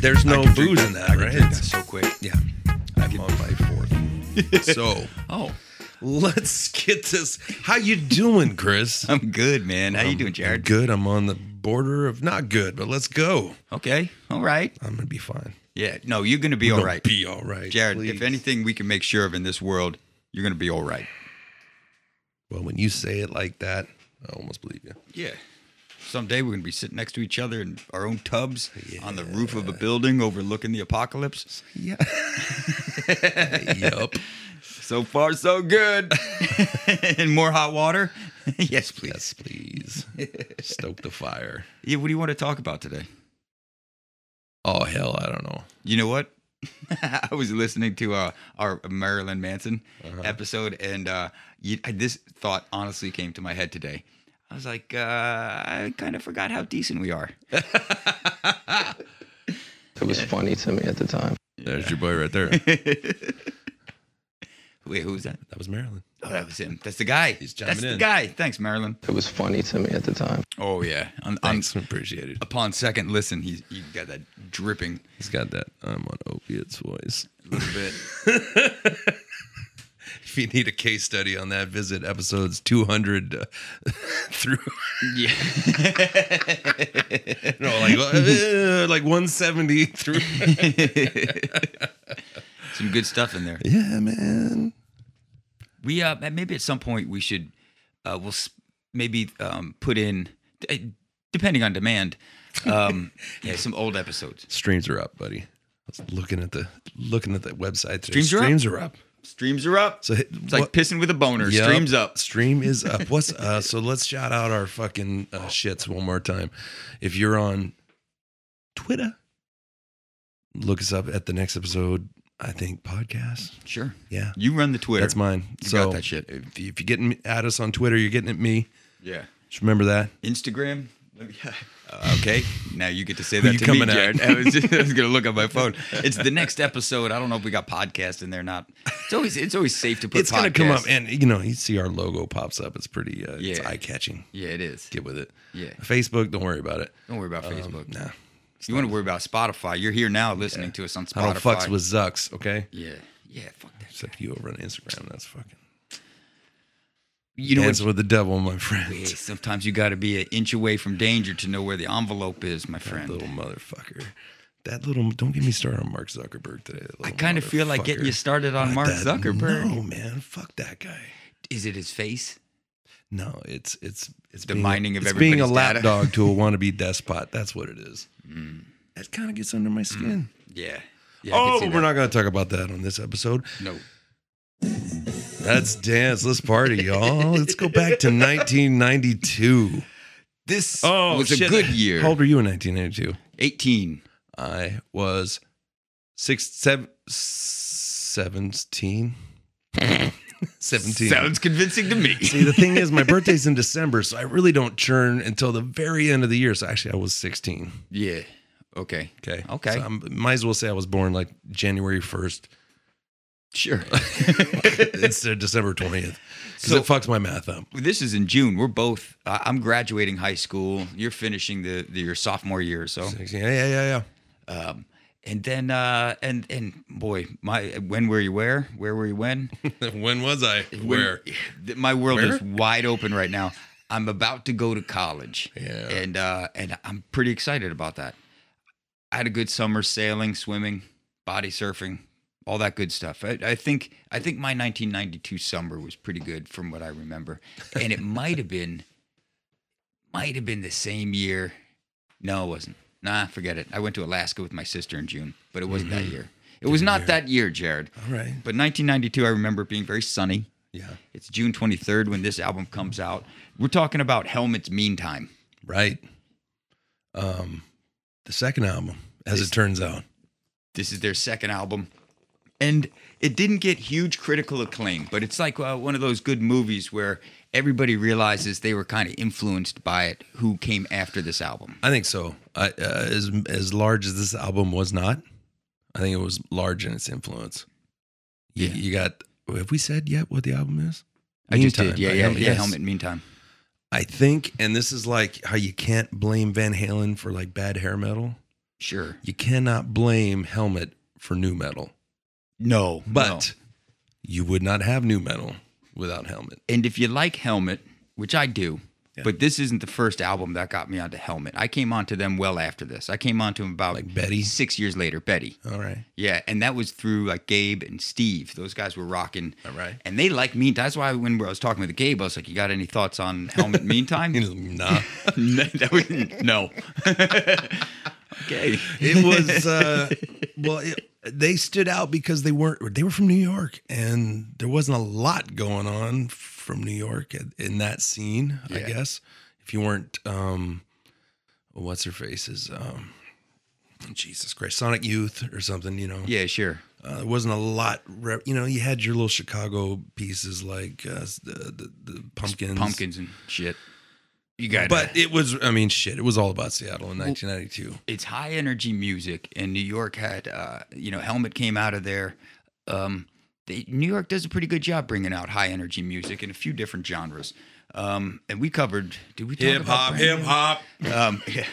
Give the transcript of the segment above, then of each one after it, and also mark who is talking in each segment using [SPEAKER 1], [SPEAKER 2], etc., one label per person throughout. [SPEAKER 1] there's no
[SPEAKER 2] can drink
[SPEAKER 1] booze
[SPEAKER 2] that.
[SPEAKER 1] in that,
[SPEAKER 2] I can
[SPEAKER 1] right?
[SPEAKER 2] drink that so quick.
[SPEAKER 1] Yeah. I'm on my fourth. so
[SPEAKER 2] Oh,
[SPEAKER 1] let's get this. How you doing, Chris?
[SPEAKER 2] I'm good, man. How you doing,
[SPEAKER 1] I'm
[SPEAKER 2] Jared?
[SPEAKER 1] good. I'm on the border of not good, but let's go.
[SPEAKER 2] Okay. All right.
[SPEAKER 1] I'm gonna be fine.
[SPEAKER 2] Yeah. No, you're gonna be all
[SPEAKER 1] Gonna
[SPEAKER 2] right,
[SPEAKER 1] Be all right.
[SPEAKER 2] Jared.
[SPEAKER 1] please.
[SPEAKER 2] If anything, we can make sure of in this world, you're gonna be all right.
[SPEAKER 1] Well, when you say it like that, I almost believe you.
[SPEAKER 2] Yeah. Someday we're gonna be sitting next to each other in our own tubs on the roof of a building overlooking the apocalypse.
[SPEAKER 1] Yeah. yep.
[SPEAKER 2] So far, so good. and more hot water. yes, please.
[SPEAKER 1] Yes, please. Stoke the fire.
[SPEAKER 2] Yeah. What do you want to talk about today?
[SPEAKER 1] Oh hell, I don't know.
[SPEAKER 2] You know what? I was listening to uh, our Marilyn Manson episode, and uh, you, I- this thought honestly came to my head today. I was like, uh, I kind of forgot how decent we are.
[SPEAKER 3] It was funny to me at the time.
[SPEAKER 1] There's your boy right there. that
[SPEAKER 2] Wait, who was that?
[SPEAKER 1] was Marilyn.
[SPEAKER 2] Oh, that was him. That's the guy.
[SPEAKER 1] He's
[SPEAKER 2] That's
[SPEAKER 1] chiming
[SPEAKER 2] the
[SPEAKER 1] in.
[SPEAKER 2] guy. Thanks, Marilyn.
[SPEAKER 3] It was funny to me at the time.
[SPEAKER 2] Oh yeah. On, on,
[SPEAKER 1] Thanks, appreciate it.
[SPEAKER 2] upon second listen, he he got that dripping
[SPEAKER 1] He's got that I'm on opiates voice.
[SPEAKER 2] little bit.
[SPEAKER 1] If you need a case study on that, visit episodes 200 uh, through
[SPEAKER 2] yeah.
[SPEAKER 1] no like uh, like 170 through.
[SPEAKER 2] Some good stuff in there.
[SPEAKER 1] yeah, man.
[SPEAKER 2] We uh maybe at some point we should uh we'll s- maybe um put in d- depending on demand um yeah some old episodes.
[SPEAKER 1] Streams are up, buddy. I was looking at the looking at the website. Today.
[SPEAKER 2] Streams are up?
[SPEAKER 1] are up.
[SPEAKER 2] Streams are up.
[SPEAKER 1] So
[SPEAKER 2] it's like
[SPEAKER 1] what-
[SPEAKER 2] pissing with a boner.
[SPEAKER 1] Yep.
[SPEAKER 2] Streams up.
[SPEAKER 1] Stream is up. What's uh so let's shout out our fucking uh, shits one more time. If you're on Twitter, look us up at the next episode, I think podcast.
[SPEAKER 2] Sure.
[SPEAKER 1] Yeah.
[SPEAKER 2] You run the Twitter.
[SPEAKER 1] That's mine.
[SPEAKER 2] You
[SPEAKER 1] so
[SPEAKER 2] got that shit.
[SPEAKER 1] If, you- if you're getting at us on Twitter, you're getting at me.
[SPEAKER 2] Yeah.
[SPEAKER 1] Just remember that.
[SPEAKER 2] Instagram. Uh, okay, now you get to say
[SPEAKER 1] Who
[SPEAKER 2] that
[SPEAKER 1] you
[SPEAKER 2] to
[SPEAKER 1] coming
[SPEAKER 2] me,
[SPEAKER 1] at?
[SPEAKER 2] Jared. I was, just, I was gonna look at my phone. It's the next episode. I don't know if we got podcast in there or not. It's always it's always safe to put.
[SPEAKER 1] it's gonna come up,
[SPEAKER 2] podcast.
[SPEAKER 1] and you know you see our logo pops up. It's pretty. Uh, It's
[SPEAKER 2] Yeah.
[SPEAKER 1] eye catching.
[SPEAKER 2] yeah, it is.
[SPEAKER 1] Get with it.
[SPEAKER 2] Yeah.
[SPEAKER 1] Facebook. Don't worry about it.
[SPEAKER 2] Don't worry about
[SPEAKER 1] Um,
[SPEAKER 2] Facebook.
[SPEAKER 1] nah.
[SPEAKER 2] You want to worry about Spotify? You're here now, listening to us on Spotify.
[SPEAKER 1] I don't fucks with Zucks. Okay.
[SPEAKER 2] Yeah, yeah. Fuck that.
[SPEAKER 1] Except you over on Instagram. That's fucking.
[SPEAKER 2] You know what?
[SPEAKER 1] Dancing with the devil, my friend.
[SPEAKER 2] Hey, Sometimes you got to be an inch away from danger to know where the envelope is, my
[SPEAKER 1] That little
[SPEAKER 2] friend.
[SPEAKER 1] motherfucker. That little. Don't get me started on Mark Zuckerberg today. that
[SPEAKER 2] I
[SPEAKER 1] little
[SPEAKER 2] kind of feel like getting you
[SPEAKER 1] motherfucker.
[SPEAKER 2] started on
[SPEAKER 1] Not
[SPEAKER 2] Mark
[SPEAKER 1] that-
[SPEAKER 2] Zuckerberg.
[SPEAKER 1] No, man. Fuck that guy.
[SPEAKER 2] Is it his face?
[SPEAKER 1] No, it's it's it's
[SPEAKER 2] The
[SPEAKER 1] being a-
[SPEAKER 2] mining of
[SPEAKER 1] it's being a
[SPEAKER 2] everybody's data.
[SPEAKER 1] lapdog to a wannabe despot. That's what it is. That kind of gets under my skin.
[SPEAKER 2] Yeah. Mm. yeah I can
[SPEAKER 1] Oh,
[SPEAKER 2] see
[SPEAKER 1] but we're
[SPEAKER 2] that.
[SPEAKER 1] not going to talk about that on this episode.
[SPEAKER 2] No.
[SPEAKER 1] Let's dance. Let's party, y'all. Let's go back to 1992.
[SPEAKER 2] This
[SPEAKER 1] Oh,
[SPEAKER 2] was
[SPEAKER 1] shit.
[SPEAKER 2] a good year.
[SPEAKER 1] How old were you in 1992?
[SPEAKER 2] 18.
[SPEAKER 1] I was six, seven, 17. 17.
[SPEAKER 2] Sounds convincing to me.
[SPEAKER 1] See, the thing is, my birthday's in December, so I really don't churn until the very end of the year. So actually, I was 16.
[SPEAKER 2] yeah. Okay.
[SPEAKER 1] Okay.
[SPEAKER 2] Okay.
[SPEAKER 1] So I might as well say I was born like January 1st
[SPEAKER 2] Sure.
[SPEAKER 1] instead of December 20th because
[SPEAKER 2] So-
[SPEAKER 1] it fucks my math up.
[SPEAKER 2] this is in June. We're both. I I'm graduating high school. You're finishing the, the your sophomore year or so.
[SPEAKER 1] 16, Yeah, yeah, yeah, yeah.
[SPEAKER 2] Um, and then uh, and and boy, my when were you where? Where were you when?
[SPEAKER 1] when was I?
[SPEAKER 2] When-
[SPEAKER 1] Where?
[SPEAKER 2] Th- my world
[SPEAKER 1] Where?
[SPEAKER 2] is wide open right now. I'm about to go to college.
[SPEAKER 1] Yeah.
[SPEAKER 2] And uh, and I'm pretty excited about that. I had a good summer sailing, swimming, body surfing, all that good stuff. I, I think I think my 1992 summer was pretty good from what I remember, and it might have been might have been the same year. No, it wasn't. Nah, forget it. I went to Alaska with my sister in June, but it wasn't that year. It was not that year, Jared.
[SPEAKER 1] All right.
[SPEAKER 2] But 1992, I remember it being very sunny.
[SPEAKER 1] Yeah.
[SPEAKER 2] It's June 23rd when this album comes out. We're talking about Helmet's Meantime.
[SPEAKER 1] Right. Um, the second album, as it turns out.
[SPEAKER 2] This is their second album. And it didn't get huge critical acclaim, but it's like uh, one of those good movies where everybody realizes they were kind of influenced by it who came after this album.
[SPEAKER 1] I think so. I, uh, as as large as this album was not, I think it was large in its influence. You,
[SPEAKER 2] Yeah.
[SPEAKER 1] you got. Have we said yet what the album is?
[SPEAKER 2] I just
[SPEAKER 1] Meantime
[SPEAKER 2] did. Yeah,
[SPEAKER 1] by
[SPEAKER 2] yeah,
[SPEAKER 1] Helmet.
[SPEAKER 2] yeah.
[SPEAKER 1] Yes.
[SPEAKER 2] Helmet Meantime.
[SPEAKER 1] I think, and this is like how you can't blame Van Halen for like bad hair metal.
[SPEAKER 2] Sure.
[SPEAKER 1] You cannot blame Helmet for new metal,
[SPEAKER 2] No.
[SPEAKER 1] but you would not have new metal without Helmet.
[SPEAKER 2] And if you like Helmet, which I do,
[SPEAKER 1] Yeah.
[SPEAKER 2] but this isn't the first album that got me onto Helmet. I came onto them well after this. I came onto them about
[SPEAKER 1] Like Betty?
[SPEAKER 2] six years later. Betty,
[SPEAKER 1] All right.
[SPEAKER 2] yeah, and that was through like Gabe and Steve. Those guys were rocking,
[SPEAKER 1] All right.
[SPEAKER 2] and they liked me. That's why when I was talking with Gabe, I was like, "You got any thoughts on Helmet?" Meantime,
[SPEAKER 1] Nah.
[SPEAKER 2] No, that was- no. okay,
[SPEAKER 1] It was uh, well. It, they stood out because they weren't. They were from New York, and there wasn't a lot going on from New York in- in that scene. I
[SPEAKER 2] Yeah.
[SPEAKER 1] guess if you weren't, um, what's her face is, um, Jesus Christ, Sonic Youth or something. You know,
[SPEAKER 2] yeah, sure.
[SPEAKER 1] uh, there wasn't a lot. Rep, you know, you had your little Chicago pieces like uh, s- the, the the pumpkins,
[SPEAKER 2] Pumpkins and shit. You got,
[SPEAKER 1] But it was, I mean, shit. It was all about Seattle in 1992.
[SPEAKER 2] it's high energy music and new york had uh, you know helmet came out of there um, they, new york does a pretty good job bringing out high energy music in a few different genres um, and we covered did we talk about Brandon?
[SPEAKER 1] hop.
[SPEAKER 2] um, yeah,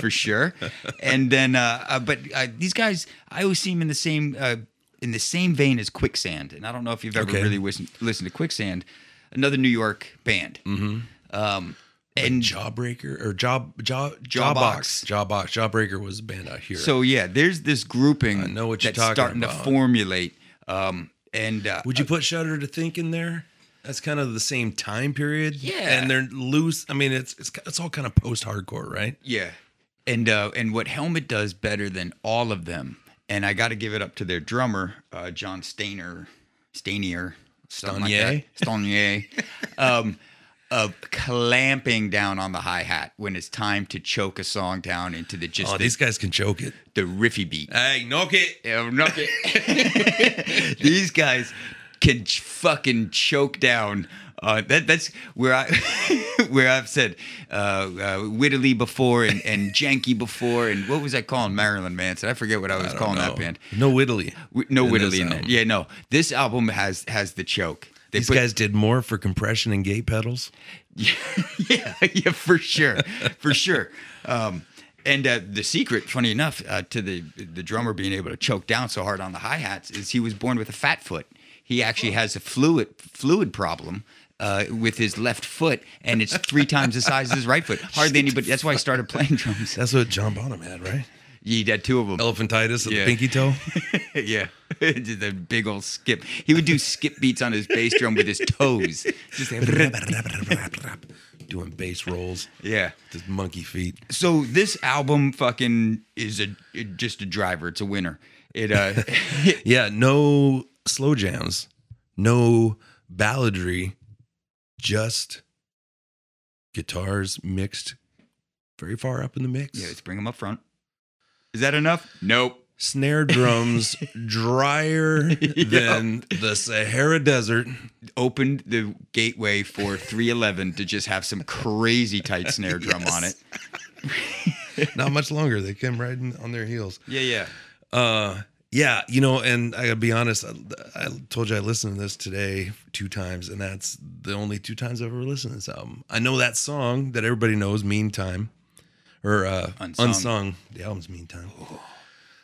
[SPEAKER 2] for sure. And then, uh, uh, but uh, these guys, I always see them in the same uh, in the same vein as Quicksand, and I don't know if you've ever
[SPEAKER 1] Okay.
[SPEAKER 2] really listened listened to Quicksand, another New York band.
[SPEAKER 1] Mm-hmm.
[SPEAKER 2] Um, and
[SPEAKER 1] Jawbreaker or Job Jaw
[SPEAKER 2] Jawbox.
[SPEAKER 1] Jawbox Jawbox Jawbreaker was a band out here.
[SPEAKER 2] So yeah, there's this grouping
[SPEAKER 1] I know what you're
[SPEAKER 2] that's
[SPEAKER 1] talking
[SPEAKER 2] starting to
[SPEAKER 1] about.
[SPEAKER 2] formulate. Um, and uh,
[SPEAKER 1] would you put Shudder to Think in there? That's kind of the same time period.
[SPEAKER 2] Yeah.
[SPEAKER 1] and they're loose. I mean, it's it's it's all kind of post hardcore, right?
[SPEAKER 2] yeah, and uh, and what Helmet does better than all of them, and I got to give it up to their drummer, uh, John Stainer, Stainier, something
[SPEAKER 1] Stainier?
[SPEAKER 2] like that. Stainier, um, of clamping down on the hi hat when it's time to choke a song down into the just
[SPEAKER 1] Oh,
[SPEAKER 2] the,
[SPEAKER 1] these guys can choke it.
[SPEAKER 2] the riffy beat.
[SPEAKER 1] Hey, knock it.
[SPEAKER 2] Yeah, knock it. These guys can ch- fucking choke down. Uh, that that's where I where I've said uh, uh, wittily before and, and janky before and what was I calling Marilyn Manson? I forget what I was
[SPEAKER 1] I don't
[SPEAKER 2] calling
[SPEAKER 1] know.
[SPEAKER 2] that band.
[SPEAKER 1] No Italy.
[SPEAKER 2] W- No
[SPEAKER 1] In
[SPEAKER 2] wittily
[SPEAKER 1] this
[SPEAKER 2] in that.
[SPEAKER 1] album.
[SPEAKER 2] Yeah, no. This album has has the choke. They
[SPEAKER 1] These
[SPEAKER 2] put-
[SPEAKER 1] guys did more for compression and gate pedals.
[SPEAKER 2] yeah, yeah, yeah, for sure, for sure. Um, and uh, the secret, funny enough, uh, to the the drummer being able to choke down so hard on the hi hats is he was born with a fat foot. He actually has a fluid fluid problem. Uh, with his left foot, and it's three times the size of his right foot. Hardly anybody. That's why I started playing drums.
[SPEAKER 1] That's what John Bonham had, right?
[SPEAKER 2] He had two of them.
[SPEAKER 1] Oh. Elephantitis of
[SPEAKER 2] Yeah.
[SPEAKER 1] the pinky toe.
[SPEAKER 2] yeah, Did the big old skip. He would do skip beats on his bass drum with his toes. Just
[SPEAKER 1] Doing bass rolls,
[SPEAKER 2] yeah.
[SPEAKER 1] just monkey feet.
[SPEAKER 2] so this album fucking is a it- just a driver. It's a winner. It uh,
[SPEAKER 1] Yeah, no slow jams, no balladry, just guitars mixed very far up in the mix.
[SPEAKER 2] yeah, let's bring them up front. Is that enough? Nope.
[SPEAKER 1] Snare drums drier than the Sahara Desert.
[SPEAKER 2] Opened the gateway for 311 to just have some crazy tight snare drum on it.
[SPEAKER 1] Not much longer. They came riding on their heels.
[SPEAKER 2] Yeah, yeah.
[SPEAKER 1] Uh, yeah, you know, and I gotta be honest. I, I told you I listened to this today two times, and that's the only two times I've ever listened to this album. I know that song that everybody knows, "Meantime," or uh,
[SPEAKER 2] Unsung.
[SPEAKER 1] unsung. The album's "Meantime."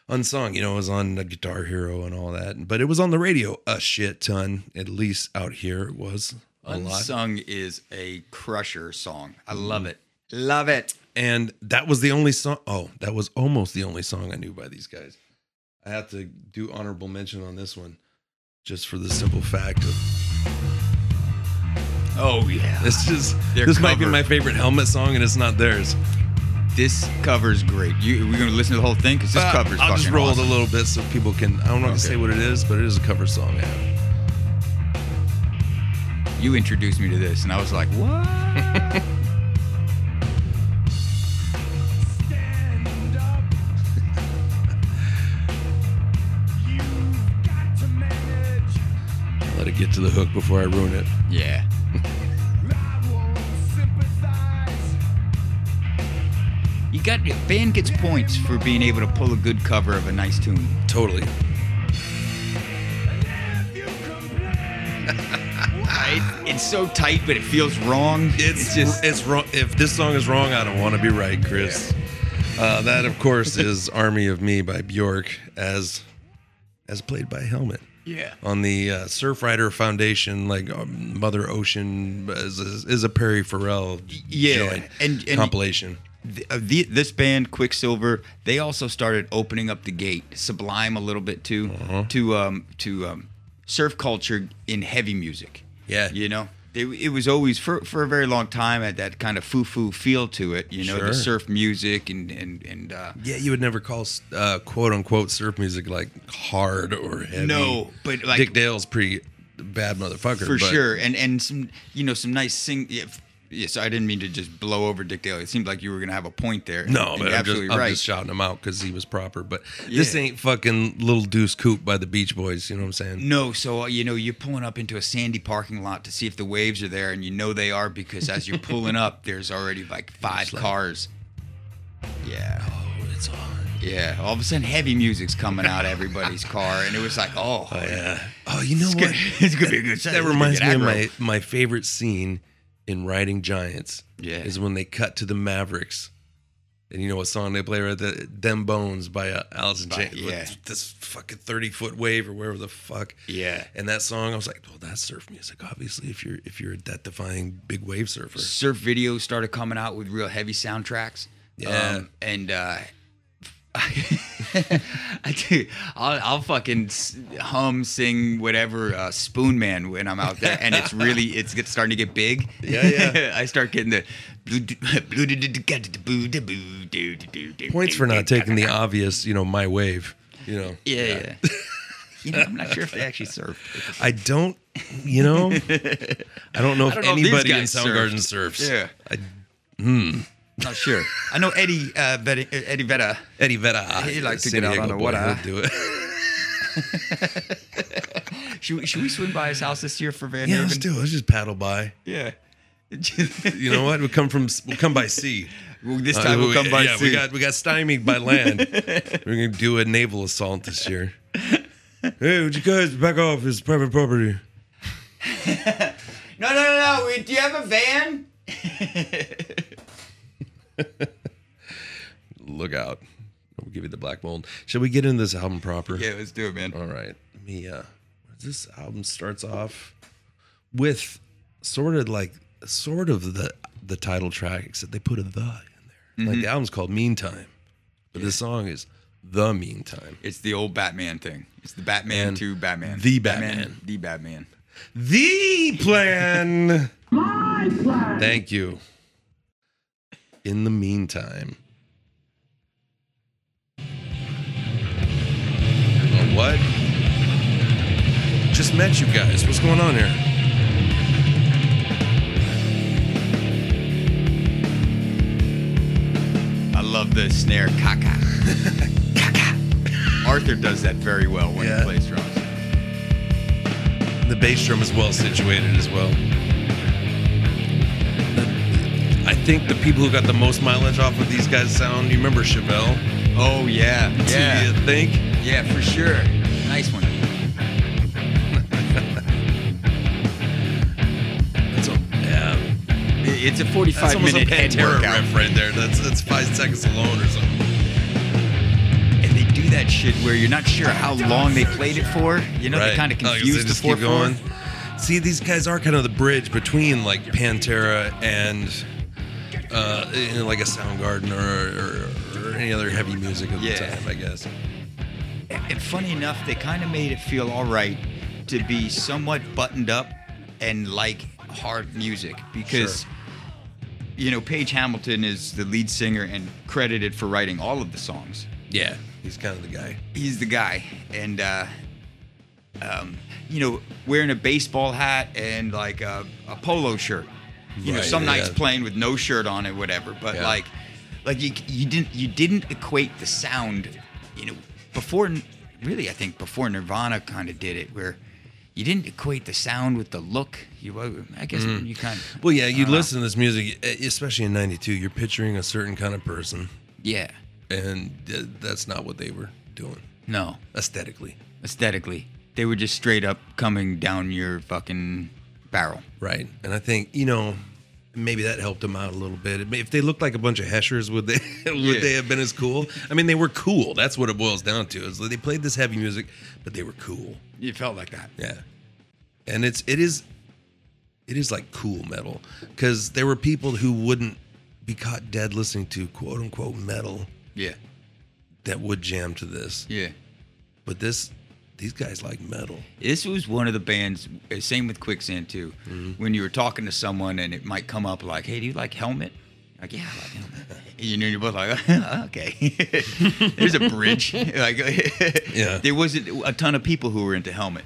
[SPEAKER 1] Unsung, you know, it was on the Guitar Hero and all that, but it was on the radio a shit ton. At least out here, it was a lot.
[SPEAKER 2] Unsung is a crusher song. I love it. Love it.
[SPEAKER 1] and that was the only song. Oh, that was almost the only song I knew by these guys. I have to do honorable mention on this one, just for the simple fact of
[SPEAKER 2] Oh yeah.
[SPEAKER 1] this is
[SPEAKER 2] Their
[SPEAKER 1] this might be
[SPEAKER 2] cover.
[SPEAKER 1] my favorite helmet song, and it's not theirs.
[SPEAKER 2] This cover's great. You we're gonna listen to the whole thing because this
[SPEAKER 1] But
[SPEAKER 2] cover's
[SPEAKER 1] Uh, I'll
[SPEAKER 2] fucking
[SPEAKER 1] just roll
[SPEAKER 2] awesome.
[SPEAKER 1] it a little bit so people can. I don't know if to
[SPEAKER 2] Okay.
[SPEAKER 1] say what it is, but it is a cover song. Yeah.
[SPEAKER 2] You introduced me to this, and I was like, what?
[SPEAKER 4] Stand up. You've got to manage.
[SPEAKER 1] Let it get to the hook before I ruin it.
[SPEAKER 2] yeah.
[SPEAKER 4] I won't sympathize.
[SPEAKER 2] You got band gets points for being able to pull a good cover of a nice tune.
[SPEAKER 1] Totally.
[SPEAKER 4] And if you complain,
[SPEAKER 2] I, it's so tight, but it feels wrong.
[SPEAKER 1] It's, just it's wrong. If this song is wrong, I don't want to be right, Chris. Uh, that, of course, is "Army of Me" by Bjork, as as played by Helmet
[SPEAKER 2] Yeah.
[SPEAKER 1] on the uh, Surfrider Foundation. Like um, Mother Ocean is, is, is a Perry Farrell
[SPEAKER 2] Yeah,
[SPEAKER 1] joint
[SPEAKER 2] and- and-
[SPEAKER 1] compilation.
[SPEAKER 2] The, uh, the, this band, Quicksilver, they also started opening up the gate, Sublime a little bit too, to um, to um, surf culture in heavy music.
[SPEAKER 1] Yeah.
[SPEAKER 2] you know, they, it was always for for a very long time had that kind of foo foo feel to it. You know,
[SPEAKER 1] Sure.
[SPEAKER 2] the surf music and and and uh,
[SPEAKER 1] Yeah, you would never call uh, quote unquote surf music like hard or heavy.
[SPEAKER 2] No, but, like-
[SPEAKER 1] Dick Dale's pretty bad motherfucker
[SPEAKER 2] for
[SPEAKER 1] but-
[SPEAKER 2] sure, and and some you know some nice sing. Yeah, f- yeah, so I didn't mean to just blow over Dick Dale. It seemed like you were gonna have a point there.
[SPEAKER 1] No,
[SPEAKER 2] And
[SPEAKER 1] but
[SPEAKER 2] you're
[SPEAKER 1] I'm, just, I'm just shouting him out because he was proper. But this
[SPEAKER 2] Yeah.
[SPEAKER 1] ain't fucking Little Deuce Coupe by the Beach Boys. You know what I'm saying?
[SPEAKER 2] No, so uh, you know you're pulling up into a sandy parking lot to see if the waves are there, and you know they are because as you're pulling up, there's already like five
[SPEAKER 1] It's like-
[SPEAKER 2] cars. Yeah,
[SPEAKER 1] Oh, it's on.
[SPEAKER 2] yeah. All of a sudden, heavy music's coming out of everybody's car, and it was like, oh,
[SPEAKER 1] Oh, yeah. Oh, you know
[SPEAKER 2] it's,
[SPEAKER 1] what?
[SPEAKER 2] gonna, it's gonna be a good. set.
[SPEAKER 1] That
[SPEAKER 2] It's gonna
[SPEAKER 1] reminds me
[SPEAKER 2] get
[SPEAKER 1] of
[SPEAKER 2] aggro.
[SPEAKER 1] my, my favorite scene in Riding Giants.
[SPEAKER 2] Yeah.
[SPEAKER 1] Is when they cut to the Mavericks. And you know what song they play right there? Them Bones by uh, Alice in
[SPEAKER 2] By-
[SPEAKER 1] Chains.
[SPEAKER 2] yeah.
[SPEAKER 1] With this fucking 30 foot wave or wherever the fuck.
[SPEAKER 2] yeah.
[SPEAKER 1] And that song, I was like, well, that's surf music, obviously, if you're if you're a death defying big wave surfer.
[SPEAKER 2] surf videos started coming out with real heavy soundtracks.
[SPEAKER 1] Yeah.
[SPEAKER 2] and uh, I do. I'll, I'll fucking s- hum, sing whatever uh, Spoon Man when I'm out there, and it's really it's get, starting to get big.
[SPEAKER 1] Yeah, yeah.
[SPEAKER 2] I start getting the blue do- blue do- do- do- do- do- boo- do- boo- do- do- do- do-
[SPEAKER 1] Points
[SPEAKER 2] do-
[SPEAKER 1] for
[SPEAKER 2] do-
[SPEAKER 1] not
[SPEAKER 2] do-
[SPEAKER 1] taking the obvious, you know, my wave. You know.
[SPEAKER 2] Yeah, yeah. you know, I'm not sure if they actually surf.
[SPEAKER 1] I don't, you know, I don't know if
[SPEAKER 2] don't know if these
[SPEAKER 1] anybody in
[SPEAKER 2] guys
[SPEAKER 1] Soundgarden surfs.
[SPEAKER 2] Yeah,
[SPEAKER 1] I-
[SPEAKER 2] not sure. I know Eddie uh, Vedder, Eddie Vedder.
[SPEAKER 1] Eddie Vedder.
[SPEAKER 2] He likes to
[SPEAKER 1] San
[SPEAKER 2] get out
[SPEAKER 1] Diego
[SPEAKER 2] on the
[SPEAKER 1] boy,
[SPEAKER 2] water.
[SPEAKER 1] he'll Do it.
[SPEAKER 2] Should, we- should we swim by his house this year for Van
[SPEAKER 1] Yeah,
[SPEAKER 2] Haven?
[SPEAKER 1] let's do it. Let's just paddle by.
[SPEAKER 2] Yeah.
[SPEAKER 1] You know what? We come from we come by sea.
[SPEAKER 2] Well, this
[SPEAKER 1] Uh,
[SPEAKER 2] time we'll
[SPEAKER 1] we-
[SPEAKER 2] come by
[SPEAKER 1] yeah, we
[SPEAKER 2] sea.
[SPEAKER 1] got we got stymied by land. We're gonna do a naval assault this year. Hey, would you guys back off? It's private property.
[SPEAKER 2] No, no, no, no. We, do you have a van?
[SPEAKER 1] Look out! We'll give you the black mold. Shall we get into this album proper?
[SPEAKER 2] Yeah, let's do it, man.
[SPEAKER 1] All right. Let me uh this album starts off with sort of like sort of the the title track except they put a the in there. Like the album's called Meantime. But this song is The Meantime.
[SPEAKER 2] It's the old Batman thing. It's the Batman
[SPEAKER 1] And
[SPEAKER 2] to Batman.
[SPEAKER 1] the Batman.
[SPEAKER 2] The Batman.
[SPEAKER 1] The plan. My plan. Thank you. In the meantime. Oh, what? Just met you guys. What's going on here?
[SPEAKER 2] I love the snare caca. caca. Arthur does that very well when
[SPEAKER 1] Yeah.
[SPEAKER 2] he plays drums.
[SPEAKER 1] The bass drum is well situated as well. I think the people who got the most mileage off of these guys' sound, you remember Chevelle?
[SPEAKER 2] Oh, yeah.
[SPEAKER 1] Do
[SPEAKER 2] Yeah.
[SPEAKER 1] you think?
[SPEAKER 2] Yeah, for sure. Nice one.
[SPEAKER 1] That's a, yeah,
[SPEAKER 2] I- It's a
[SPEAKER 1] that's
[SPEAKER 2] 45
[SPEAKER 1] almost a
[SPEAKER 2] minute head
[SPEAKER 1] Pantera
[SPEAKER 2] workout.
[SPEAKER 1] riff right there. That's, that's five seconds alone or something.
[SPEAKER 2] And they do that shit where you're not sure how long they played it for. You know, they
[SPEAKER 1] right.
[SPEAKER 2] kind of
[SPEAKER 1] Oh, 'cause they
[SPEAKER 2] confuse the
[SPEAKER 1] just
[SPEAKER 2] 4
[SPEAKER 1] keep going. See, these guys are kind of the bridge between like Pantera and uh, you know, like a Soundgarden or, or, or any other heavy music of
[SPEAKER 2] Yeah.
[SPEAKER 1] the time, I guess.
[SPEAKER 2] And funny enough, they kind of made it feel all right to be somewhat buttoned up and like hard music because,
[SPEAKER 1] Sure.
[SPEAKER 2] you know, Paige Hamilton is the lead singer and credited for writing all of the songs.
[SPEAKER 1] Yeah, he's kind of the guy.
[SPEAKER 2] He's the guy. And, uh, um, you know, wearing a baseball hat and like a, a polo shirt. You know,
[SPEAKER 1] Right,
[SPEAKER 2] some nights
[SPEAKER 1] yeah.
[SPEAKER 2] playing with no shirt on and whatever, but
[SPEAKER 1] Yeah.
[SPEAKER 2] like, like you, you didn't you didn't equate the sound, you know, before really I think before Nirvana kind of did it where you didn't equate the sound with the look. You I guess you kind of
[SPEAKER 1] Mm. Well, yeah, you listen to this music, e- especially in '92. You're picturing a certain kind of person,
[SPEAKER 2] yeah
[SPEAKER 1] and th- that's not what they were doing
[SPEAKER 2] no
[SPEAKER 1] aesthetically,
[SPEAKER 2] aesthetically they were just straight up coming down your fucking barrel.
[SPEAKER 1] right? And I think you know, maybe that helped them out a little bit. If they looked like a bunch of heshers, would they would
[SPEAKER 2] Yeah.
[SPEAKER 1] they have been as cool? I mean, they were cool. That's what it boils down to. Is that they played this heavy music, but they were cool.
[SPEAKER 2] You felt like that.
[SPEAKER 1] Yeah, and it's it is it is like cool metal because there were people who wouldn't be caught dead listening to quote unquote metal
[SPEAKER 2] Yeah.
[SPEAKER 1] that would jam to this.
[SPEAKER 2] Yeah.
[SPEAKER 1] But this these guys like metal.
[SPEAKER 2] This was one of the bands. uh, Same with Quicksand too.
[SPEAKER 1] Mm-hmm.
[SPEAKER 2] When you were talking to someone and it might come up like, "Hey, do you like Helmet?" Like, yeah, I like Helmet. And you know, you're both like, "Okay." There's a bridge. like,
[SPEAKER 1] Yeah.
[SPEAKER 2] There wasn't a ton of people who were into Helmet,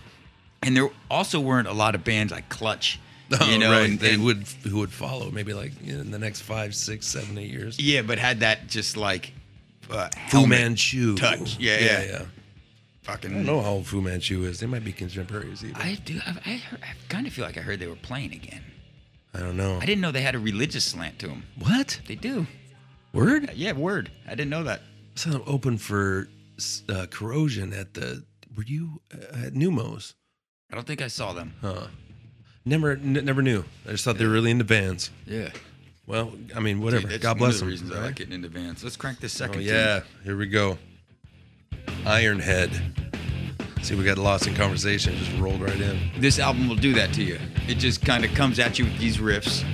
[SPEAKER 2] and there also weren't a lot of bands like Clutch. you know,
[SPEAKER 1] Oh, right.
[SPEAKER 2] and-
[SPEAKER 1] they
[SPEAKER 2] and-
[SPEAKER 1] would who would follow maybe like in the next five, six, seven, eight years.
[SPEAKER 2] Yeah, but had that just like uh,
[SPEAKER 1] Fu
[SPEAKER 2] Helmet
[SPEAKER 1] Manchu.
[SPEAKER 2] touch. Yeah, yeah. Fucking.
[SPEAKER 1] I don't know how old Fu Manchu is. They might be contemporaries even. I,
[SPEAKER 2] I do. I, I, heard, I kind of feel like I heard they were playing again.
[SPEAKER 1] don't know.
[SPEAKER 2] I didn't know they had a religious slant to them.
[SPEAKER 1] what?
[SPEAKER 2] They do.
[SPEAKER 1] Word?
[SPEAKER 2] Yeah, word. I didn't know that.
[SPEAKER 1] I saw them open for uh, Corrosion at the. Were you uh, at Numos?
[SPEAKER 2] I don't think I saw them.
[SPEAKER 1] Huh. Never, n- never knew. I just thought they were really into bands.
[SPEAKER 2] Yeah.
[SPEAKER 1] Well, I mean, whatever.
[SPEAKER 2] Dude, that's
[SPEAKER 1] God
[SPEAKER 2] one
[SPEAKER 1] bless
[SPEAKER 2] of the
[SPEAKER 1] them.
[SPEAKER 2] reasons I like getting into vans. Let's crank this
[SPEAKER 1] Oh,
[SPEAKER 2] second. tune.
[SPEAKER 1] yeah, here we go. Ironhead. See, we got lost in conversation. Just rolled right in.
[SPEAKER 2] This album will do that to you. It just kind of comes at you with these riffs.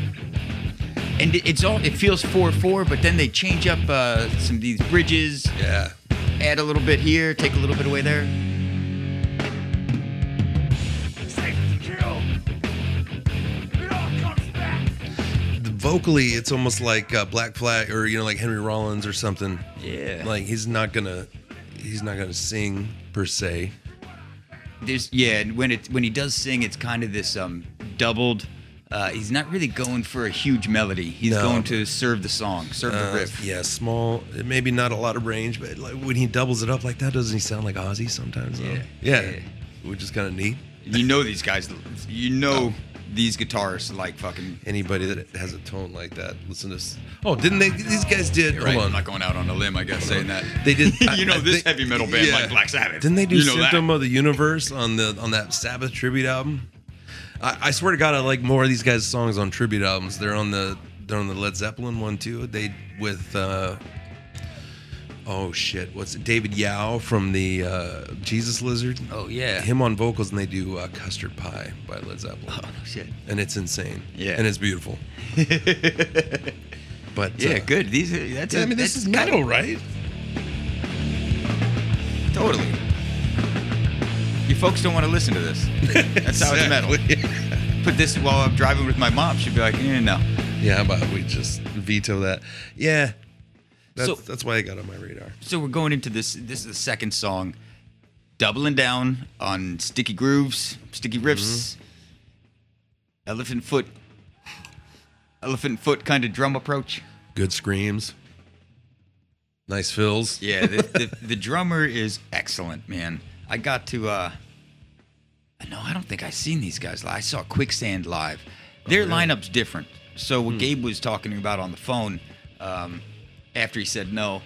[SPEAKER 2] And it, it's all, it feels 4 4, but then they change up uh, some of these bridges,
[SPEAKER 1] Yeah.
[SPEAKER 2] add a little bit here, take a little bit away there.
[SPEAKER 4] Safe to kill. It all comes back.
[SPEAKER 1] The- vocally, it's almost like uh, Black Flag, or you know, like Henry Rollins or something.
[SPEAKER 2] Yeah. Like,
[SPEAKER 1] Like he's not gonna, he's not gonna sing per se.
[SPEAKER 2] there's, yeah, and when, it, when he does sing, it's kind of this um, doubled. Uh, he's not really going for a huge melody. He's
[SPEAKER 1] No.
[SPEAKER 2] going to serve the song, serve the
[SPEAKER 1] Uh,
[SPEAKER 2] riff.
[SPEAKER 1] yeah, small. Maybe not a lot of range, but like when he doubles it up like that, doesn't he sound like Ozzy sometimes? though?
[SPEAKER 2] Yeah.
[SPEAKER 1] Yeah.
[SPEAKER 2] Yeah.
[SPEAKER 1] Which is kind of neat.
[SPEAKER 2] You know these guys. You know these guitarists like fucking.
[SPEAKER 1] Anybody that has a tone like that, listen to. s- Oh, didn't they? These guys did.
[SPEAKER 2] Right,
[SPEAKER 1] Hold
[SPEAKER 2] I'm
[SPEAKER 1] on.
[SPEAKER 2] not going out on a limb, I guess, saying that.
[SPEAKER 1] They did. I-
[SPEAKER 2] you know
[SPEAKER 1] I
[SPEAKER 2] this
[SPEAKER 1] think-
[SPEAKER 2] heavy metal band
[SPEAKER 1] yeah.
[SPEAKER 2] like Black Sabbath.
[SPEAKER 1] Didn't they do
[SPEAKER 2] you know that.
[SPEAKER 1] Symptom of the Universe on the on that Sabbath tribute album? I, I swear to God, I like more of these guys' songs on tribute albums. They're on the they're on the Led Zeppelin one too. They with uh, oh shit, what's it? David Yao from the uh, Jesus Lizard.
[SPEAKER 2] Oh yeah.
[SPEAKER 1] Him on vocals, and they do uh, "Custard Pie" by Led Zeppelin,
[SPEAKER 2] Oh no shit.
[SPEAKER 1] and it's insane.
[SPEAKER 2] Yeah.
[SPEAKER 1] and it's beautiful. but
[SPEAKER 2] Yeah,
[SPEAKER 1] uh,
[SPEAKER 2] good. These. Are, that's.
[SPEAKER 1] Yeah,
[SPEAKER 2] a-
[SPEAKER 1] I mean, this
[SPEAKER 2] that's
[SPEAKER 1] is metal, right?
[SPEAKER 2] got- Totally. You folks don't want to listen to this. That's how it's metal. Put this while I'm driving with my mom. She'd be like, eh, no.
[SPEAKER 1] Yeah, how about we just veto that? Yeah. That's,
[SPEAKER 2] So-
[SPEAKER 1] that's why I got on my radar.
[SPEAKER 2] So we're going into this. This is the second song, doubling down on sticky grooves, sticky riffs, elephant foot, elephant foot kind of drum approach.
[SPEAKER 1] Good screams. Nice fills.
[SPEAKER 2] Yeah, the, the, the drummer is excellent, man. I got to. uh No, I don't think i seen these guys live. I saw Quicksand live. Their
[SPEAKER 1] Oh,
[SPEAKER 2] lineup's different. So
[SPEAKER 1] Hmm.
[SPEAKER 2] what Gabe was talking about on the phone, um, after he said no,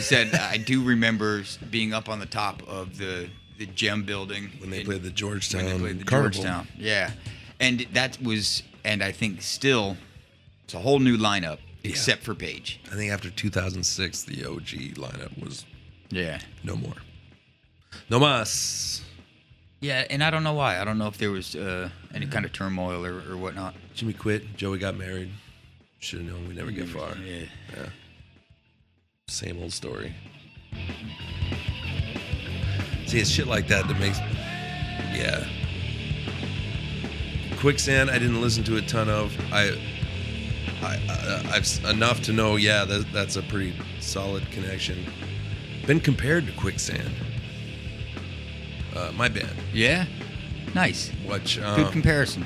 [SPEAKER 2] said I do remember being up on the top of the the gem building
[SPEAKER 1] When they
[SPEAKER 2] in-
[SPEAKER 1] played the Georgetown
[SPEAKER 2] when they played the
[SPEAKER 1] Carnival.
[SPEAKER 2] Georgetown. Yeah, and that was, and I think still, it's a whole new lineup except for Page.
[SPEAKER 1] I think after 2006, the OG lineup was
[SPEAKER 2] Yeah.
[SPEAKER 1] no more. No mas.
[SPEAKER 2] Yeah, and I don't know why. I don't know if there was uh, any kind of turmoil or, or whatnot.
[SPEAKER 1] Jimmy quit. Joey got married. Should have known we never get far.
[SPEAKER 2] Yeah.
[SPEAKER 1] Same old story. See, it's shit like that that makes. Yeah. Quicksand, I didn't listen to a ton of. I, I, I I've s- enough to know. Yeah, that, that's a pretty solid connection. Been compared to Quicksand. Uh, my band,
[SPEAKER 2] Yeah. Oh. Nice.
[SPEAKER 1] which
[SPEAKER 2] Good
[SPEAKER 1] um,
[SPEAKER 2] comparison.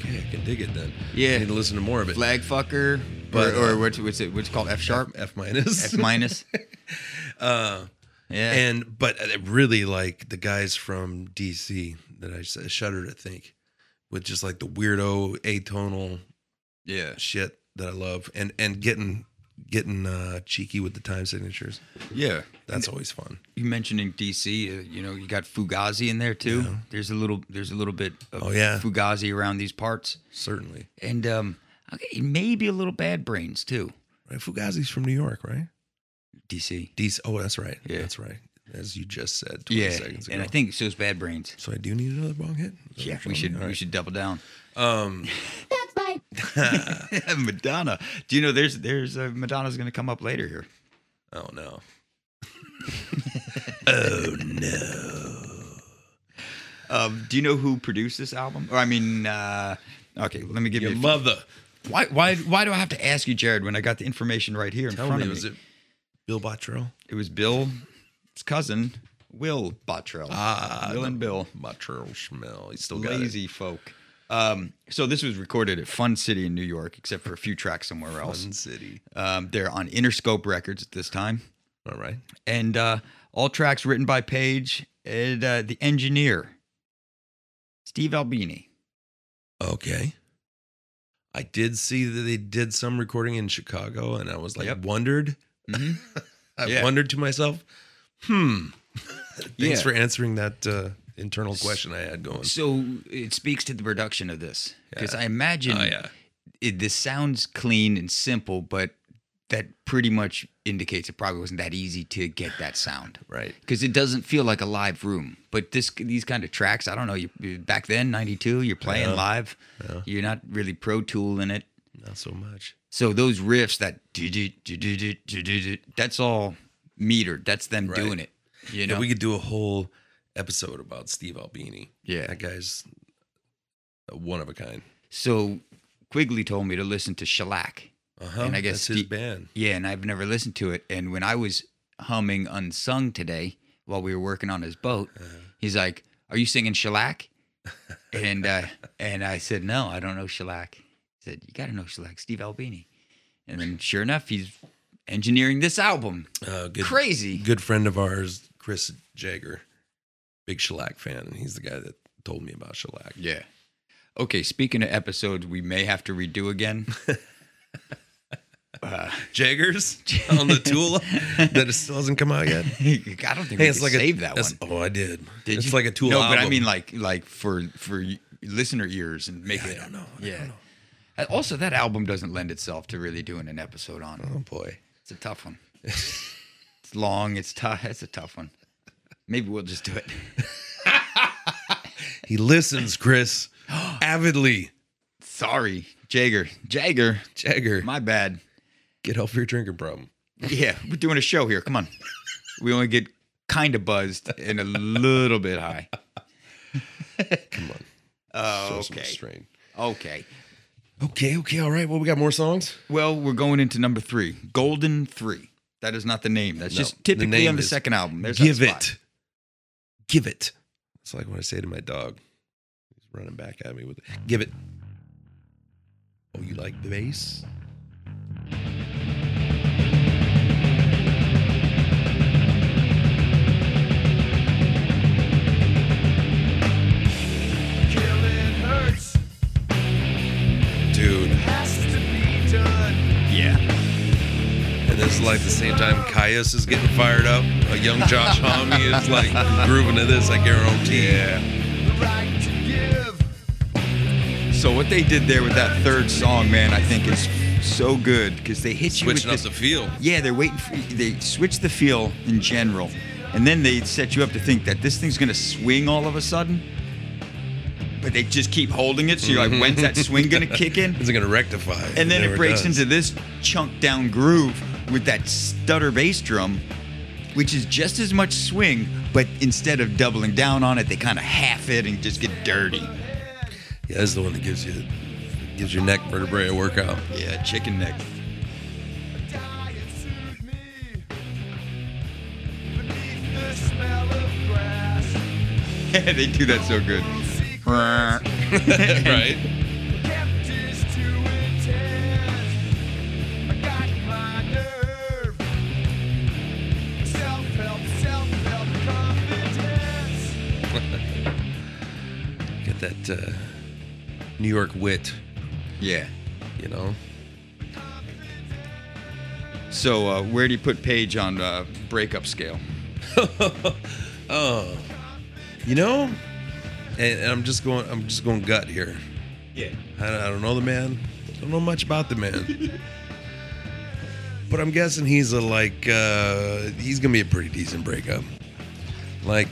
[SPEAKER 1] okay, I can dig it then.
[SPEAKER 2] Yeah.
[SPEAKER 1] I need to listen to more of it.
[SPEAKER 2] Flag fucker,
[SPEAKER 1] But,
[SPEAKER 2] or,
[SPEAKER 1] uh,
[SPEAKER 2] or what's, what's it? What's it called F sharp,
[SPEAKER 1] F minus.
[SPEAKER 2] F Uh, minus. yeah.
[SPEAKER 1] and but I really like the guys from DC that I s- shudder to think with just like the weirdo atonal
[SPEAKER 2] yeah.
[SPEAKER 1] shit that I love and and getting getting uh cheeky with the time signatures
[SPEAKER 2] Yeah.
[SPEAKER 1] that's always fun
[SPEAKER 2] You mentioning DC. Uh, you know, you got Fugazi in there too. There's a little. There's a little bit of
[SPEAKER 1] Oh, yeah.
[SPEAKER 2] Fugazi around these parts.
[SPEAKER 1] certainly
[SPEAKER 2] And um, Okay, maybe a little bad brains too.
[SPEAKER 1] Right? Fugazi's from New York, right?
[SPEAKER 2] DC.
[SPEAKER 1] DC. Oh, that's right.
[SPEAKER 2] Yeah.
[SPEAKER 1] That's right. As you just said 20
[SPEAKER 2] Yeah,
[SPEAKER 1] seconds ago.
[SPEAKER 2] and I think so. It's bad brains.
[SPEAKER 1] so I do need another bong hit? Is that
[SPEAKER 2] Yeah,
[SPEAKER 1] what you're telling
[SPEAKER 2] we should
[SPEAKER 1] me? All
[SPEAKER 2] we
[SPEAKER 1] right.
[SPEAKER 2] should double down.
[SPEAKER 1] Um,
[SPEAKER 2] Madonna. Do you know there's there's uh, Madonna's going to come up later here.
[SPEAKER 1] oh, no. oh, no.
[SPEAKER 2] Um, do you know who produced this album? Or I mean, uh, okay, let me give
[SPEAKER 1] Your
[SPEAKER 2] you. a few-
[SPEAKER 1] mother.
[SPEAKER 2] Why why why do I have to ask you, Jared? When I got the information right here in
[SPEAKER 1] Tell
[SPEAKER 2] front
[SPEAKER 1] me,
[SPEAKER 2] of me,
[SPEAKER 1] was it Bill Bottrell?
[SPEAKER 2] It was Bill's cousin, Will Bottrell.
[SPEAKER 1] Ah,
[SPEAKER 2] Will
[SPEAKER 1] the
[SPEAKER 2] and Bill.
[SPEAKER 1] Bottrell Schmell. He's still got it.
[SPEAKER 2] Lazy folk. Um, so this was recorded at Fun City in New York, except for a few tracks somewhere else.
[SPEAKER 1] Fun City.
[SPEAKER 2] Um, they're on Interscope Records at this time,
[SPEAKER 1] All right.
[SPEAKER 2] and uh, all tracks written by Page and uh, the engineer Steve Albini.
[SPEAKER 1] Okay. I did see that they did some recording in Chicago, and I was like,
[SPEAKER 2] Yep.
[SPEAKER 1] wondered.
[SPEAKER 2] Mhm.
[SPEAKER 1] I
[SPEAKER 2] Yeah.
[SPEAKER 1] wondered to myself, hmm. Thanks
[SPEAKER 2] Yeah.
[SPEAKER 1] for answering that uh, internal question I had going.
[SPEAKER 2] So it speaks to the production of this because
[SPEAKER 1] Yeah.
[SPEAKER 2] I imagine
[SPEAKER 1] Oh, yeah.
[SPEAKER 2] it, this sounds clean and simple, but that pretty much indicates it probably wasn't that easy to get that sound.
[SPEAKER 1] Right.
[SPEAKER 2] because it doesn't feel like a live room. But this these kind of tracks, I don't know. You you- back then '92, you're playing
[SPEAKER 1] Yeah.
[SPEAKER 2] live.
[SPEAKER 1] Yeah.
[SPEAKER 2] You're not really Pro Tool in it.
[SPEAKER 1] Not so much.
[SPEAKER 2] So those riffs that do- do- do- do- do- do- do- do, that's all metered. That's them
[SPEAKER 1] Right.
[SPEAKER 2] doing it. You
[SPEAKER 1] Yeah,
[SPEAKER 2] know,
[SPEAKER 1] we could do a whole episode about Steve Albini.
[SPEAKER 2] yeah.
[SPEAKER 1] That guy's a one of a kind.
[SPEAKER 2] So Quigley told me to listen to Shellac.
[SPEAKER 1] Uh-huh.
[SPEAKER 2] And I guess
[SPEAKER 1] that's his
[SPEAKER 2] Steve-
[SPEAKER 1] band.
[SPEAKER 2] Yeah, and I've never listened to it. And when I was humming Unsung today while we were working on his boat,
[SPEAKER 1] Uh-huh.
[SPEAKER 2] he's like, Are you singing shellac? And uh, and I said, No, I don't know shellac. He said, You gotta know shellac, Steve Albini. And then sure enough, he's engineering this album.
[SPEAKER 1] Uh, good,
[SPEAKER 2] Crazy.
[SPEAKER 1] good friend of ours, Chris Jagger, big shellac fan, and he's the guy that told me about shellac.
[SPEAKER 2] Yeah. Okay, speaking of episodes we may have to redo again. uh,
[SPEAKER 1] Jaggers on the Tula that it still hasn't come out yet.
[SPEAKER 2] I don't think we can save that
[SPEAKER 1] that's-
[SPEAKER 2] one.
[SPEAKER 1] Oh, I did.
[SPEAKER 2] Did
[SPEAKER 1] it's
[SPEAKER 2] you?
[SPEAKER 1] like a Tool
[SPEAKER 2] No,
[SPEAKER 1] album.
[SPEAKER 2] but I mean like like for for y- listener ears and make
[SPEAKER 1] I
[SPEAKER 2] it.
[SPEAKER 1] don't know. I
[SPEAKER 2] yeah.
[SPEAKER 1] don't know.
[SPEAKER 2] Uh, Also, that album doesn't lend itself to really doing an episode on.
[SPEAKER 1] Oh boy.
[SPEAKER 2] It's a tough one. it's long. It's tough. It's a tough one. Maybe we'll just do it.
[SPEAKER 1] He listens, Chris, avidly.
[SPEAKER 2] Sorry, Jagger. Jagger.
[SPEAKER 1] Jagger,
[SPEAKER 2] My bad.
[SPEAKER 1] get help for your drinking problem.
[SPEAKER 2] Yeah, we're doing a show here. Come on. We only get kind of buzzed and a little bit high.
[SPEAKER 1] Come on.
[SPEAKER 2] Oh,
[SPEAKER 1] show some
[SPEAKER 2] okay.
[SPEAKER 1] restraint.
[SPEAKER 2] Okay.
[SPEAKER 1] Okay, okay, all right. Well, we got more songs.
[SPEAKER 2] Well, we're going into number three, Golden Three. That is not the name. That's
[SPEAKER 1] No,
[SPEAKER 2] just
[SPEAKER 1] the
[SPEAKER 2] typically
[SPEAKER 1] name
[SPEAKER 2] on the
[SPEAKER 1] is
[SPEAKER 2] second album. There's that
[SPEAKER 1] Give
[SPEAKER 2] spot.
[SPEAKER 1] it. Give it. It's like when I say to my dog, he's running back at me with it. Give it. Oh, you like the bass?
[SPEAKER 4] Killing hurts,
[SPEAKER 1] Dude.
[SPEAKER 4] has to be done.
[SPEAKER 2] Yeah.
[SPEAKER 1] And this is like the same time Caius is getting fired up. A young Josh Homme is like grooving to this, I guarantee. Yeah.
[SPEAKER 4] The right to give,
[SPEAKER 2] So what they did there with that third song, man, I think is so good because they hit you with
[SPEAKER 1] Switching up
[SPEAKER 2] this-
[SPEAKER 1] the feel.
[SPEAKER 2] Yeah, they're waiting for they switch the feel in general, and then they set you up to think that this thing's gonna swing all of a sudden. But they just keep holding it, so you're like, when's that swing gonna kick in?
[SPEAKER 1] Is Mm-hmm. it going to rectify?
[SPEAKER 2] And then it
[SPEAKER 1] never
[SPEAKER 2] breaks
[SPEAKER 1] does.
[SPEAKER 2] into this chunk down groove with that stutter bass drum, which is just as much swing, but instead of doubling down on it, they kind of half it and just get dirty.
[SPEAKER 1] Yeah, this is the one that gives you gives your neck vertebrae a workout.
[SPEAKER 2] Yeah, chicken neck.
[SPEAKER 4] die and soothe me. Beneath the smell of grass,
[SPEAKER 2] Yeah, they do that so good.
[SPEAKER 4] secrets
[SPEAKER 1] right?
[SPEAKER 4] kept is too intense. I got my nerve. Self-help, self-help, confidence.
[SPEAKER 1] Get that uh, New York wit,
[SPEAKER 2] Yeah.
[SPEAKER 1] you know?
[SPEAKER 2] So uh, where do you put Paige on uh, breakup scale?
[SPEAKER 1] Oh. You know? And, and I'm just going I'm just going gut here.
[SPEAKER 2] Yeah.
[SPEAKER 1] I, I don't know the man. Don't know much about the man. But I'm guessing he's a like uh he's gonna be a pretty decent breakup. Like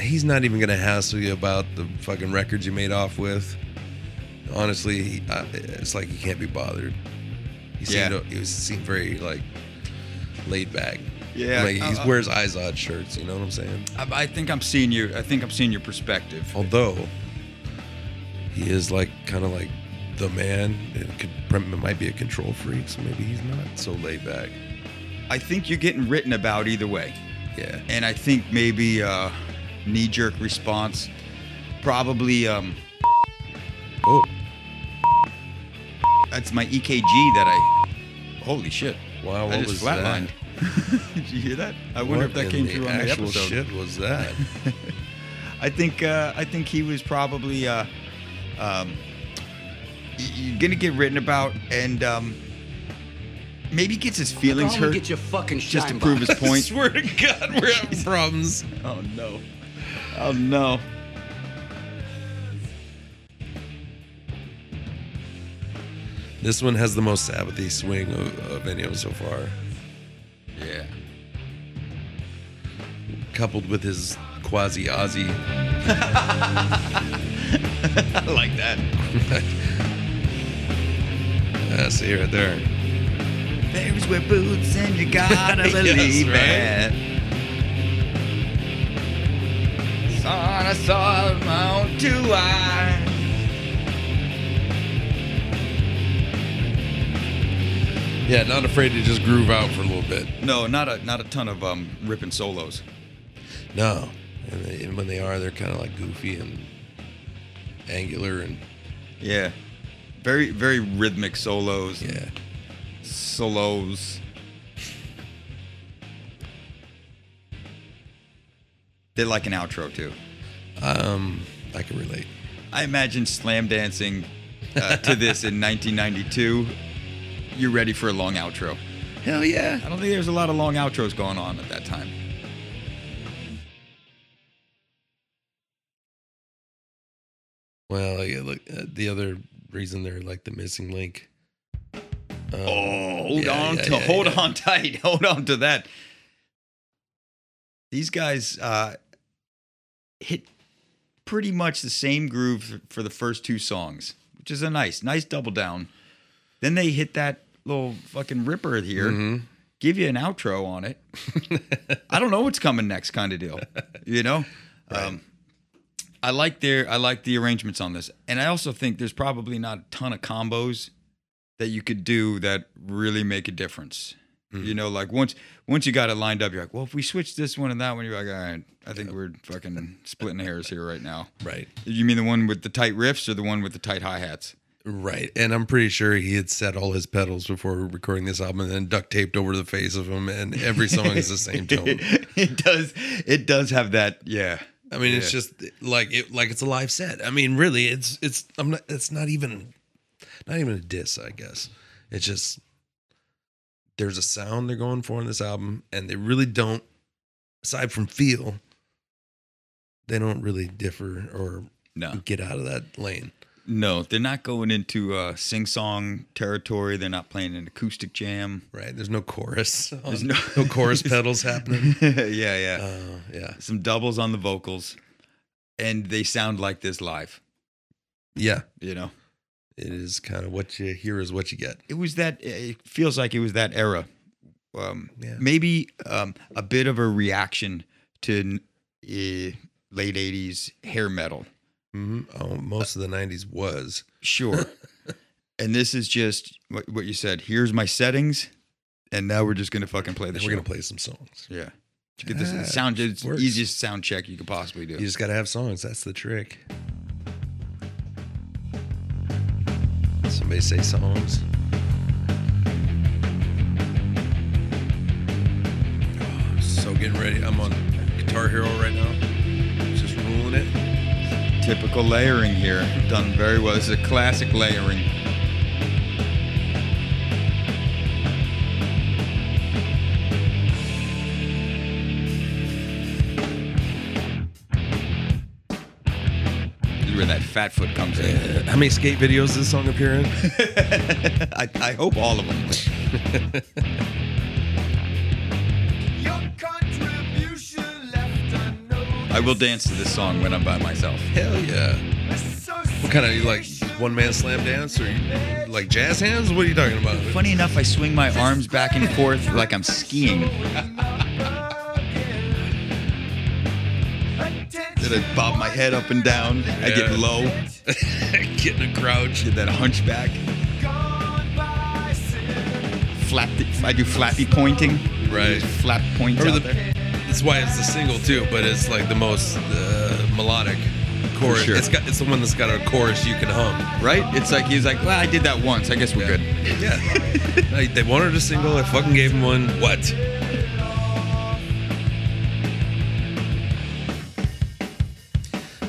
[SPEAKER 1] he's not even gonna hassle you about the fucking records you made off with. Honestly, he, uh, it's like he can't be bothered. He seemed
[SPEAKER 2] Yeah.
[SPEAKER 1] he was seemed very like laid back.
[SPEAKER 2] Yeah,
[SPEAKER 1] like he
[SPEAKER 2] uh, uh.
[SPEAKER 1] wears Izod shirts. You know what I'm saying?
[SPEAKER 2] I, I think I'm seeing you. I think I'm seeing your perspective.
[SPEAKER 1] although he is like kind of like the man it, could, it might be a control freak so maybe he's not so laid back
[SPEAKER 2] I think you're getting written about either way.
[SPEAKER 1] yeah
[SPEAKER 2] and I think maybe uh, knee-jerk response, probably. Um,
[SPEAKER 1] oh
[SPEAKER 2] that's my EKG that I. Holy shit!
[SPEAKER 1] wow what
[SPEAKER 2] I
[SPEAKER 1] was
[SPEAKER 2] just flatlined.
[SPEAKER 1] that
[SPEAKER 2] Did you hear that? I wonder if
[SPEAKER 1] What
[SPEAKER 2] that
[SPEAKER 1] in
[SPEAKER 2] came
[SPEAKER 1] the
[SPEAKER 2] through on the
[SPEAKER 1] actual
[SPEAKER 2] episode.
[SPEAKER 1] shit was that
[SPEAKER 2] I think uh, I think he was probably uh, um, y- you're gonna get written about, and um, maybe gets his feelings
[SPEAKER 5] Go home and
[SPEAKER 2] hurt
[SPEAKER 5] Get your fucking
[SPEAKER 2] just to
[SPEAKER 5] shine
[SPEAKER 2] prove
[SPEAKER 5] box.
[SPEAKER 2] his point.
[SPEAKER 1] swear to god we're having problems
[SPEAKER 2] Oh no! Oh no!
[SPEAKER 1] this one has the most sabbathy swing of, of any of them so far
[SPEAKER 2] Yeah.
[SPEAKER 1] coupled with his quasi aussie
[SPEAKER 2] I like that.
[SPEAKER 1] uh, see right there
[SPEAKER 2] Bears wear boots and you gotta
[SPEAKER 1] Yes,
[SPEAKER 2] believe
[SPEAKER 1] right.
[SPEAKER 2] it. Saw it, I saw it with my own two eyes.
[SPEAKER 1] yeah not afraid to just groove out for a little bit
[SPEAKER 2] No, not a not a ton of um ripping solos.
[SPEAKER 1] No, and, they, and when they are, they're kind of like goofy and angular and
[SPEAKER 2] Yeah. Very very rhythmic solos.
[SPEAKER 1] yeah.
[SPEAKER 2] Solos. They like an outro too.
[SPEAKER 1] Um, I can relate.
[SPEAKER 2] I imagine slam dancing uh, to this in 1992. You're ready for a long outro.
[SPEAKER 1] Hell yeah!
[SPEAKER 2] I don't think there's a lot of long outros going on at that time.
[SPEAKER 1] Well, yeah, look, uh, the other reason they're like the missing link. Um,
[SPEAKER 2] Oh, hold
[SPEAKER 1] yeah,
[SPEAKER 2] on
[SPEAKER 1] yeah,
[SPEAKER 2] to
[SPEAKER 1] yeah,
[SPEAKER 2] hold
[SPEAKER 1] yeah.
[SPEAKER 2] on tight. Hold on to that. These guys uh, hit pretty much the same groove for the first two songs, which is a nice, nice double down. Then they hit that little fucking ripper here,
[SPEAKER 1] Mhm.
[SPEAKER 2] give you an outro on it. I don't know what's coming next, kind of deal. You know, um, I like their I like the arrangements on this, and I also think there's probably not a ton of combos that you could do that really make a difference.
[SPEAKER 1] Mm-hmm.
[SPEAKER 2] You know, like once once you got it lined up, you're like, well, if we switch this one and that one, you're like, all right, I think we're fucking splitting hairs here right now.
[SPEAKER 1] Right,
[SPEAKER 2] You mean the one with the tight riffs or the one with the tight hi hats?
[SPEAKER 1] right, and I'm pretty sure he had set all his pedals before recording this album, and then duct taped over the face of him, and every song is the same tone.
[SPEAKER 2] it does. It does have that. Yeah.
[SPEAKER 1] I mean, it's just like it, like it's a live set. I mean, really, it's it's I'm not. It's not even, not even a diss. I guess it's just there's a sound they're going for in this album, and they really don't. Aside from feel, they don't really differ or
[SPEAKER 2] No.
[SPEAKER 1] get out of that lane.
[SPEAKER 2] No, they're not going into uh, sing song territory. They're not playing an acoustic jam.
[SPEAKER 1] Right? There's no chorus.
[SPEAKER 2] There's no-
[SPEAKER 1] no chorus pedals happening.
[SPEAKER 2] yeah, yeah.
[SPEAKER 1] Uh, yeah,
[SPEAKER 2] Some doubles on the vocals, and they sound like this live.
[SPEAKER 1] yeah.
[SPEAKER 2] You know,
[SPEAKER 1] It is kind of what you hear is what you get.
[SPEAKER 2] it was that. It feels like it was that era. Um,
[SPEAKER 1] Yeah.
[SPEAKER 2] Maybe um, a bit of a reaction to uh, late '80s hair metal.
[SPEAKER 1] hmm Oh, most of the '90s was
[SPEAKER 2] Sure. and this is just what, what you said. Here's my settings, and now we're just gonna fucking play the
[SPEAKER 1] we're
[SPEAKER 2] show.
[SPEAKER 1] gonna play some songs.
[SPEAKER 2] Yeah. To get this
[SPEAKER 1] Yeah,
[SPEAKER 2] sound, it's the
[SPEAKER 1] works.
[SPEAKER 2] easiest sound check you could possibly do.
[SPEAKER 1] You just gotta have songs. That's the trick. Somebody say songs. Oh, so getting ready. I'm on Guitar Hero right now. Just ruling it.
[SPEAKER 2] Typical layering here, done very well. This is a classic layering. You hear that Fatfoot comes in.
[SPEAKER 1] How many skate videos does this song appear in?
[SPEAKER 2] I, I hope all of them. I will dance to this song when I'm by myself.
[SPEAKER 1] Hell yeah. What kind of you like one man slam dance or you, like jazz hands? What are you talking about?
[SPEAKER 2] Funny enough, I swing my arms back and forth like I'm skiing. Then I bob my head up and down. I get
[SPEAKER 1] Yeah.
[SPEAKER 2] low,
[SPEAKER 1] Get in a crouch.
[SPEAKER 2] get that hunchback, flap. I do flappy pointing,
[SPEAKER 1] Right.
[SPEAKER 2] flap points
[SPEAKER 1] Or
[SPEAKER 2] out
[SPEAKER 1] the,
[SPEAKER 2] there.
[SPEAKER 1] that's why it's the single too, but it's like the most uh, melodic chorus.
[SPEAKER 2] sure.
[SPEAKER 1] It's got it's the one that's got a chorus you can hum.
[SPEAKER 2] Right? It's like he's like, well, I did that once. I guess we're good.
[SPEAKER 1] Yeah. Like, they wanted a single. I fucking gave them one. What?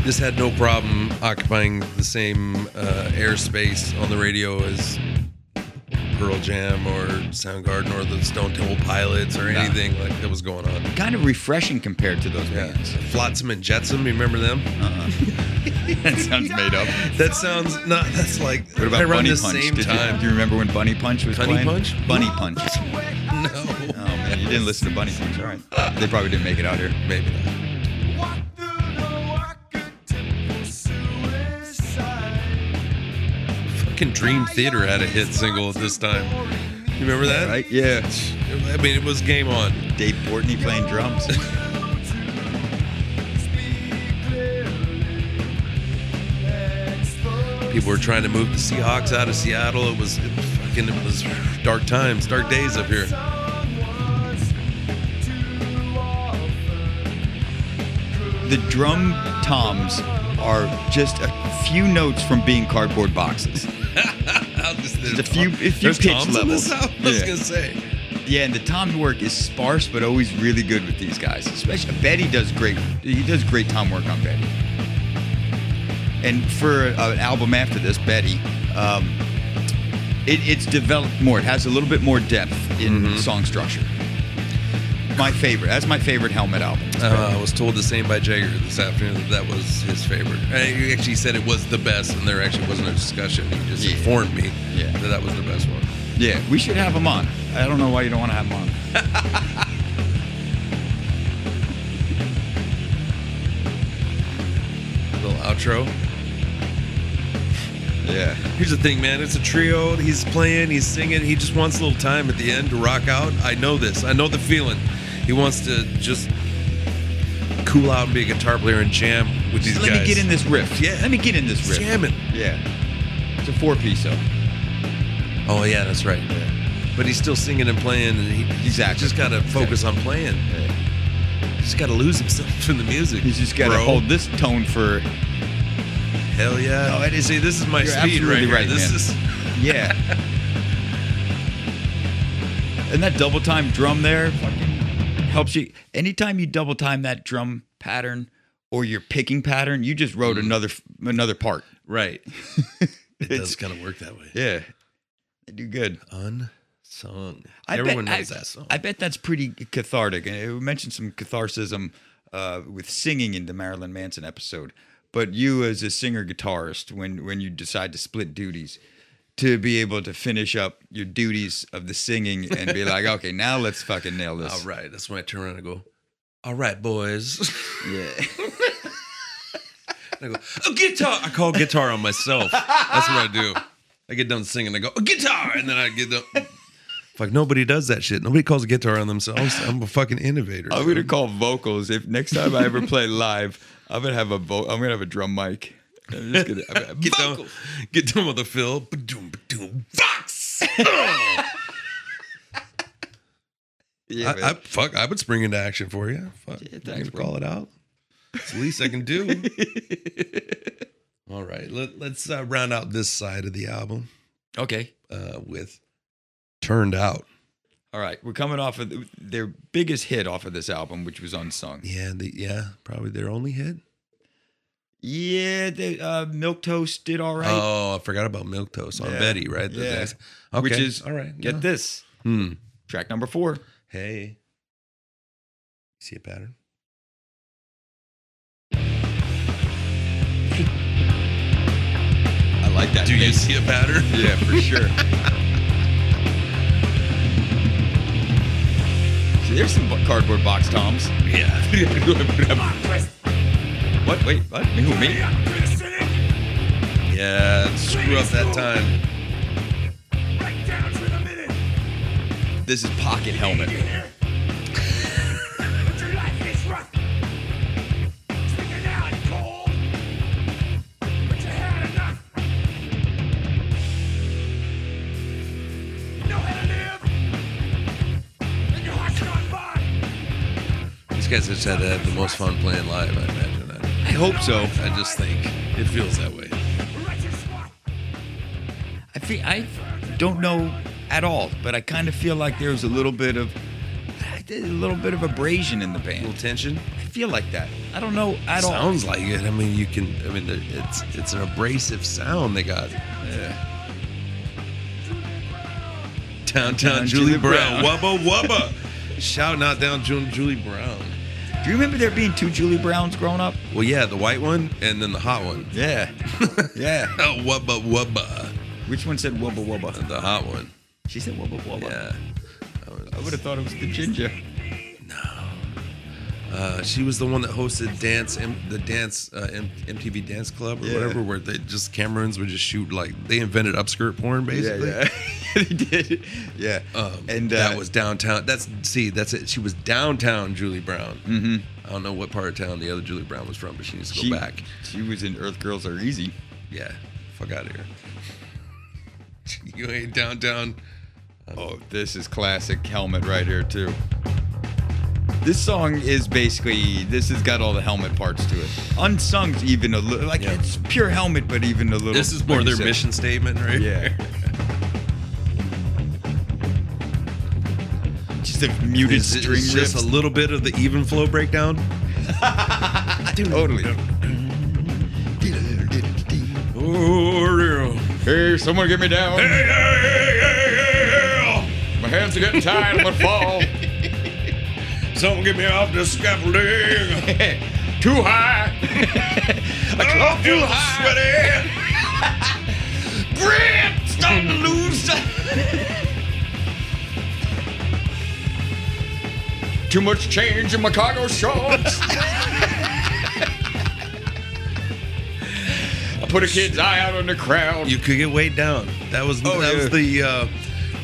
[SPEAKER 1] This had no problem occupying the same uh, airspace on the radio as Pearl Jam or Soundgarden or the Stone Temple Pilots or
[SPEAKER 2] Nah.
[SPEAKER 1] anything like that was going on.
[SPEAKER 2] Kind of refreshing compared to those
[SPEAKER 1] Yeah.
[SPEAKER 2] bands.
[SPEAKER 1] Flotsam and Jetsam, you remember them?
[SPEAKER 2] that sounds made up.
[SPEAKER 1] That sounds not. That's like
[SPEAKER 2] What about
[SPEAKER 1] around
[SPEAKER 2] Bunny
[SPEAKER 1] the
[SPEAKER 2] Punch?
[SPEAKER 1] same
[SPEAKER 2] Did you-
[SPEAKER 1] time.
[SPEAKER 2] do you remember when Bunny Punch was
[SPEAKER 1] Bunny
[SPEAKER 2] playing?
[SPEAKER 1] Punch?
[SPEAKER 2] Bunny Punch.
[SPEAKER 1] No,
[SPEAKER 2] Oh man, you didn't listen to Bunny Punch. All right. They probably didn't make it out here.
[SPEAKER 1] maybe not. Fucking Dream Theater had a hit single at this time. You remember that?
[SPEAKER 2] Right? Yeah.
[SPEAKER 1] I mean, it was game on.
[SPEAKER 2] Dave Portney playing drums.
[SPEAKER 1] People were trying to move the Seahawks out of Seattle. It was it fucking. It was dark times, dark days up here.
[SPEAKER 2] the drum toms are just a few notes from being cardboard boxes.
[SPEAKER 1] There's
[SPEAKER 2] a few-
[SPEAKER 1] tom-
[SPEAKER 2] a few
[SPEAKER 1] there's
[SPEAKER 2] pitch
[SPEAKER 1] toms on this
[SPEAKER 2] levels.
[SPEAKER 1] album? I was
[SPEAKER 2] Yeah.
[SPEAKER 1] gonna say.
[SPEAKER 2] Yeah, and the tom work is sparse but always really good with these guys. Especially Betty does great. He does great tom work on Betty. And for uh, an album after this, Betty, um, it, it's developed more. It has a little bit more depth in
[SPEAKER 1] Mm-hmm.
[SPEAKER 2] song structure. My favorite. That's my favorite Helmet album.
[SPEAKER 1] Uh, I was told the same by Jagger this afternoon that that was his favorite. And he actually said it was the best, and there actually wasn't a discussion. He just
[SPEAKER 2] Yeah.
[SPEAKER 1] informed me
[SPEAKER 2] Yeah.
[SPEAKER 1] that that was the best one.
[SPEAKER 2] Yeah, we should have him on. I don't know why you don't want to have him on.
[SPEAKER 1] little outro.
[SPEAKER 2] Yeah.
[SPEAKER 1] Here's the thing, man. It's a trio. He's playing, he's singing. He just wants a little time at the end to rock out. I know this. I know the feeling. He wants to just cool out and be a guitar player and jam with these
[SPEAKER 2] Let
[SPEAKER 1] guys.
[SPEAKER 2] me get in this riff.
[SPEAKER 1] Yeah.
[SPEAKER 2] Let me get in this riff.
[SPEAKER 1] jamming.
[SPEAKER 2] Yeah. It's a four piece though.
[SPEAKER 1] Oh yeah, that's right. But he's still singing and playing, and he he's
[SPEAKER 2] Exactly.
[SPEAKER 1] just got to focus on playing. He's just got to lose himself in the music.
[SPEAKER 2] He's just got to
[SPEAKER 1] bro.
[SPEAKER 2] hold this tone for.
[SPEAKER 1] Hell yeah!
[SPEAKER 2] No, it is-
[SPEAKER 1] See, this is my
[SPEAKER 2] You're
[SPEAKER 1] speed right,
[SPEAKER 2] absolutely
[SPEAKER 1] here.
[SPEAKER 2] right,
[SPEAKER 1] This
[SPEAKER 2] man.
[SPEAKER 1] is
[SPEAKER 2] Yeah. and that double time drum there fucking helps you. Anytime you double time that drum pattern or your picking pattern, you just wrote another another part.
[SPEAKER 1] right. Mm. It
[SPEAKER 2] It's-
[SPEAKER 1] does kind of work that way.
[SPEAKER 2] Yeah. They do good.
[SPEAKER 1] Unsung.
[SPEAKER 2] I
[SPEAKER 1] Everyone
[SPEAKER 2] bet,
[SPEAKER 1] knows
[SPEAKER 2] I,
[SPEAKER 1] that song.
[SPEAKER 2] I bet that's pretty cathartic. And it mentioned some catharsism uh, with singing in the Marilyn Manson episode. But you, as a singer guitarist, when when you decide to split duties, to be able to finish up your duties of the singing and be like, okay, now let's fucking nail
[SPEAKER 1] All
[SPEAKER 2] this.
[SPEAKER 1] right, that's when I turn around and go, "All right, boys."
[SPEAKER 2] Yeah.
[SPEAKER 1] I go, "Oh, guitar!" I call guitar on myself. That's what I do. I get done singing. I go, oh, "Guitar!" And then I get the. Fuck, nobody does that shit. Nobody calls a guitar on themselves. I'm a fucking innovator.
[SPEAKER 2] I'm gonna call vocals if next time I ever play live, I'm gonna have a vo- I'm gonna have a drum mic. I'm just gonna, I'm gonna-
[SPEAKER 1] Get
[SPEAKER 2] Vocal!
[SPEAKER 1] down, get down with the fill. Ba-doom, ba-doom, Vox.
[SPEAKER 2] Yeah,
[SPEAKER 1] I, I,
[SPEAKER 2] man.
[SPEAKER 1] fuck, I would spring into action for you. Fuck,
[SPEAKER 2] Yeah,
[SPEAKER 1] you
[SPEAKER 2] thanks,
[SPEAKER 1] can call it out. It's the least I can do. All right, let, us uh, round out this side of the album
[SPEAKER 2] okay.
[SPEAKER 1] uh, with "Turned Out."
[SPEAKER 2] All right, we're coming off of th- their biggest hit off of this album, which was unsung.
[SPEAKER 1] Yeah, the, yeah, probably their only hit.
[SPEAKER 2] Yeah, the uh, Milk Toast did all right.
[SPEAKER 1] Oh, I forgot about Milk Toast on
[SPEAKER 2] Yeah.
[SPEAKER 1] Betty, right? The-
[SPEAKER 2] Yeah.
[SPEAKER 1] Okay.
[SPEAKER 2] Which is
[SPEAKER 1] all right.
[SPEAKER 2] Get
[SPEAKER 1] no.
[SPEAKER 2] this
[SPEAKER 1] Hmm.
[SPEAKER 2] track number four.
[SPEAKER 1] Hey, see a pattern?
[SPEAKER 2] like that.
[SPEAKER 1] Do you
[SPEAKER 2] face.
[SPEAKER 1] see a pattern?
[SPEAKER 2] Yeah, for sure. See, there's some bo- cardboard box toms.
[SPEAKER 1] Yeah.
[SPEAKER 2] What? Wait, what? Me, Who, me?
[SPEAKER 1] yeah, screw up that time.
[SPEAKER 2] This is pocket helmet.
[SPEAKER 1] These guys just had to have the most fun playing live, I imagine. I,
[SPEAKER 2] I hope so.
[SPEAKER 1] I just think it feels that way.
[SPEAKER 2] I feel, I don't know at all, but I kind of feel like there was a little bit of a little bit of abrasion in the
[SPEAKER 1] A little
[SPEAKER 2] band.
[SPEAKER 1] tension?
[SPEAKER 2] I feel like that. I don't know at all.
[SPEAKER 1] Sounds like it. I mean, you can. I mean, there- it's it's an abrasive sound they got. Yeah. Downtown
[SPEAKER 2] Downtown
[SPEAKER 1] Julie,
[SPEAKER 2] Julie
[SPEAKER 1] Brown.
[SPEAKER 2] Brown.
[SPEAKER 1] Wubba wubba. Shout out down Ju- Julie Brown.
[SPEAKER 2] Do you remember there being two Julie Browns growing up?
[SPEAKER 1] Well, yeah, the white one and then the hot one.
[SPEAKER 2] Yeah. yeah.
[SPEAKER 1] Oh, wubba wubba.
[SPEAKER 2] Which one said wubba wubba?
[SPEAKER 1] The hot one.
[SPEAKER 2] She said wubba wubba.
[SPEAKER 1] Yeah.
[SPEAKER 2] I would have thought it was the ginger.
[SPEAKER 1] Uh, she was the one that hosted dance, M- the dance uh, M- MTV Dance Club or
[SPEAKER 2] Yeah.
[SPEAKER 1] whatever, where they just Camerons would just shoot like they invented upskirt porn basically.
[SPEAKER 2] Yeah, yeah. they did. Yeah.
[SPEAKER 1] Um,
[SPEAKER 2] and uh,
[SPEAKER 1] that was downtown. That's see, that's it. She was downtown Julie Brown. Mm-hmm. I don't know what part of town the other Julie Brown was from, but she needs to go
[SPEAKER 2] she,
[SPEAKER 1] back.
[SPEAKER 2] She was in Earth Girls Are Easy.
[SPEAKER 1] Yeah, fuck out of here. You ain't downtown.
[SPEAKER 2] Oh, this is classic helmet right here too. This song is basically this has got all the helmet parts to it. Unsung's even a little like
[SPEAKER 1] Yeah.
[SPEAKER 2] it's pure helmet, but even a little.
[SPEAKER 1] This is more
[SPEAKER 2] like you
[SPEAKER 1] their
[SPEAKER 2] said.
[SPEAKER 1] mission statement, right?
[SPEAKER 2] Yeah. Just a muted
[SPEAKER 1] It's,
[SPEAKER 2] string
[SPEAKER 1] it's just
[SPEAKER 2] riff.
[SPEAKER 1] a little bit of the even flow breakdown.
[SPEAKER 2] totally.
[SPEAKER 1] Oh,
[SPEAKER 2] Hey, someone get me down. My hands are getting tired. I'm gonna fall.
[SPEAKER 1] Someone get me off the scaffolding.
[SPEAKER 2] Too high. I can't do high.
[SPEAKER 1] sweaty.
[SPEAKER 2] Grip! Starting to lose. Too much change in my cargo shorts. I put a kid's eye out on the crowd.
[SPEAKER 1] You could get weighed down. That was
[SPEAKER 2] Oh,
[SPEAKER 1] that was
[SPEAKER 2] yeah.
[SPEAKER 1] the uh,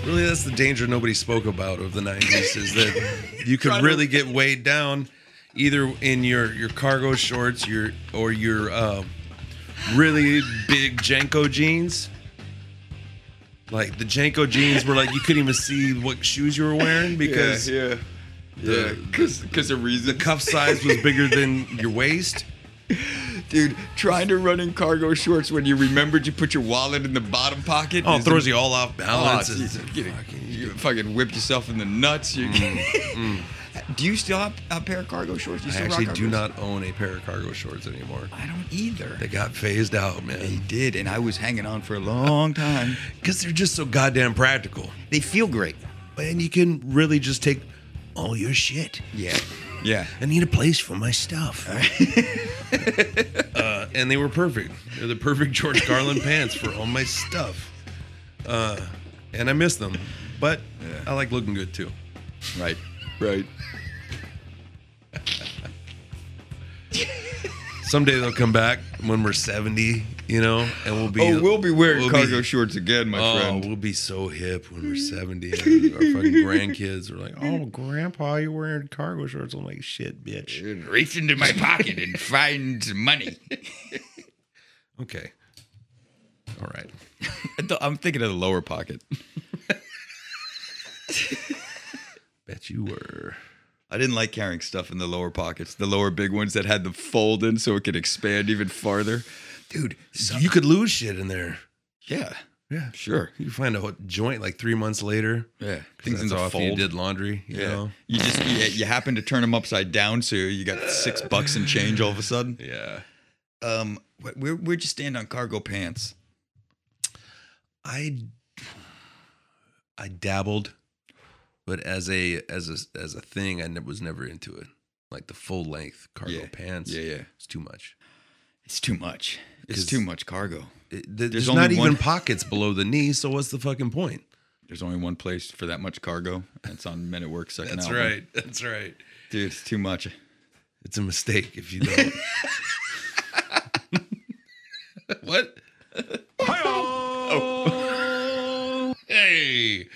[SPEAKER 1] really that's the danger nobody spoke about of the '90s is that you could
[SPEAKER 2] Trying to-
[SPEAKER 1] really get weighed down either in your your cargo shorts, your or your uh, really big Jenko jeans. Like the Jenko jeans were like you couldn't even see what shoes you were wearing because
[SPEAKER 2] yeah,
[SPEAKER 1] the-
[SPEAKER 2] because because of reason.
[SPEAKER 1] cuff size was bigger than your waist.
[SPEAKER 2] dude, trying to run in cargo shorts when you remembered you put your wallet in the bottom pocket.
[SPEAKER 1] Oh, it
[SPEAKER 2] is-
[SPEAKER 1] throws you all off
[SPEAKER 2] Oh,
[SPEAKER 1] balance. It's
[SPEAKER 2] geez, you, get-
[SPEAKER 1] fucking-
[SPEAKER 2] you Mm. fucking whipped yourself in the nuts. You, Do you still have a pair of cargo shorts? You
[SPEAKER 1] I
[SPEAKER 2] still rock
[SPEAKER 1] actually do
[SPEAKER 2] cargo
[SPEAKER 1] not own a pair of cargo shorts anymore.
[SPEAKER 2] shorts? I don't either.
[SPEAKER 1] They got phased out,
[SPEAKER 2] They
[SPEAKER 1] man.
[SPEAKER 2] did, and I was hanging on for a long time.
[SPEAKER 1] Because they're just so goddamn practical.
[SPEAKER 2] They feel great.
[SPEAKER 1] And you can really just take all your shit.
[SPEAKER 2] Yeah, yeah.
[SPEAKER 1] I need a place for my stuff. uh, and they were perfect. They're the perfect George Garland pants for all my stuff. Uh, and I miss them. But I like looking good too.
[SPEAKER 2] Right, right.
[SPEAKER 1] Someday they'll come back when we're 70, you know, and we'll be.
[SPEAKER 2] oh, we'll be wearing
[SPEAKER 1] we'll be-
[SPEAKER 2] cargo shorts again, my
[SPEAKER 1] Oh,
[SPEAKER 2] friend.
[SPEAKER 1] we'll be so hip when we're 70. and our fucking grandkids are like, oh, grandpa, you're wearing cargo shorts. I'm like, shit, bitch.
[SPEAKER 2] Reach into my pocket and find money.
[SPEAKER 1] Okay. All right.
[SPEAKER 2] I'm thinking of the lower pocket.
[SPEAKER 1] Bet you were.
[SPEAKER 2] I didn't like carrying stuff in the lower pockets, the lower big ones that had the fold in so it could expand even farther. Dude,
[SPEAKER 1] you could lose shit in there.
[SPEAKER 2] yeah,
[SPEAKER 1] Yeah.
[SPEAKER 2] sure.
[SPEAKER 1] You could find a joint like three months later.
[SPEAKER 2] Yeah,
[SPEAKER 1] 'cause
[SPEAKER 2] things in
[SPEAKER 1] that's
[SPEAKER 2] the
[SPEAKER 1] off
[SPEAKER 2] fold.
[SPEAKER 1] You did laundry, you
[SPEAKER 2] yeah,
[SPEAKER 1] know?
[SPEAKER 2] you just you, you happen to turn them upside down, so you got six bucks in change all of a sudden.
[SPEAKER 1] Yeah.
[SPEAKER 2] Um, wh- where where'd you stand on cargo pants?
[SPEAKER 1] I I dabbled, but as a as a as a thing, I ne- was never into it. Like the full length cargo pants.
[SPEAKER 2] yeah.
[SPEAKER 1] It's too much.
[SPEAKER 2] It's too much. It's
[SPEAKER 1] 'Cause-
[SPEAKER 2] too much cargo.
[SPEAKER 1] It- th-
[SPEAKER 2] There's
[SPEAKER 1] there's
[SPEAKER 2] only
[SPEAKER 1] not even
[SPEAKER 2] one-
[SPEAKER 1] pockets below the knee. So what's the fucking point?
[SPEAKER 2] There's only one place for that much cargo. and It's on Men at Work second
[SPEAKER 1] That's
[SPEAKER 2] album.
[SPEAKER 1] right. That's right.
[SPEAKER 2] dude. It's too much.
[SPEAKER 1] It's a mistake if you don't. what? Oh. Hey.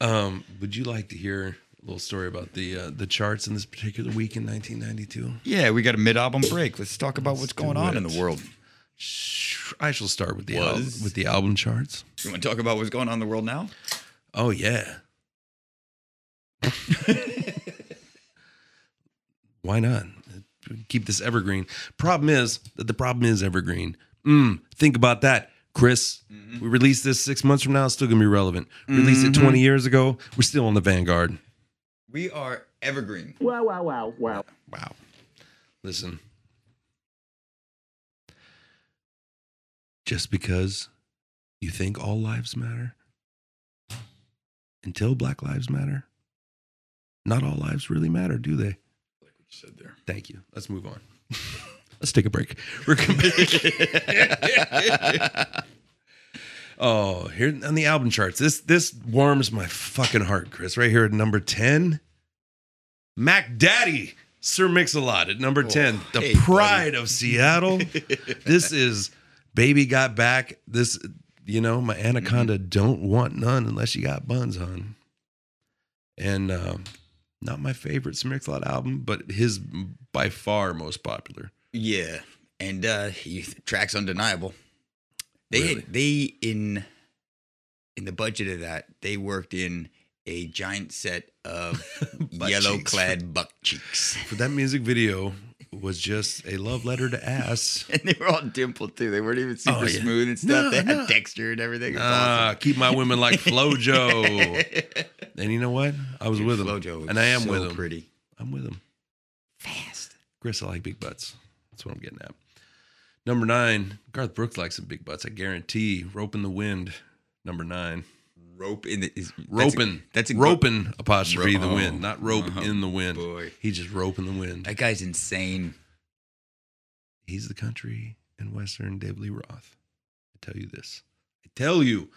[SPEAKER 1] Um, would you like to hear a little story about the uh, the charts in this particular week in 1992?
[SPEAKER 2] Yeah, we got a mid-album break. Let's talk about what's going
[SPEAKER 1] do
[SPEAKER 2] on in
[SPEAKER 1] it.
[SPEAKER 2] the world.
[SPEAKER 1] Sh- I shall start with the al-
[SPEAKER 2] Was.
[SPEAKER 1] with the album charts.
[SPEAKER 2] You want to talk about what's going on in the world now?
[SPEAKER 1] Oh yeah. Why not? Keep this evergreen. Problem is that the problem is evergreen. Mm, think about that, Chris. We release this six months from now, it's still gonna be relevant. Release it 20 years ago, we're still on the vanguard.
[SPEAKER 2] We are evergreen.
[SPEAKER 1] Wow. Listen. Just because you think all lives matter until Black Lives Matter, not all lives really matter, do they?
[SPEAKER 2] Said there.
[SPEAKER 1] Thank you. Let's move on. Let's take a break. We're back. oh, here on the album charts. This this warms my fucking heart, Chris. Right here at number 10. Mac Daddy, Sir Mix-a-Lot at number 10. The
[SPEAKER 2] hey,
[SPEAKER 1] pride of Seattle. this is Baby Got Back. This you know, my anaconda don't want none unless you got buns on. And um not my favorite Smirkslot album, but his by far most popular.
[SPEAKER 2] Yeah, and uh, you, tracks undeniable. They
[SPEAKER 1] Really?
[SPEAKER 2] they in in the budget of that they worked in a giant set of
[SPEAKER 1] Butt
[SPEAKER 2] yellow
[SPEAKER 1] cheeks.
[SPEAKER 2] clad buck cheeks,
[SPEAKER 1] But that music video was just a love letter to ass.
[SPEAKER 2] and they were all dimpled too. They weren't even super
[SPEAKER 1] Oh, yeah.
[SPEAKER 2] smooth and stuff.
[SPEAKER 1] No,
[SPEAKER 2] they had
[SPEAKER 1] no.
[SPEAKER 2] texture and everything. It was
[SPEAKER 1] Ah,
[SPEAKER 2] awesome.
[SPEAKER 1] keep my women like FloJo. and you know what? I was
[SPEAKER 2] Dude,
[SPEAKER 1] with him,
[SPEAKER 2] Flojo was
[SPEAKER 1] and I am
[SPEAKER 2] so
[SPEAKER 1] with him.
[SPEAKER 2] Pretty
[SPEAKER 1] I'm with him.
[SPEAKER 2] fast.
[SPEAKER 1] Chris, I like big butts. That's what I'm getting at. Number nine, Garth Brooks likes some big butts. I guarantee. Rope in the wind. Number nine,
[SPEAKER 2] Rope in the is that's a-
[SPEAKER 1] roping.
[SPEAKER 2] That's a,
[SPEAKER 1] roping apostrophe
[SPEAKER 2] Ro-
[SPEAKER 1] the wind,
[SPEAKER 2] oh,
[SPEAKER 1] not rope
[SPEAKER 2] uh-huh.
[SPEAKER 1] in the wind.
[SPEAKER 2] Boy,
[SPEAKER 1] He just roping the wind.
[SPEAKER 2] that guy's insane.
[SPEAKER 1] He's the country and Western David Lee Roth. I tell you this. I tell you.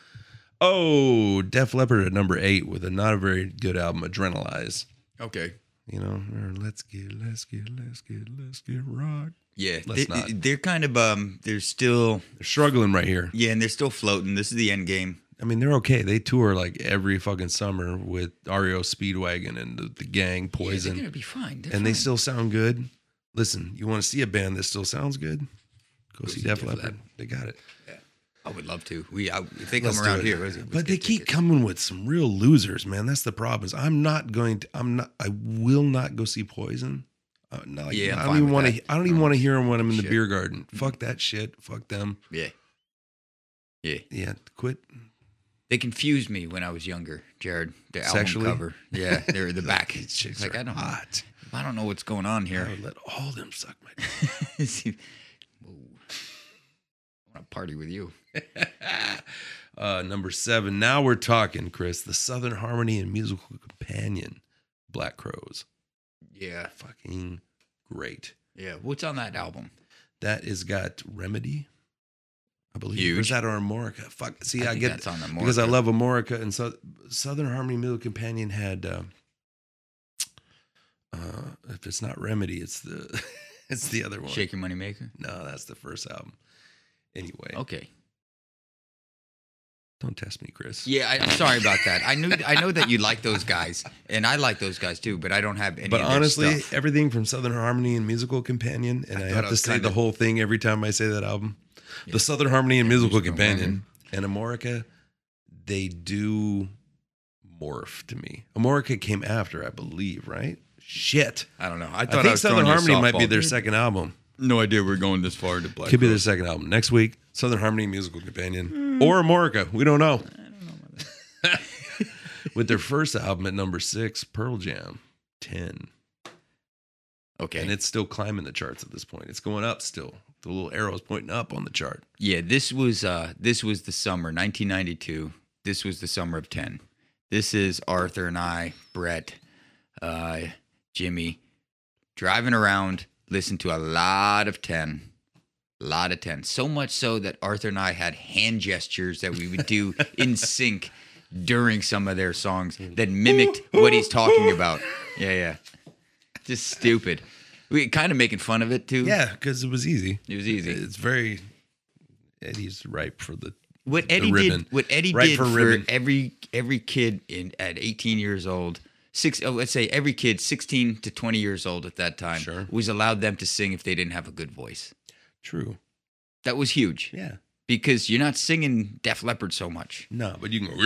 [SPEAKER 1] Oh, Def Leppard at number eight with a not a very good album, Adrenalize.
[SPEAKER 2] Okay.
[SPEAKER 1] You know, or let's get, let's get, let's get, let's get rock.
[SPEAKER 2] Yeah,
[SPEAKER 1] Let's
[SPEAKER 2] they,
[SPEAKER 1] not.
[SPEAKER 2] they're kind of um, they're still
[SPEAKER 1] They're struggling right here.
[SPEAKER 2] yeah, and they're still floating. This is the end game.
[SPEAKER 1] I mean, they're okay. They tour like every fucking summer with REO Speedwagon and the, the gang Poison,
[SPEAKER 2] they're gonna be fine.
[SPEAKER 1] and they still sound good. Listen, you want to see a band that still sounds good? Go, see, Def, Leppard. They got it.
[SPEAKER 2] I would love to. We I, if they
[SPEAKER 1] Let's
[SPEAKER 2] come
[SPEAKER 1] do
[SPEAKER 2] around
[SPEAKER 1] it.
[SPEAKER 2] here, let's- let's
[SPEAKER 1] but they
[SPEAKER 2] get
[SPEAKER 1] keep
[SPEAKER 2] tickets.
[SPEAKER 1] coming with some real losers, man. That's the problem. Is I'm not going to. I'm not. I will not go see Poison. Uh, not like,
[SPEAKER 2] Yeah, I'm
[SPEAKER 1] I
[SPEAKER 2] fine
[SPEAKER 1] don't even
[SPEAKER 2] with
[SPEAKER 1] want to.
[SPEAKER 2] that.
[SPEAKER 1] I don't even want to hear them when I'm in the
[SPEAKER 2] Shit. Mm-hmm.
[SPEAKER 1] beer garden. Fuck that shit. Fuck them.
[SPEAKER 2] Yeah, yeah.
[SPEAKER 1] Yeah, quit.
[SPEAKER 2] They confused me when I was younger, Jared. The album
[SPEAKER 1] Sexually?
[SPEAKER 2] cover. Yeah, they're the back.
[SPEAKER 1] These chicks
[SPEAKER 2] like
[SPEAKER 1] are
[SPEAKER 2] I don't,
[SPEAKER 1] hot.
[SPEAKER 2] I don't know what's going on
[SPEAKER 1] I
[SPEAKER 2] here.
[SPEAKER 1] would let all them suck my. dick.
[SPEAKER 2] See, whoa. I want to party with you.
[SPEAKER 1] uh, number seven. Now we're talking, Chris. The Southern Harmony and Musical Companion, Black Crows.
[SPEAKER 2] Yeah,
[SPEAKER 1] Fucking great.
[SPEAKER 2] yeah. What's on that album?
[SPEAKER 1] That has got Remedy. I believe. Or
[SPEAKER 2] Huge.
[SPEAKER 1] is that or Amorica? Fuck. See, I,
[SPEAKER 2] think
[SPEAKER 1] get
[SPEAKER 2] that's on the
[SPEAKER 1] because I
[SPEAKER 2] Morricone.
[SPEAKER 1] love Amorica and so, Southern Harmony Middle Companion had. Uh, uh, if it's not Remedy, it's the it's the other one.
[SPEAKER 2] Shake Your Money Maker.
[SPEAKER 1] No, that's the first album. Anyway,
[SPEAKER 2] Okay.
[SPEAKER 1] don't test me, Chris.
[SPEAKER 2] Yeah, I, I'm sorry about that. I knew I know that you like those guys, and I like those guys too. But I don't have any.
[SPEAKER 1] But
[SPEAKER 2] of their
[SPEAKER 1] honestly,
[SPEAKER 2] stuff.
[SPEAKER 1] everything from Southern Harmony and Musical Companion, and
[SPEAKER 2] I
[SPEAKER 1] I,
[SPEAKER 2] thought
[SPEAKER 1] have
[SPEAKER 2] I
[SPEAKER 1] to
[SPEAKER 2] was
[SPEAKER 1] say
[SPEAKER 2] kinda-
[SPEAKER 1] the whole thing every time I say that album.
[SPEAKER 2] Yeah.
[SPEAKER 1] The Southern Harmony and
[SPEAKER 2] Yeah,
[SPEAKER 1] Musical
[SPEAKER 2] Musical
[SPEAKER 1] Companion and Amorica, they do morph to me. Amorica came after, I believe, right? Shit.
[SPEAKER 2] I don't know. I
[SPEAKER 1] I,
[SPEAKER 2] thought I,
[SPEAKER 1] think
[SPEAKER 2] was
[SPEAKER 1] Southern
[SPEAKER 2] throwing you a
[SPEAKER 1] Harmony might be
[SPEAKER 2] softball.
[SPEAKER 1] their second album.
[SPEAKER 2] No idea we're going this far into Black.
[SPEAKER 1] Could be
[SPEAKER 2] Crow.
[SPEAKER 1] their second album. Next week, Southern Harmony Musical Companion or Amorica. We Hmm. don't know. With their first album at number six, Pearl Jam, 10.
[SPEAKER 2] Okay.
[SPEAKER 1] And it's still climbing the charts at this point. It's going up still. The little arrow's pointing up on the chart.
[SPEAKER 2] yeah, this was uh this was the summer 1992. This was the summer of 10. This is Arthur and I, Brett, uh Jimmy driving around, listen to a lot of 10. lot of tens. So much so that Arthur and I had hand gestures that we would do in sync during some of their songs that mimicked what he's talking about. Yeah, yeah. Just stupid. We kind of making fun of it too.
[SPEAKER 1] Yeah, because it was easy.
[SPEAKER 2] It was easy.
[SPEAKER 1] It's very. Eddie's ripe for the.
[SPEAKER 2] what
[SPEAKER 1] the
[SPEAKER 2] Eddie
[SPEAKER 1] ribbon.
[SPEAKER 2] did, what Eddie
[SPEAKER 1] Right
[SPEAKER 2] did
[SPEAKER 1] for
[SPEAKER 2] for,
[SPEAKER 1] ribbon.
[SPEAKER 2] every every kid in at 18 years old, six oh, let's say every kid 16 to 20 years old at that time
[SPEAKER 1] Sure.
[SPEAKER 2] was allowed them to sing if they didn't have a good voice.
[SPEAKER 1] True.
[SPEAKER 2] That was huge
[SPEAKER 1] Yeah.
[SPEAKER 2] because you're not singing Def Leppard so much.
[SPEAKER 1] No, but you can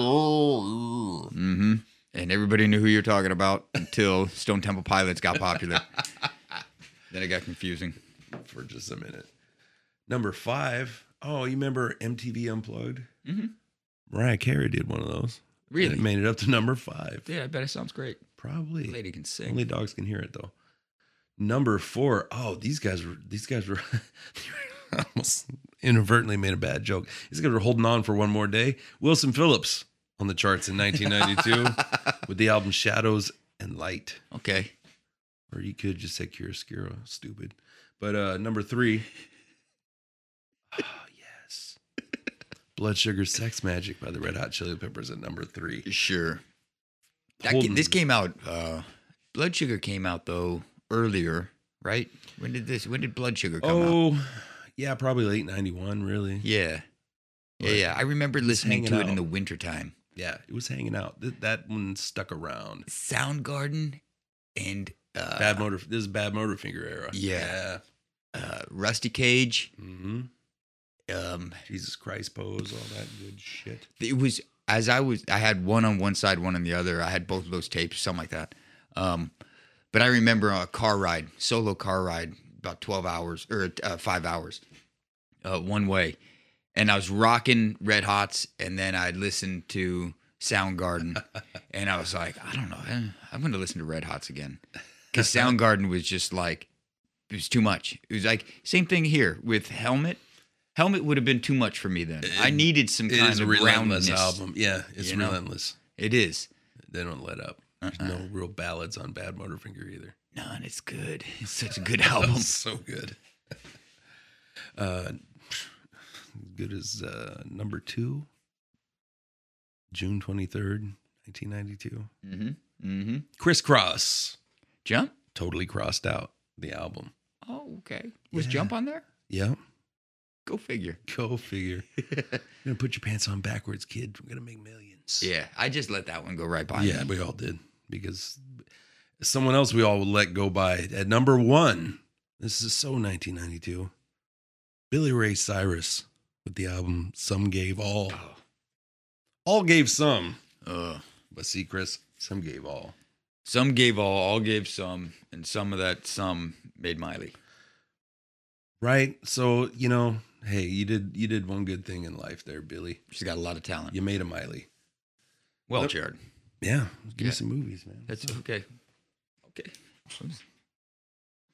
[SPEAKER 1] oh." go.
[SPEAKER 2] Mm-hmm. And everybody knew who you're talking about until Stone Temple Pilots got popular. then it got confusing.
[SPEAKER 1] for just a minute. Number five. Oh, you remember MTV Unplugged?
[SPEAKER 2] Mhm.
[SPEAKER 1] Mariah Carey did one of those. and it made it up to number five.
[SPEAKER 2] Yeah, I bet it sounds great.
[SPEAKER 1] Probably.
[SPEAKER 2] Lady can sing.
[SPEAKER 1] Only dogs can hear it though. Number four. Oh, these guys were. These guys were. they were almost inadvertently made a bad joke. These guys were holding on for one more day. Wilson Phillips on the charts in 1992 with the album Shadows and Light,
[SPEAKER 2] Okay.
[SPEAKER 1] or you could just say Chiaroscuro. Stupid. But uh number three. Oh yes. Blood Sugar Sex Magic by the Red Hot Chili Peppers at number three.
[SPEAKER 2] Sure. That
[SPEAKER 1] Holding-
[SPEAKER 2] ca- this came out. Uh, Blood Sugar came out though earlier, right? When did this? When did Blood Sugar come out?
[SPEAKER 1] Oh, yeah, probably late 91, really.
[SPEAKER 2] Yeah, yeah,
[SPEAKER 1] Right.
[SPEAKER 2] yeah. I remember listening
[SPEAKER 1] hanging
[SPEAKER 2] to it
[SPEAKER 1] out.
[SPEAKER 2] in the wintertime.
[SPEAKER 1] Yeah, it was hanging out. Th- that one stuck around.
[SPEAKER 2] Soundgarden and uh,
[SPEAKER 1] Bad motor. This is bad motor finger era.
[SPEAKER 2] Yeah. uh, Rusty Cage.
[SPEAKER 1] Mm-hmm.
[SPEAKER 2] Um,
[SPEAKER 1] Jesus Christ pose, all that good shit.
[SPEAKER 2] it was as I was. I had one on one side, one on the other. I had both of those tapes, something like that. Um, but I remember a car ride, solo car ride, about twelve hours or uh, five hours, uh, one way, and I was rocking Red Hots, and then I listened to Soundgarden, and I was like, I don't know, eh, I'm going to listen to Red Hots again because Soundgarden was just like it was too much. It was like same thing here with Helmet. Helmet would have been too much for me then. I
[SPEAKER 1] It-
[SPEAKER 2] needed some
[SPEAKER 1] It
[SPEAKER 2] kind
[SPEAKER 1] is a
[SPEAKER 2] of
[SPEAKER 1] relentless
[SPEAKER 2] roundness.
[SPEAKER 1] album. Yeah, it's
[SPEAKER 2] you know?
[SPEAKER 1] relentless.
[SPEAKER 2] It is.
[SPEAKER 1] They don't let up. There's
[SPEAKER 2] Uh-uh.
[SPEAKER 1] no real ballads on Bad Motor Finger either.
[SPEAKER 2] No, and it's good. It's such a good
[SPEAKER 1] That
[SPEAKER 2] album.
[SPEAKER 1] was so good. Uh, good as uh, number two, June 23rd, 1992.
[SPEAKER 2] mm-hmm. Mm-hmm.
[SPEAKER 1] Crisscross.
[SPEAKER 2] Jump.
[SPEAKER 1] Totally crossed out the album.
[SPEAKER 2] Oh, okay. Was
[SPEAKER 1] Yeah.
[SPEAKER 2] Jump on there?
[SPEAKER 1] Yep.
[SPEAKER 2] Go figure.
[SPEAKER 1] Go figure. You're gonna put your pants on backwards, kid. We're gonna make millions.
[SPEAKER 2] yeah, I just let that one go right by.
[SPEAKER 1] yeah,
[SPEAKER 2] me.
[SPEAKER 1] we all did because someone else we all would let go by at number one. This is so 1992. Billy Ray Cyrus with the album "Some Gave All." All gave some,
[SPEAKER 2] Oh. Ugh.
[SPEAKER 1] but see, Chris, some gave all.
[SPEAKER 2] Some gave all, all gave some, and some of that some made Miley.
[SPEAKER 1] Right. So you know, hey, you did you did one good thing in life there, Billy.
[SPEAKER 2] She's got a lot of talent.
[SPEAKER 1] You made a Miley.
[SPEAKER 2] Well,
[SPEAKER 1] Yep.
[SPEAKER 2] Jared,
[SPEAKER 1] Yeah, give
[SPEAKER 2] Yeah.
[SPEAKER 1] me some movies, man.
[SPEAKER 2] that's okay. Okay.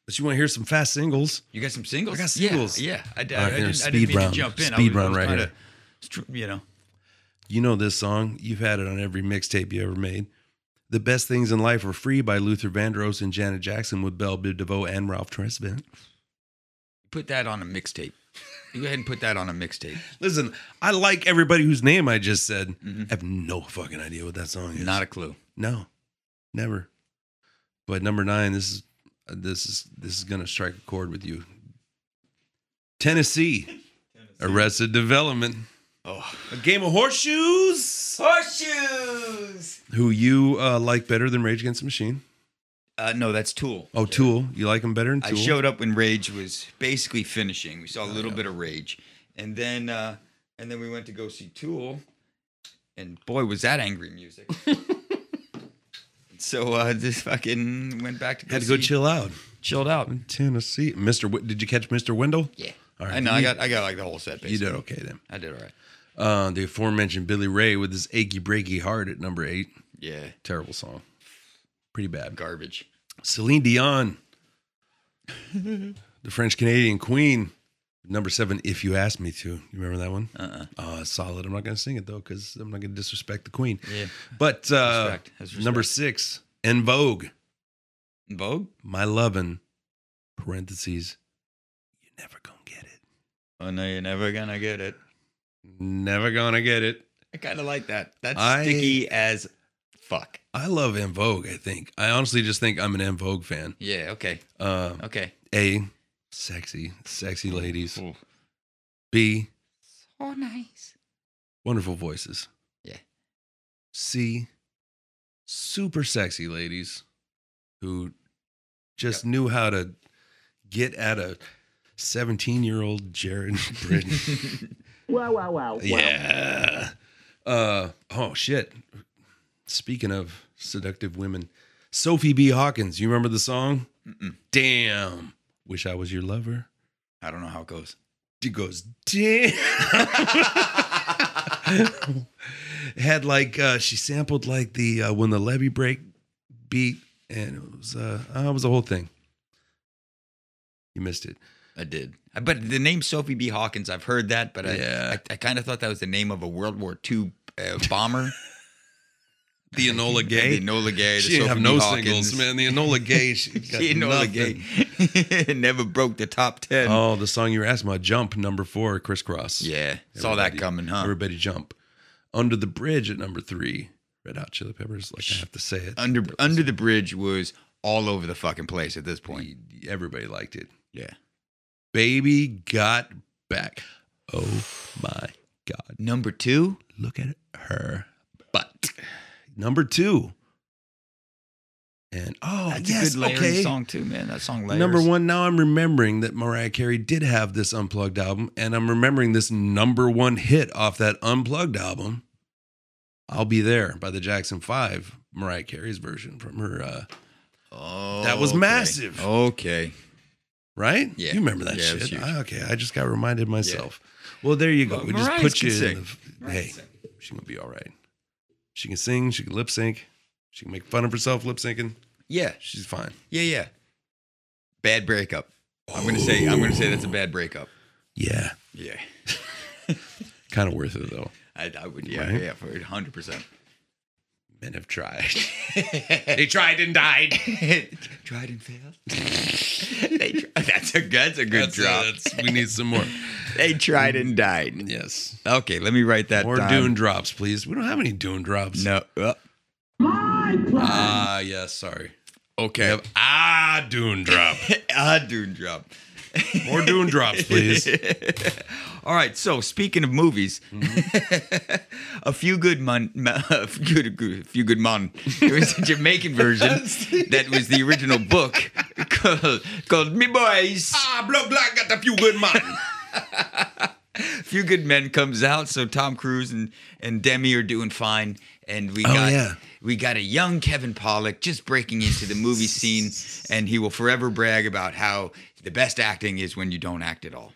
[SPEAKER 1] But you want to hear some fast singles?
[SPEAKER 2] You got some singles?
[SPEAKER 1] I got
[SPEAKER 2] Yeah,
[SPEAKER 1] singles.
[SPEAKER 2] Yeah, I, did.
[SPEAKER 1] All right,
[SPEAKER 2] I,
[SPEAKER 1] here,
[SPEAKER 2] didn't, I
[SPEAKER 1] speed
[SPEAKER 2] didn't mean
[SPEAKER 1] round.
[SPEAKER 2] to jump in. I
[SPEAKER 1] Speed
[SPEAKER 2] was- I
[SPEAKER 1] round
[SPEAKER 2] was
[SPEAKER 1] right
[SPEAKER 2] trying
[SPEAKER 1] here.
[SPEAKER 2] to str- You know,
[SPEAKER 1] You know this song. You've had it on every mixtape you ever made. The Best Things in Life Are Free by Luther Vandross and Janet Jackson with Belle Biv DeVoe and Ralph Tresvant.
[SPEAKER 2] put that on a mixtape. You go ahead and put that on a mixtape.
[SPEAKER 1] Listen, I like everybody whose name I just said.
[SPEAKER 2] Mhm.
[SPEAKER 1] I have no fucking idea what that song is.
[SPEAKER 2] Not a clue.
[SPEAKER 1] no, never. But number nine, this is uh, this is this is gonna strike a chord with you. Tennessee, Arrested Development,
[SPEAKER 2] Oh.
[SPEAKER 1] a game of horseshoes.
[SPEAKER 2] Horseshoes!
[SPEAKER 1] Who you uh, like better than Rage Against the Machine?
[SPEAKER 2] Uh, no, that's Tool.
[SPEAKER 1] Oh, Tool. You like them better than
[SPEAKER 2] I
[SPEAKER 1] Tool? Oh,
[SPEAKER 2] showed up when Rage was basically finishing. We saw a little bit of Rage, and then uh, and then we went to go see Tool, and boy was that angry music. so uh, just fucking went back to go
[SPEAKER 1] Had to go
[SPEAKER 2] see-
[SPEAKER 1] chill out.
[SPEAKER 2] chilled out.
[SPEAKER 1] In Tennessee. Mr. Wi- did you catch Mr. Wendell?
[SPEAKER 2] Yeah,
[SPEAKER 1] All right.
[SPEAKER 2] I know. I
[SPEAKER 1] You-
[SPEAKER 2] got I got like the whole set. Basically.
[SPEAKER 1] You did okay then.
[SPEAKER 2] I did all right.
[SPEAKER 1] Uh, the aforementioned Billy Ray with his achy breaky heart at number eight.
[SPEAKER 2] Yeah,
[SPEAKER 1] Terrible song. Pretty bad.
[SPEAKER 2] garbage.
[SPEAKER 1] Celine Dion, the French Canadian queen. Number seven, if you ask me to. You remember that one?
[SPEAKER 2] Uh uh
[SPEAKER 1] Uh, solid. I'm not going to sing it though because I'm not going to disrespect the queen.
[SPEAKER 2] Yeah.
[SPEAKER 1] But uh,
[SPEAKER 2] Respect. That's respect.
[SPEAKER 1] number six, En Vogue.
[SPEAKER 2] Vogue.
[SPEAKER 1] my lovin' parentheses you Never gonna get it.
[SPEAKER 2] Oh no, you're never gonna get it.
[SPEAKER 1] Never gonna get it.
[SPEAKER 2] I kind of like that. That's
[SPEAKER 1] I-
[SPEAKER 2] sticky as fuck.
[SPEAKER 1] I love En Vogue. I think I honestly just think I'm an En Vogue fan.
[SPEAKER 2] Yeah. Okay.
[SPEAKER 1] Uh,
[SPEAKER 2] Okay.
[SPEAKER 1] a, sexy, sexy ladies.
[SPEAKER 2] Ooh.
[SPEAKER 1] B,
[SPEAKER 2] Oh, nice.
[SPEAKER 1] wonderful voices.
[SPEAKER 2] Yeah.
[SPEAKER 1] C, super sexy ladies who just knew how to get at a 17 year old Jared Britton. wow, wow, wow. Yeah. Uh, oh, shit. Speaking of seductive women, Sophie B. Hawkins, you remember the song?
[SPEAKER 2] Mm-mm.
[SPEAKER 1] Damn. Wish I was your lover.
[SPEAKER 2] I don't know how it goes.
[SPEAKER 1] She goes, damn. Had like uh, she sampled like the uh, when the levee break beat, and it was uh, uh, it was a whole thing. You missed it.
[SPEAKER 2] I did. I- Uh, But the name Sophie B. Hawkins, I've heard that, but I,
[SPEAKER 1] Yeah.
[SPEAKER 2] I, I kind of thought that was the name of a World War II uh, bomber.
[SPEAKER 1] The Enola Gay.
[SPEAKER 2] The Enola Gay. the
[SPEAKER 1] she didn't have
[SPEAKER 2] Sophie B.
[SPEAKER 1] no
[SPEAKER 2] Hawkins.
[SPEAKER 1] singles, man. The Enola Gay. She got
[SPEAKER 2] She Enola
[SPEAKER 1] nothing.
[SPEAKER 2] Gay. Never broke the top 10.
[SPEAKER 1] Oh, the song you were asking about, Jump, number four, crisscross.
[SPEAKER 2] yeah. Saw that
[SPEAKER 1] Everybody-
[SPEAKER 2] coming, huh?
[SPEAKER 1] Everybody jump. Under the Bridge at number three, Red Hot Chili Peppers. Like I have to say it.
[SPEAKER 2] Under
[SPEAKER 1] That was-
[SPEAKER 2] Under the Bridge was all over the fucking place at this point.
[SPEAKER 1] Everybody liked it.
[SPEAKER 2] Yeah.
[SPEAKER 1] Baby got back. Oh my God.
[SPEAKER 2] Number two,
[SPEAKER 1] Look at her butt. Number two. And oh,
[SPEAKER 2] that's
[SPEAKER 1] yes,
[SPEAKER 2] a good Larry
[SPEAKER 1] okay.
[SPEAKER 2] song too, man. That song layers.
[SPEAKER 1] Number one, now I'm remembering that Mariah Carey did have this unplugged album, and I'm remembering this number one hit off that unplugged album, I'll Be There by the Jackson Five, Mariah Carey's version from her, uh,
[SPEAKER 2] Oh,
[SPEAKER 1] That was
[SPEAKER 2] okay.
[SPEAKER 1] massive.
[SPEAKER 2] Okay.
[SPEAKER 1] right?
[SPEAKER 2] Yeah.
[SPEAKER 1] You remember that
[SPEAKER 2] Yeah, it was
[SPEAKER 1] shit.
[SPEAKER 2] huge.
[SPEAKER 1] I- okay, I just got reminded myself. Well, there you go.
[SPEAKER 2] Well,
[SPEAKER 1] we just
[SPEAKER 2] Mariah's
[SPEAKER 1] put
[SPEAKER 2] can
[SPEAKER 1] you in.
[SPEAKER 2] sing.
[SPEAKER 1] The, f- hey, she's going to be all right. She can sing, she can lip sync, she can make fun of herself lip syncing.
[SPEAKER 2] Yeah.
[SPEAKER 1] She's fine.
[SPEAKER 2] Yeah. Yeah. Bad breakup. I'm gonna say. I'm gonna say that's a bad breakup.
[SPEAKER 1] Yeah,
[SPEAKER 2] Yeah.
[SPEAKER 1] kind of worth it though.
[SPEAKER 2] I, I would. Yeah.
[SPEAKER 1] Right?
[SPEAKER 2] Yeah. For 100. percent
[SPEAKER 1] Men have tried. they tried and died.
[SPEAKER 2] Tried and failed. they tr- that's a that's a good
[SPEAKER 1] That's it,
[SPEAKER 2] drop.
[SPEAKER 1] that's- we need some more.
[SPEAKER 2] They tried and died.
[SPEAKER 1] Yes.
[SPEAKER 2] Okay, let me write that
[SPEAKER 1] More
[SPEAKER 2] down.
[SPEAKER 1] Dune drops, please. We don't have any Dune drops.
[SPEAKER 2] No. uh,
[SPEAKER 1] Ah, yes. Sorry.
[SPEAKER 2] okay.
[SPEAKER 1] We have ah Dune drop.
[SPEAKER 2] ah, Dune drop.
[SPEAKER 1] More Dune drops, please.
[SPEAKER 2] All right. So speaking of movies,
[SPEAKER 1] Mm-hmm.
[SPEAKER 2] a few good mon, Ma- a few good, good- a few good mon. It was the Jamaican version that was the original book called, called Me Boys.
[SPEAKER 1] Ah, blood black got a few good man.
[SPEAKER 2] Few Good Men comes out, so Tom Cruise and and Demi are doing fine, and we
[SPEAKER 1] Oh,
[SPEAKER 2] got
[SPEAKER 1] yeah.
[SPEAKER 2] we got a young Kevin Pollak just breaking into the movie scene, and he will forever brag about how the best acting is when you don't act at all.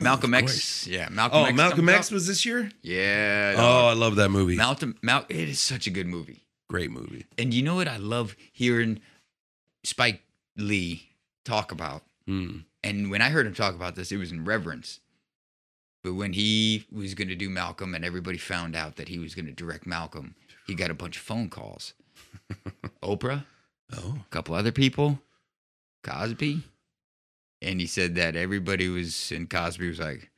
[SPEAKER 2] Malcolm X,
[SPEAKER 1] course.
[SPEAKER 2] yeah, Malcolm.
[SPEAKER 1] Oh,
[SPEAKER 2] X
[SPEAKER 1] Malcolm
[SPEAKER 2] comes
[SPEAKER 1] X
[SPEAKER 2] out.
[SPEAKER 1] was this year.
[SPEAKER 2] yeah.
[SPEAKER 1] Oh,
[SPEAKER 2] dog.
[SPEAKER 1] I love that movie.
[SPEAKER 2] Malcolm, Mal, it is such a good movie,
[SPEAKER 1] Great movie.
[SPEAKER 2] and you know what I love hearing Spike Lee talk about
[SPEAKER 1] Mm.
[SPEAKER 2] and when I heard him talk about this, it was in reverence. But when he was going to do Malcolm and everybody found out that he was going to direct Malcolm, he got a bunch of phone calls. Oprah,
[SPEAKER 1] Oh,
[SPEAKER 2] a couple other people, Cosby. And he said that everybody was, and Cosby was like,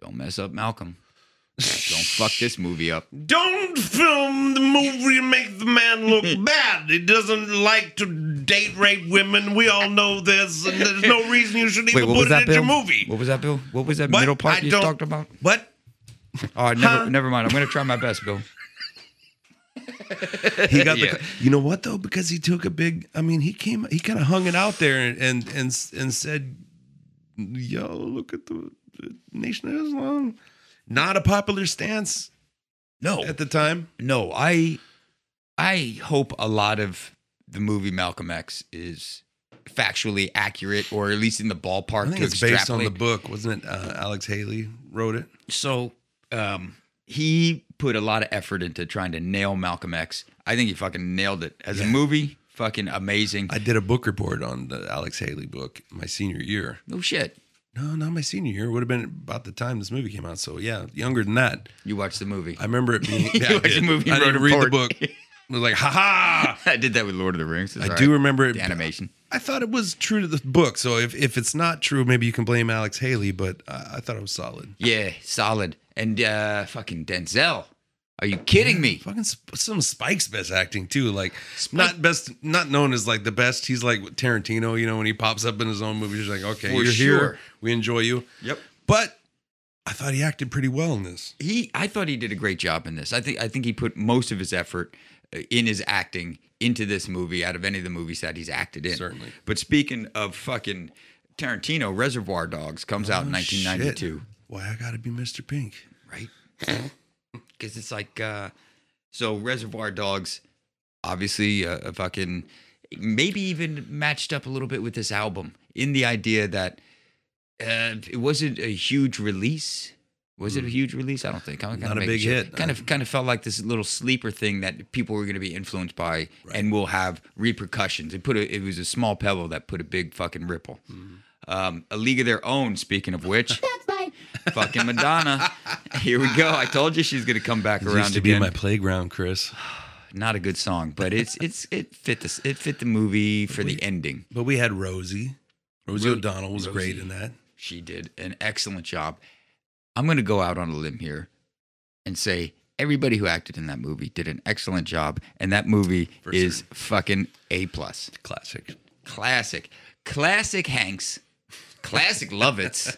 [SPEAKER 2] don't mess up Malcolm. Don't fuck this movie up.
[SPEAKER 1] Don't film the movie and make the man look bad. He doesn't like to date rape women. We all know this, and there's no reason you should even put it in
[SPEAKER 2] Bill?
[SPEAKER 1] your movie.
[SPEAKER 2] What was that, Bill? What was that
[SPEAKER 1] What?
[SPEAKER 2] middle part
[SPEAKER 1] I
[SPEAKER 2] you
[SPEAKER 1] don't-
[SPEAKER 2] talked about?
[SPEAKER 1] What?
[SPEAKER 2] All right, never,
[SPEAKER 1] Huh?
[SPEAKER 2] never mind. I'm going to try my best, Bill.
[SPEAKER 1] He got
[SPEAKER 2] Yeah.
[SPEAKER 1] the. You know what though? Because he took a big. I mean, he came. He kind of hung it out there and and and and said, "Yo, look at the, the Nation of Islam." Not a popular stance
[SPEAKER 2] No.
[SPEAKER 1] at the time.
[SPEAKER 2] no, I I hope a lot of the movie Malcolm X is factually accurate or at least in the ballpark
[SPEAKER 1] I think
[SPEAKER 2] to
[SPEAKER 1] it's based on the
[SPEAKER 2] extrapolate.
[SPEAKER 1] book, wasn't it? Uh, Alex Haley wrote it.
[SPEAKER 2] So um he put a lot of effort into trying to nail Malcolm X. I think he fucking nailed it. As a
[SPEAKER 1] Yeah.
[SPEAKER 2] movie, fucking amazing.
[SPEAKER 1] I did a book report on the Alex Haley book my senior year.
[SPEAKER 2] no Oh, shit.
[SPEAKER 1] No, not my senior year. It would have been about the time this movie came out. So yeah, younger than that.
[SPEAKER 2] You watched the movie.
[SPEAKER 1] I remember it being.
[SPEAKER 2] You
[SPEAKER 1] Yeah, I
[SPEAKER 2] watched the
[SPEAKER 1] did.
[SPEAKER 2] movie
[SPEAKER 1] I
[SPEAKER 2] and
[SPEAKER 1] didn't
[SPEAKER 2] wrote a
[SPEAKER 1] read the
[SPEAKER 2] report.
[SPEAKER 1] book. It was like, ha ha.
[SPEAKER 2] I did that with Lord of the Rings. It's
[SPEAKER 1] I
[SPEAKER 2] all
[SPEAKER 1] do
[SPEAKER 2] right.
[SPEAKER 1] remember it.
[SPEAKER 2] the animation.
[SPEAKER 1] I thought it was true to the book. So if, if it's not true, maybe you can blame Alex Haley, but I, I thought it was solid.
[SPEAKER 2] Yeah, solid. And uh, fucking Denzel. Are you kidding me?
[SPEAKER 1] Fucking sp- some Spike's best acting too. Like not best, not known as like the best. He's like Tarantino, you know, when he pops up in his own movie, he's like, okay,
[SPEAKER 2] For
[SPEAKER 1] you're
[SPEAKER 2] sure.
[SPEAKER 1] here, we enjoy you.
[SPEAKER 2] Yep.
[SPEAKER 1] But I thought he acted pretty well in this.
[SPEAKER 2] He, I thought he did a great job in this. I think, I think he put most of his effort uh, in his acting into this movie out of any of the movies that he's acted in.
[SPEAKER 1] Certainly.
[SPEAKER 2] But speaking of fucking Tarantino, Reservoir Dogs comes out in
[SPEAKER 1] Oh,
[SPEAKER 2] 1992,
[SPEAKER 1] shit. Why I gotta be Mr. Pink?
[SPEAKER 2] right? Because it's like, uh, so Reservoir Dogs, obviously, uh, a fucking maybe even matched up a little bit with this album in the idea that uh, it wasn't a huge release. Was it a huge release? I don't think. I'm kinda
[SPEAKER 1] Hmm. Not a
[SPEAKER 2] making
[SPEAKER 1] big
[SPEAKER 2] shit-
[SPEAKER 1] hit.
[SPEAKER 2] Kind of, kind of felt like this little sleeper thing that people were going to be influenced by and will have repercussions. It put a, it was a small pebble that put a big fucking ripple. Um, a League of Their Own. Speaking of which, fucking Madonna. Here we go. I told you she's going to come back
[SPEAKER 1] This
[SPEAKER 2] around
[SPEAKER 1] used to
[SPEAKER 2] again
[SPEAKER 1] be my playground, Chris.
[SPEAKER 2] not a good song, but it's it's it fit this it fit the movie for the ending.
[SPEAKER 1] But we had Rosie. Rosie
[SPEAKER 2] Ro-
[SPEAKER 1] O'Donnell was great
[SPEAKER 2] Rosie.
[SPEAKER 1] in that.
[SPEAKER 2] She did an excellent job. I'm going to go out on a limb here and say everybody who acted in that movie did an excellent job, and that movie
[SPEAKER 1] For
[SPEAKER 2] is fucking a plus.
[SPEAKER 1] Classic.
[SPEAKER 2] Classic, classic Hanks, classic Lovitz,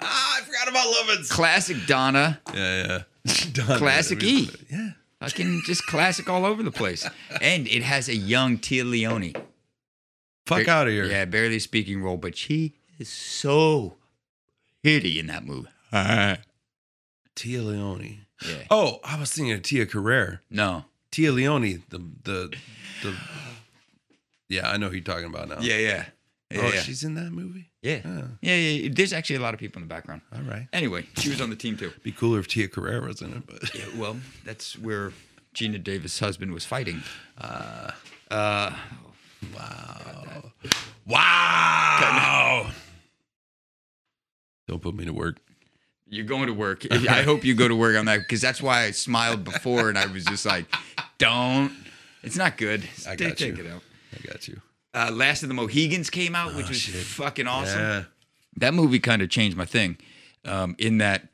[SPEAKER 1] Ah, I forgot about Lovitz.
[SPEAKER 2] classic Donna.
[SPEAKER 1] Yeah, yeah. Done.
[SPEAKER 2] Classic E.
[SPEAKER 1] Yeah.
[SPEAKER 2] Fucking just classic all over the place. And it has a young Tia Leone.
[SPEAKER 1] Fuck
[SPEAKER 2] Ba-
[SPEAKER 1] out of here.
[SPEAKER 2] Yeah, barely speaking role, but she is so hitty in that movie.
[SPEAKER 1] Tia Leone.
[SPEAKER 2] Yeah.
[SPEAKER 1] Oh, I was thinking of Tia Carrere.
[SPEAKER 2] No.
[SPEAKER 1] Tia Leone, the the the. Yeah, I know who you're talking about now.
[SPEAKER 2] Yeah, yeah. Yeah,
[SPEAKER 1] oh,
[SPEAKER 2] yeah.
[SPEAKER 1] she's in that movie.
[SPEAKER 2] yeah.
[SPEAKER 1] Oh,
[SPEAKER 2] yeah, yeah. There's actually a lot of people in the background.
[SPEAKER 1] all right.
[SPEAKER 2] Anyway, she was on the team too.
[SPEAKER 1] Be cooler if Tia Carrere was in it, but
[SPEAKER 2] Yeah, well, that's where Gina Davis' husband was fighting.
[SPEAKER 1] wow. Don't put me to work.
[SPEAKER 2] You're going to work. I hope you go to work on that because that's why I smiled before and I was just like, don't. It's not good.
[SPEAKER 1] I
[SPEAKER 2] Take-
[SPEAKER 1] got
[SPEAKER 2] take
[SPEAKER 1] you.
[SPEAKER 2] it out.
[SPEAKER 1] I got you.
[SPEAKER 2] Uh, Last of the Mohegans came out, which was
[SPEAKER 1] Oh, shit.
[SPEAKER 2] fucking awesome.
[SPEAKER 1] Yeah.
[SPEAKER 2] that movie kind of changed my thing um, in that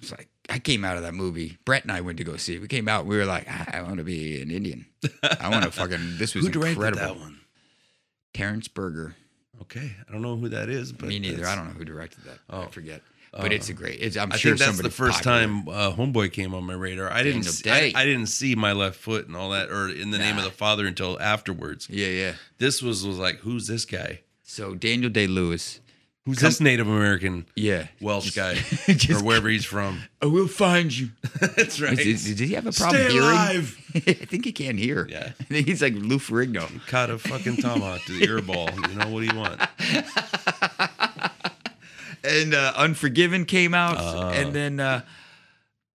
[SPEAKER 2] it's like I came out of that movie. Brett and I went to go see it. We came out. We were like, "Ah, I, want to be an Indian. I want to fucking. This was
[SPEAKER 1] Who directed
[SPEAKER 2] incredible.
[SPEAKER 1] that one?
[SPEAKER 2] Terrence Berger.
[SPEAKER 1] Okay, I don't know who that is, but
[SPEAKER 2] Me neither.
[SPEAKER 1] it's-
[SPEAKER 2] I don't know who directed that. I
[SPEAKER 1] Oh.
[SPEAKER 2] forget. But it's a great. It's, I'm
[SPEAKER 1] I
[SPEAKER 2] sure
[SPEAKER 1] think that's
[SPEAKER 2] somebody
[SPEAKER 1] the first
[SPEAKER 2] popular.
[SPEAKER 1] time uh, Homeboy came on my radar. I didn't.
[SPEAKER 2] Daniel
[SPEAKER 1] See, I,
[SPEAKER 2] Day.
[SPEAKER 1] I didn't see my left foot and all that, or in the name
[SPEAKER 2] Nah.
[SPEAKER 1] of the Father until afterwards.
[SPEAKER 2] Yeah, yeah.
[SPEAKER 1] This was was like, who's this guy?
[SPEAKER 2] So Daniel Day Lewis.
[SPEAKER 1] Who's this Native American
[SPEAKER 2] Yeah.
[SPEAKER 1] Welsh
[SPEAKER 2] Just-
[SPEAKER 1] guy
[SPEAKER 2] just-
[SPEAKER 1] or wherever he's from?
[SPEAKER 2] I will find you.
[SPEAKER 1] That's right.
[SPEAKER 2] Did, did he have a problem
[SPEAKER 1] Stay
[SPEAKER 2] hearing?
[SPEAKER 1] alive.
[SPEAKER 2] I think he can't hear.
[SPEAKER 1] Yeah.
[SPEAKER 2] I think he's like Lou Ferrigno.
[SPEAKER 1] Caught a fucking tomahawk to the ear ball. You know what do you want?
[SPEAKER 2] and uh, Unforgiven came out, and then uh,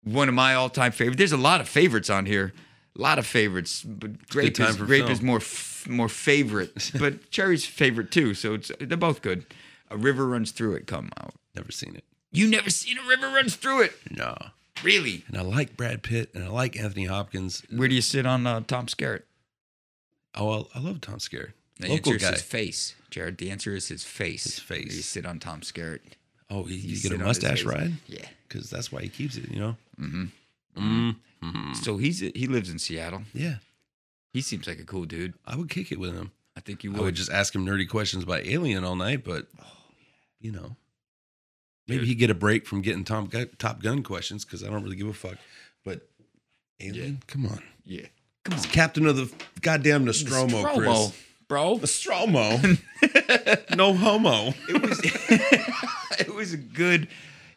[SPEAKER 2] one of my all-time favorite. There's a lot of favorites on here, a lot of favorites. But grape
[SPEAKER 1] time
[SPEAKER 2] is
[SPEAKER 1] for
[SPEAKER 2] grape
[SPEAKER 1] film.
[SPEAKER 2] is more f- more favorite, but cherry's favorite too. So it's they're both good. A river runs through it. Come out.
[SPEAKER 1] Never seen it.
[SPEAKER 2] You never seen a river runs through it,
[SPEAKER 1] No.
[SPEAKER 2] really?
[SPEAKER 1] And I like Brad Pitt and I like Anthony Hopkins.
[SPEAKER 2] Where do you sit on uh, Tom Skerritt?
[SPEAKER 1] Oh, I, I love Tom Skerritt.
[SPEAKER 2] The
[SPEAKER 1] Local
[SPEAKER 2] answer is
[SPEAKER 1] guy.
[SPEAKER 2] his face, Jared. The answer is his face.
[SPEAKER 1] His face.
[SPEAKER 2] Where do you sit on Tom Skerritt.
[SPEAKER 1] oh, he, you
[SPEAKER 2] sit
[SPEAKER 1] get
[SPEAKER 2] on
[SPEAKER 1] a
[SPEAKER 2] his
[SPEAKER 1] mustache
[SPEAKER 2] face.
[SPEAKER 1] ride
[SPEAKER 2] Yeah.
[SPEAKER 1] because that's why he keeps it. You know. Mm-hmm. Mm.
[SPEAKER 2] So he's he lives in Seattle.
[SPEAKER 1] Yeah,
[SPEAKER 2] He seems like a cool dude.
[SPEAKER 1] I would kick it with him.
[SPEAKER 2] I think you
[SPEAKER 1] I would just ask him nerdy questions about Alien all night, but you know, maybe
[SPEAKER 2] Dude.
[SPEAKER 1] he'd get a break from getting Tom Gun, Top Gun questions because I don't really give a fuck. But Alien, come on,
[SPEAKER 2] yeah.
[SPEAKER 1] it's captain of the goddamn Nostromo,
[SPEAKER 2] Stromo,
[SPEAKER 1] Chris.
[SPEAKER 2] bro.
[SPEAKER 1] Nostromo, no homo.
[SPEAKER 2] It was it was a good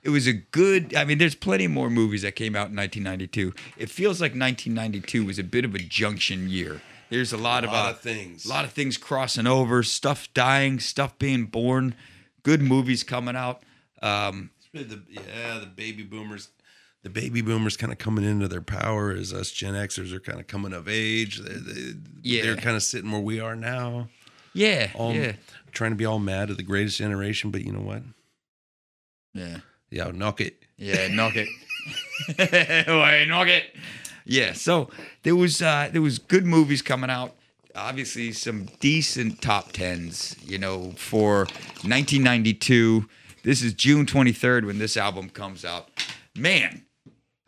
[SPEAKER 2] it was a good I mean there's plenty more movies that came out in 1992. It feels like 1992 was a bit of a junction year. There's a lot, of, uh,
[SPEAKER 1] things.
[SPEAKER 2] a lot of things crossing over, stuff dying, stuff being born, good movies coming out. Um,
[SPEAKER 1] the, yeah, the baby boomers. The baby boomers kind of coming into their power as us Gen Xers are kind of coming of age. They, they,
[SPEAKER 2] Yeah.
[SPEAKER 1] They're kind of sitting where we are now.
[SPEAKER 2] yeah,
[SPEAKER 1] all
[SPEAKER 2] yeah,
[SPEAKER 1] trying to be all mad at the greatest generation, but you know what?
[SPEAKER 2] yeah.
[SPEAKER 1] Yeah, knock it.
[SPEAKER 2] Yeah, knock it. Why knock it? Yeah, so there was uh, there was good movies coming out. obviously some decent top tens, you know, for 1992. This is June 23rd when this album comes out. Man,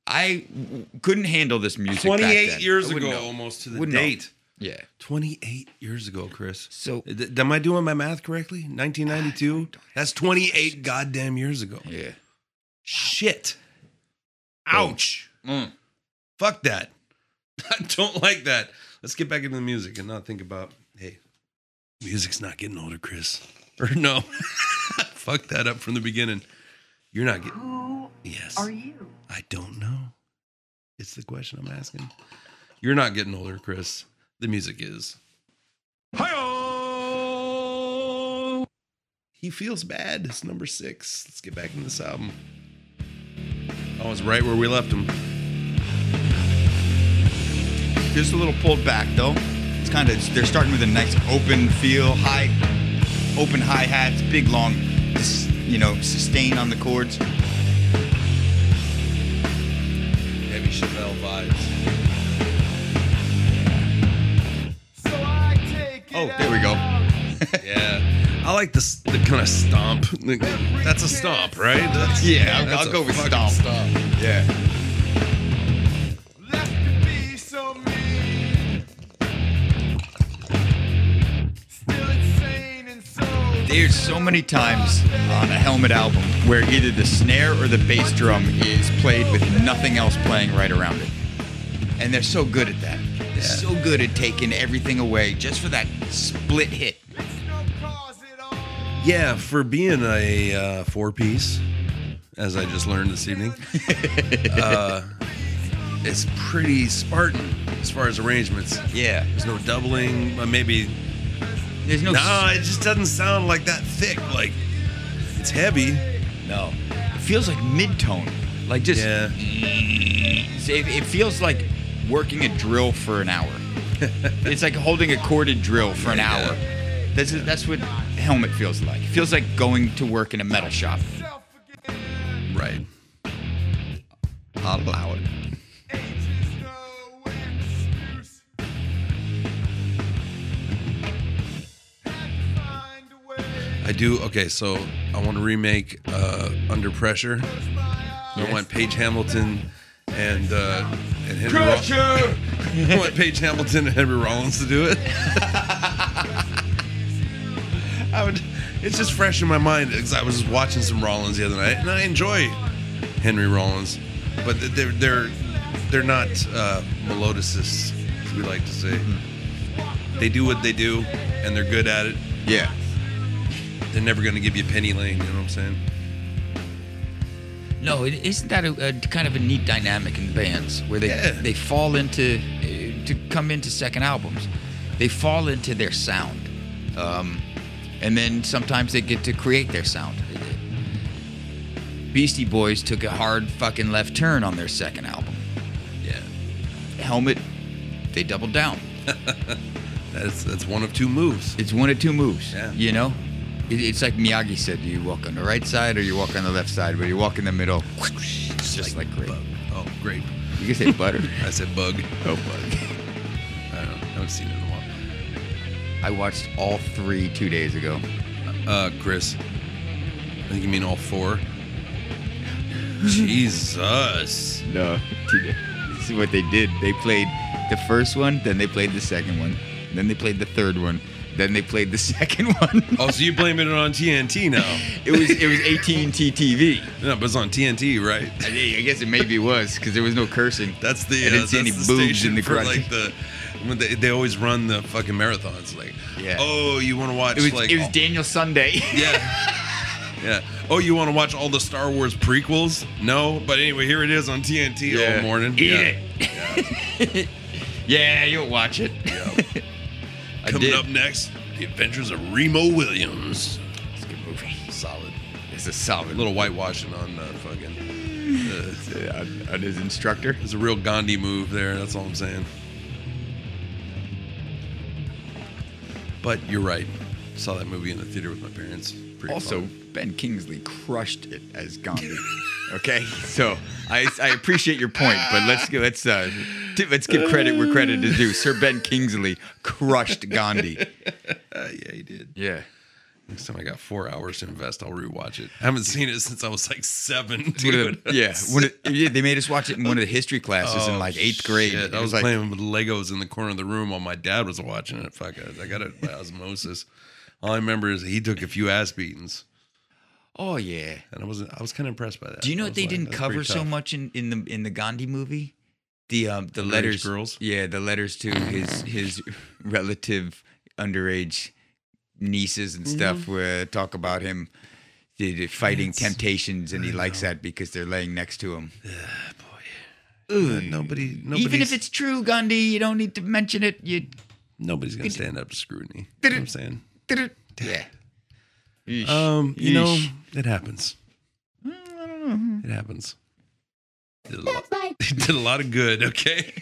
[SPEAKER 2] I w- couldn't handle this music. back then.
[SPEAKER 1] 28 years
[SPEAKER 2] I
[SPEAKER 1] ago,
[SPEAKER 2] wouldn't know.
[SPEAKER 1] almost to the
[SPEAKER 2] Wouldn't know.
[SPEAKER 1] date.
[SPEAKER 2] Yeah.
[SPEAKER 1] 28 years ago, Chris.
[SPEAKER 2] So
[SPEAKER 1] Th- am I doing my math correctly? 1992? That's 28 goddamn years ago.
[SPEAKER 2] yeah.
[SPEAKER 1] Shit. Ouch.
[SPEAKER 2] Mm.
[SPEAKER 1] Fuck that. I don't like that. Let's get back into the music and not think about, hey, music's not getting older, Chris. Or no. Fuck that up from the beginning. You're not getting.
[SPEAKER 5] Who
[SPEAKER 1] Yes.
[SPEAKER 5] are you?
[SPEAKER 1] I don't know. It's the question I'm asking. You're not getting older, Chris. The music is. He feels bad. It's number six. Let's get back in this album. Oh, it's right where we left him.
[SPEAKER 2] Just a little pulled back though. It's kind of they're starting with a nice open feel, high, open hi hats, big long, s- you know, sustain on the chords.
[SPEAKER 1] Heavy Chevelle vibes.
[SPEAKER 2] Oh, there we go.
[SPEAKER 1] Yeah. I like this the kind of stomp. That's a stomp, right? That's,
[SPEAKER 2] Yeah, I'll- I'll
[SPEAKER 1] a
[SPEAKER 2] go with
[SPEAKER 1] fucking
[SPEAKER 2] stomp. Yeah. There's so many times on a Helmet album where either the snare or the bass drum is played with nothing else playing right around it. And they're so good at that. They're so good at taking everything away just for that split hit.
[SPEAKER 1] Yeah, for being a uh, four piece, as I just learned this evening, uh, it's pretty Spartan as far as arrangements.
[SPEAKER 2] Yeah.
[SPEAKER 1] There's no doubling, but maybe.
[SPEAKER 2] There's no.
[SPEAKER 1] No, it just doesn't sound like that thick. Like, it's heavy.
[SPEAKER 2] no. It feels like mid tone. Like just.
[SPEAKER 1] Yeah.
[SPEAKER 2] See, It, it feels like working a drill for an hour. it's like holding a corded drill for an hour. That's that's what helmet feels like. It feels like going to work in a metal shop.
[SPEAKER 1] Right.
[SPEAKER 2] I'll allow it.
[SPEAKER 1] I do. Okay, so I want to remake uh, Under Pressure. I want Paige Hamilton and uh, and Henry. Roll- I want Paige Hamilton and Henry Rollins to do it. I would. It's just fresh in my mind because I was just watching some Rollins the other night, and I enjoy Henry Rollins, but th- they're they're they're not uh, melodicists, as we like to say.
[SPEAKER 2] Mm-hmm.
[SPEAKER 1] They do what they do, and they're good at it.
[SPEAKER 2] Yeah.
[SPEAKER 1] They're never going to give you penny lane. You know what I'm saying?
[SPEAKER 2] No, it, isn't that a, a kind of a neat dynamic in bands where they
[SPEAKER 1] Yeah.
[SPEAKER 2] they fall into uh, to come into second albums, they fall into their sound, um, and then sometimes they get to create their sound. Beastie Boys took a hard fucking left turn on their second album.
[SPEAKER 1] Yeah,
[SPEAKER 2] Helmet, they doubled down.
[SPEAKER 1] that's that's one of two moves.
[SPEAKER 2] It's one of two moves.
[SPEAKER 1] Yeah.
[SPEAKER 2] You know, it, it's like Miyagi said: you walk on the right side or you walk on the left side. But you walk in the middle, it's just like, grape.
[SPEAKER 1] Bug. Oh, grape.
[SPEAKER 2] You can say butter.
[SPEAKER 1] I said bug.
[SPEAKER 2] oh, bug.
[SPEAKER 1] I don't know. I haven't seen it in a while.
[SPEAKER 2] I watched all three two days ago.
[SPEAKER 1] Uh, Chris. I think you mean all four. Jesus.
[SPEAKER 2] No, two days. This is what they did. They played the first one, then they played the second one, then they played the third one, then they played the second one.
[SPEAKER 1] Oh, so you blaming it on TNT now?
[SPEAKER 2] it was it was AT&T TV.
[SPEAKER 1] No, but it's on TNT, right?
[SPEAKER 2] I, think- I guess it maybe was because there was no cursing.
[SPEAKER 1] That's the.
[SPEAKER 2] I didn't
[SPEAKER 1] uh,
[SPEAKER 2] see any
[SPEAKER 1] that's the
[SPEAKER 2] boobs
[SPEAKER 1] station
[SPEAKER 2] in the
[SPEAKER 1] for
[SPEAKER 2] crowd.
[SPEAKER 1] like the. When they, they always run the fucking marathons. Like,
[SPEAKER 2] Yeah.
[SPEAKER 1] oh, you want to watch
[SPEAKER 2] It was
[SPEAKER 1] like
[SPEAKER 2] it was
[SPEAKER 1] all-
[SPEAKER 2] Daniel Sunday.
[SPEAKER 1] Yeah. Yeah. Oh, you want to watch all the Star Wars prequels? No, but anyway, here it is on TNT all morning.
[SPEAKER 2] Eat
[SPEAKER 1] yeah.
[SPEAKER 2] it. yeah, you'll watch it. I
[SPEAKER 1] Coming
[SPEAKER 2] did.
[SPEAKER 1] up next, The Adventures of Remo Williams.
[SPEAKER 2] It's a good movie.
[SPEAKER 1] Solid.
[SPEAKER 2] It's a solid
[SPEAKER 1] A little whitewashing on uh, fucking. Uh,
[SPEAKER 2] on, on his instructor.
[SPEAKER 1] it's a real Gandhi move there. That's all I'm saying. But you're right. Saw that movie in the theater with my parents. Pretty
[SPEAKER 2] also,
[SPEAKER 1] fun.
[SPEAKER 2] Ben Kingsley crushed it as Gandhi. okay, so I, I appreciate your point, but let's get- let's uh, t- let's give credit where credit is due. Sir Ben Kingsley crushed Gandhi.
[SPEAKER 1] Uh, yeah, he did.
[SPEAKER 2] Yeah.
[SPEAKER 1] Next time I got four hours to invest, I'll rewatch it. I haven't seen it since I was like seven,
[SPEAKER 2] One of
[SPEAKER 1] dude. Oh,
[SPEAKER 2] the, yeah, one of- yeah, they made us watch it in one of the history classes in like eighth grade.
[SPEAKER 1] Shit,
[SPEAKER 2] It
[SPEAKER 1] I was,
[SPEAKER 2] like,
[SPEAKER 1] playing with Legos in the corner of the room while my dad was watching it. Fuck, I, I got it by osmosis. All I remember is he took a few ass beatings,
[SPEAKER 2] oh yeah.
[SPEAKER 1] and I wasn't. I was kind of impressed by that.
[SPEAKER 2] Do you
[SPEAKER 1] I
[SPEAKER 2] know what
[SPEAKER 1] was
[SPEAKER 2] they
[SPEAKER 1] like,
[SPEAKER 2] didn't
[SPEAKER 1] that's
[SPEAKER 2] cover
[SPEAKER 1] pretty
[SPEAKER 2] so
[SPEAKER 1] tough.
[SPEAKER 2] much in, in the in the Gandhi movie? The um the
[SPEAKER 1] Underage
[SPEAKER 2] letters
[SPEAKER 1] girls?
[SPEAKER 2] Yeah, the letters to his his relative underage nieces and stuff where talk about him the- the fighting temptations and he likes that because they're laying next to him.
[SPEAKER 1] Ugh, nobody, nobody's,
[SPEAKER 2] Even if it's true, Gandhi, you don't need to mention it. You
[SPEAKER 1] nobody's gonna stand up to scrutiny. You know what I'm saying.
[SPEAKER 2] did it. Yeah. Yeesh.
[SPEAKER 1] Um, you know,
[SPEAKER 2] Yeesh.
[SPEAKER 1] it happens. It happens. Did a lot, did a lot of good. Okay.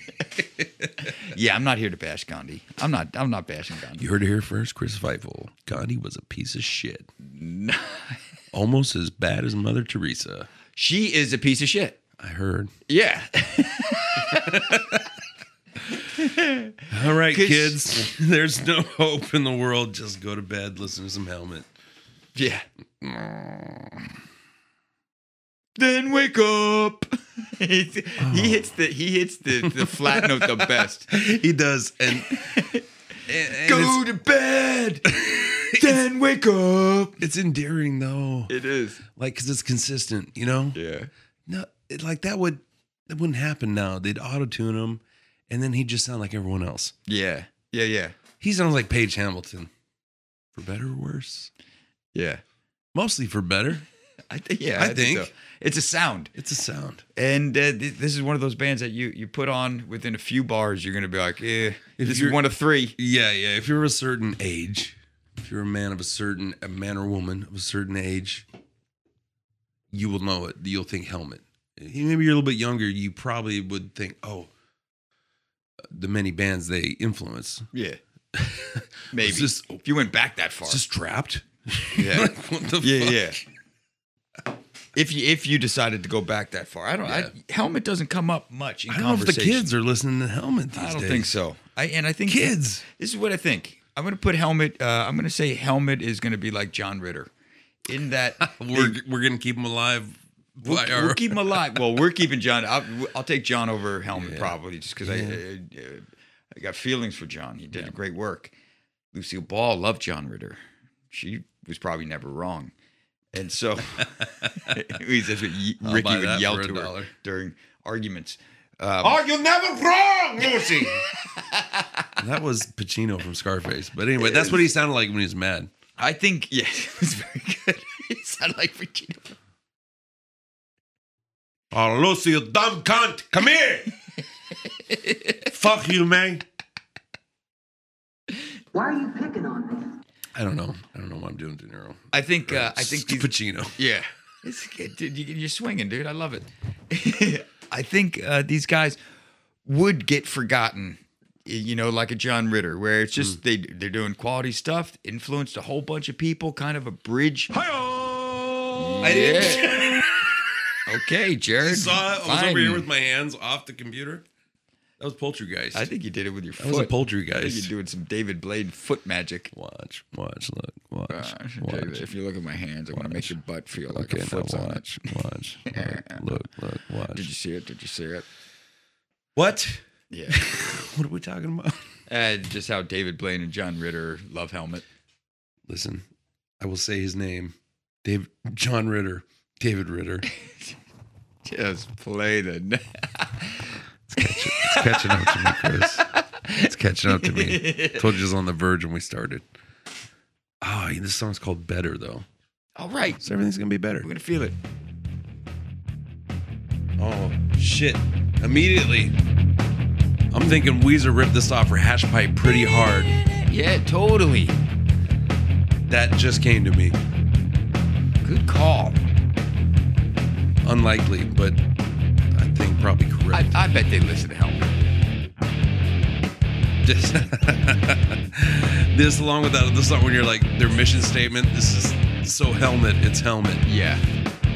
[SPEAKER 2] Yeah, I'm not here to bash Gandhi. I'm not I'm not bashing Gandhi.
[SPEAKER 1] You heard it here first, Chris Feifel. Gandhi was a piece of shit. Almost as bad as Mother Teresa.
[SPEAKER 2] She is a piece of shit.
[SPEAKER 1] I heard.
[SPEAKER 2] Yeah.
[SPEAKER 1] All right,
[SPEAKER 2] 'Cause-
[SPEAKER 1] kids. There's no hope in the world. Just go to bed, listen to some helmet.
[SPEAKER 2] Yeah. Then wake up. He's- He hits the he hits the, the flat note the best.
[SPEAKER 1] He does. And, and- and
[SPEAKER 2] Go
[SPEAKER 1] it's,
[SPEAKER 2] to bed. then wake up.
[SPEAKER 1] it's endearing though.
[SPEAKER 2] It is.
[SPEAKER 1] Like cause it's consistent, you know?
[SPEAKER 2] Yeah.
[SPEAKER 1] No, it, like that would that wouldn't happen now. They'd auto-tune him and then he'd just sound like everyone else.
[SPEAKER 2] Yeah. Yeah. Yeah.
[SPEAKER 1] He sounds like Paige Hamilton. For better or worse.
[SPEAKER 2] Yeah.
[SPEAKER 1] Mostly for better.
[SPEAKER 2] I think. Yeah.
[SPEAKER 1] I think.
[SPEAKER 2] so. it's a sound,
[SPEAKER 1] It's a sound.
[SPEAKER 2] and uh, th- this is one of those bands that you you put on within a few bars, you're gonna be like, yeah, this is
[SPEAKER 1] you're-
[SPEAKER 2] one of three.
[SPEAKER 1] Yeah, yeah. If you're of a certain age, if you're a man of a certain a man or woman of a certain age, you will know it. You'll think helmet. Maybe you're a little bit younger. You probably would think, oh, the many bands they influence.
[SPEAKER 2] Yeah. Maybe.
[SPEAKER 1] It's just-
[SPEAKER 2] if you went back that far.
[SPEAKER 1] Is this trapped?
[SPEAKER 2] yeah.
[SPEAKER 1] Like, what the
[SPEAKER 2] Yeah,
[SPEAKER 1] fuck?
[SPEAKER 2] yeah. If you if you decided to go back that far, I don't. I, helmet doesn't come up much in
[SPEAKER 1] I don't know if the
[SPEAKER 2] conversation.
[SPEAKER 1] kids are listening to helmet these
[SPEAKER 2] I don't
[SPEAKER 1] days.
[SPEAKER 2] think so. I and I think
[SPEAKER 1] Kids.
[SPEAKER 2] This is what I think. I'm gonna put helmet. Uh, I'm gonna say helmet is gonna be like John Ritter, in that
[SPEAKER 1] We're we're gonna keep them alive.
[SPEAKER 2] we'll,
[SPEAKER 1] by
[SPEAKER 2] we'll
[SPEAKER 1] our-
[SPEAKER 2] keep him alive. Well, we're keeping John. I'll, I'll take John over helmet probably just because I, I I got feelings for John. He did great work. Lucille Ball loved John Ritter. She was probably never wrong. And so he's- that's what ye-
[SPEAKER 1] I'll
[SPEAKER 2] Ricky
[SPEAKER 1] buy
[SPEAKER 2] would
[SPEAKER 1] that
[SPEAKER 2] yell
[SPEAKER 1] for a
[SPEAKER 2] to her
[SPEAKER 1] dollar.
[SPEAKER 2] during arguments. Um,
[SPEAKER 4] Are you never wrong, Lucy?
[SPEAKER 1] That was Pacino from Scarface. But anyway, that's what he sounded like when he was mad.
[SPEAKER 2] I think yes, it was very good. it sounded like Regina.
[SPEAKER 1] Oh, Lucy, you dumb cunt! Come here! Fuck you, man!
[SPEAKER 5] Why are you picking on me?
[SPEAKER 1] I don't know. I don't know what I'm doing, De Niro.
[SPEAKER 2] I think uh, I think these,
[SPEAKER 1] Pacino.
[SPEAKER 2] Yeah. It's good, dude. You, you're swinging, dude. I love it. I think uh, these guys would get forgotten, y- you know, like a John Ritter, where it's
[SPEAKER 1] Mm.
[SPEAKER 2] just they they're doing quality stuff, influenced a whole bunch of people, kind of a bridge.
[SPEAKER 1] I didn't.
[SPEAKER 2] Okay,
[SPEAKER 1] I
[SPEAKER 2] Jared.
[SPEAKER 1] saw it. I was
[SPEAKER 2] fine.
[SPEAKER 1] over here with my hands off the computer. That was Poltergeist.
[SPEAKER 2] I think you did it with your
[SPEAKER 1] that was a
[SPEAKER 2] foot. I think
[SPEAKER 1] Poltergeist.
[SPEAKER 2] you're doing some David Blade foot magic.
[SPEAKER 1] watch, watch, look, watch,
[SPEAKER 2] Uh, I should tell you that
[SPEAKER 1] watch.
[SPEAKER 2] if you look at my hands, I want to make your butt feel like
[SPEAKER 1] Okay,
[SPEAKER 2] a
[SPEAKER 1] now
[SPEAKER 2] foot's on it.
[SPEAKER 1] watch, watch, look, look, look,
[SPEAKER 2] Did you
[SPEAKER 1] watch.
[SPEAKER 2] see it? Did you see it?
[SPEAKER 1] What?
[SPEAKER 2] Yeah.
[SPEAKER 1] What are we talking about?
[SPEAKER 2] uh, just how David Blaine and John Ritter love helmet.
[SPEAKER 1] Listen, I will say his name, Dave, John Ritter, David Ritter.
[SPEAKER 2] Just play the.
[SPEAKER 1] It's catching up to me, Chris. It's catching up to me. Told you it was on the verge when we started. Oh, this song's called Better, though.
[SPEAKER 2] All right,
[SPEAKER 1] So everything's going to be better.
[SPEAKER 2] we're gonna feel it.
[SPEAKER 1] Oh, shit. Immediately. I'm thinking Weezer ripped this off for Hash Pipe pretty hard.
[SPEAKER 2] Yeah, totally.
[SPEAKER 1] That just came to me.
[SPEAKER 2] Good call.
[SPEAKER 1] Unlikely, but I think probably
[SPEAKER 2] I,
[SPEAKER 1] correct.
[SPEAKER 2] I bet they listen to helmet.
[SPEAKER 1] Just- This, along with that, the song when you're like their mission statement. This is so helmet. It's helmet.
[SPEAKER 6] Yeah.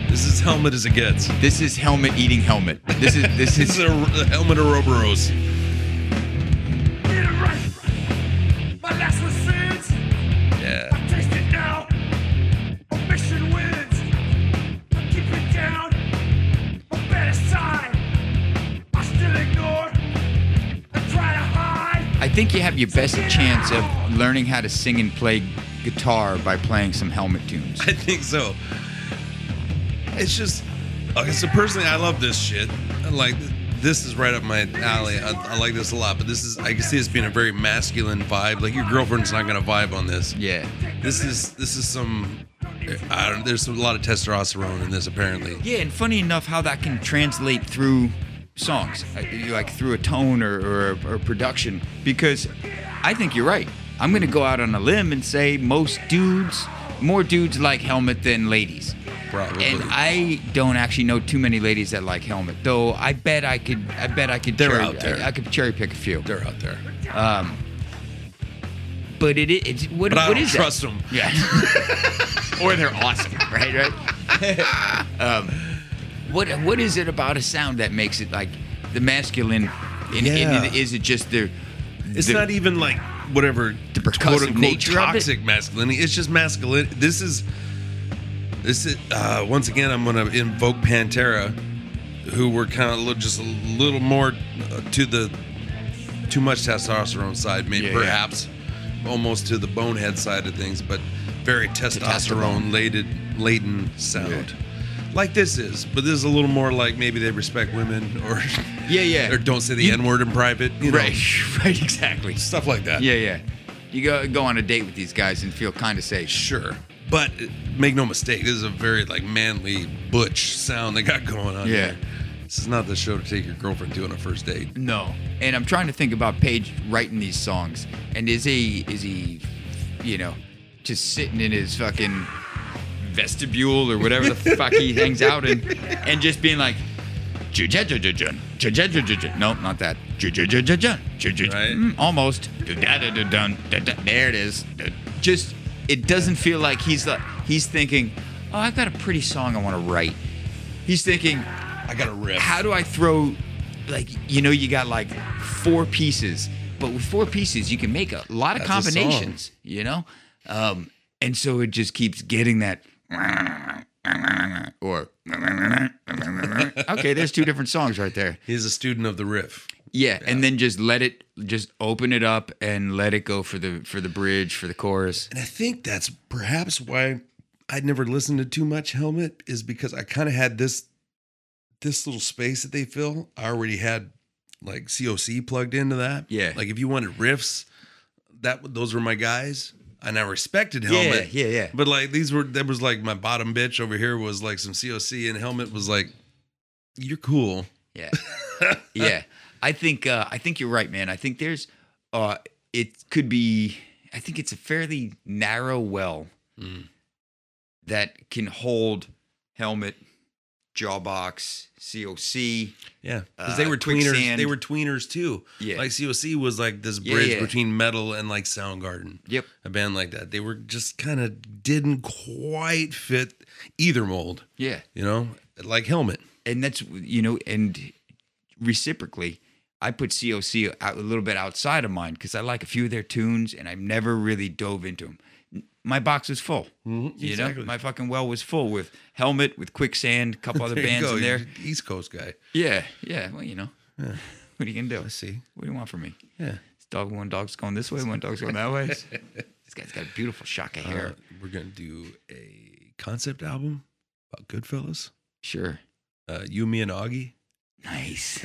[SPEAKER 1] This is helmet as it gets.
[SPEAKER 6] This is helmet eating helmet. This is this
[SPEAKER 1] This
[SPEAKER 6] is
[SPEAKER 1] is a, a helmet of Roboros.
[SPEAKER 4] Did it right. My last was sins.
[SPEAKER 1] Yeah.
[SPEAKER 4] I taste it now. Omission wins. I keep it down. A better side. I still ignore. I try to hide.
[SPEAKER 2] I think you have your best chance of learning how to sing and play guitar by playing some helmet tunes.
[SPEAKER 1] I think so. It's just, okay, so personally, I love this shit. I Like, this is right up my alley. I, I like this a lot, but this is, I can see this being a very masculine vibe. Like, your girlfriend's not gonna vibe on this.
[SPEAKER 2] Yeah.
[SPEAKER 1] This is, this is some, I don't, there's a lot of testosterone in this, apparently.
[SPEAKER 2] Yeah, and funny enough, how that can translate through songs, uh, like through a tone or, or, or production. Because I think you're right. I'm going to go out on a limb and say most dudes, more dudes like Helmet than ladies.
[SPEAKER 1] Probably.
[SPEAKER 2] And I don't actually know too many ladies that like Helmet, though. I bet I could. I bet I could.
[SPEAKER 1] They're
[SPEAKER 2] cherry,
[SPEAKER 1] out there.
[SPEAKER 2] I, I could cherry pick a few.
[SPEAKER 1] They're out there.
[SPEAKER 2] But it is. It's, what,
[SPEAKER 1] But I
[SPEAKER 2] what
[SPEAKER 1] don't
[SPEAKER 2] is
[SPEAKER 1] trust
[SPEAKER 2] that?
[SPEAKER 1] them.
[SPEAKER 2] Yeah. or they're awesome, right? Right. um, what What is it about a sound that makes it like the masculine? In,
[SPEAKER 1] Yeah.
[SPEAKER 2] in, is it just the?
[SPEAKER 1] It's
[SPEAKER 2] the-
[SPEAKER 1] not even like whatever
[SPEAKER 2] The percussive
[SPEAKER 1] quote-unquote
[SPEAKER 2] nature of it?
[SPEAKER 1] toxic masculinity. It's just masculine. This is this is uh, once again. I'm gonna invoke Pantera, who were kind of little, just a little more uh, to the too much testosterone side, maybe
[SPEAKER 2] Yeah, yeah.
[SPEAKER 1] perhaps almost to the bonehead side of things, but very testosterone laden laden sound. Like this is, but this is a little more like maybe they respect women or
[SPEAKER 2] Yeah, yeah.
[SPEAKER 1] or don't say the
[SPEAKER 2] You-
[SPEAKER 1] n word in private, you know,
[SPEAKER 2] Right. Right. Exactly.
[SPEAKER 1] stuff like that.
[SPEAKER 2] Yeah. Yeah. You go go on a date with these guys and feel kind of safe.
[SPEAKER 1] Sure. But uh, make no mistake, this is a very like manly butch sound they got going on
[SPEAKER 2] Yeah.
[SPEAKER 1] here. This is not the show to take your girlfriend to on a first date.
[SPEAKER 2] No. And I'm trying to think about Paige writing these songs. And is he is he you know, just sitting in his fucking vestibule or whatever the fuck he hangs out in and just being like "Ju-ju-ju-ju-jun, ju-ju-ju-ju-jun." Nope, not that. Ju-ju-ju-ju-jun, ju-ju-ju-
[SPEAKER 1] Right.
[SPEAKER 2] mm, Almost. Du-da-da-da-dun, da-da- There it is. Du- Just it doesn't feel like he's like he's thinking, "Oh, I've got a pretty song I want to write." He's thinking,
[SPEAKER 1] I got a riff.
[SPEAKER 2] how do I throw like you know you got like four pieces, but with four pieces you can make a lot of
[SPEAKER 1] That's a
[SPEAKER 2] combinations, you know? Um and so it just keeps getting that or okay, there's two different songs right there.
[SPEAKER 1] He's a student of the riff.
[SPEAKER 2] Yeah, and then just let it just open it up and let it go for the for the bridge, for the chorus.
[SPEAKER 1] And I think that's perhaps why I'd never listened to too much Helmet is because I kind of had this this little space that they fill. I already had like COC plugged into that.
[SPEAKER 2] Yeah.
[SPEAKER 1] Like if you wanted riffs, that those were my guys. And I respected Helmet.
[SPEAKER 2] Yeah, yeah, yeah.
[SPEAKER 1] But like these were that was like my bottom bitch over here was like some COC and Helmet was like, You're cool.
[SPEAKER 2] Yeah. yeah. I think uh, I think you're right, man. I think there's uh, it could be I think it's a fairly narrow well that can hold helmet, jawbox, COC.
[SPEAKER 1] Yeah. Because
[SPEAKER 2] Uh,
[SPEAKER 1] they were tweeners.
[SPEAKER 2] Quicksand.
[SPEAKER 1] They were tweeners too.
[SPEAKER 2] Yeah.
[SPEAKER 1] Like COC was like this
[SPEAKER 2] Yeah,
[SPEAKER 1] bridge
[SPEAKER 2] yeah.
[SPEAKER 1] between metal and like Soundgarden.
[SPEAKER 2] Yep.
[SPEAKER 1] a band like that. They were just kind of didn't quite fit either mold,
[SPEAKER 2] Yeah.
[SPEAKER 1] you know, like Helmet.
[SPEAKER 2] and that's you know and reciprocally i put coc out, a little bit outside of mine because i like a few of their tunes and i've never really dove into them my box was full you
[SPEAKER 1] Mm-hmm. exactly.
[SPEAKER 2] know my fucking well was full with helmet with quicksand a couple other
[SPEAKER 1] There you
[SPEAKER 2] bands
[SPEAKER 1] go,
[SPEAKER 2] in there
[SPEAKER 1] you're an East Coast guy.
[SPEAKER 2] yeah yeah well you know what are you gonna do
[SPEAKER 1] I see.
[SPEAKER 2] what do you want from me
[SPEAKER 1] Yeah.
[SPEAKER 2] this dog one dog's going this way one dog's going that way this guy's got a beautiful shock of hair
[SPEAKER 1] Uh, we're gonna do a concept album about Goodfellas.
[SPEAKER 2] sure
[SPEAKER 1] Uh, you, me, and Augie.
[SPEAKER 2] nice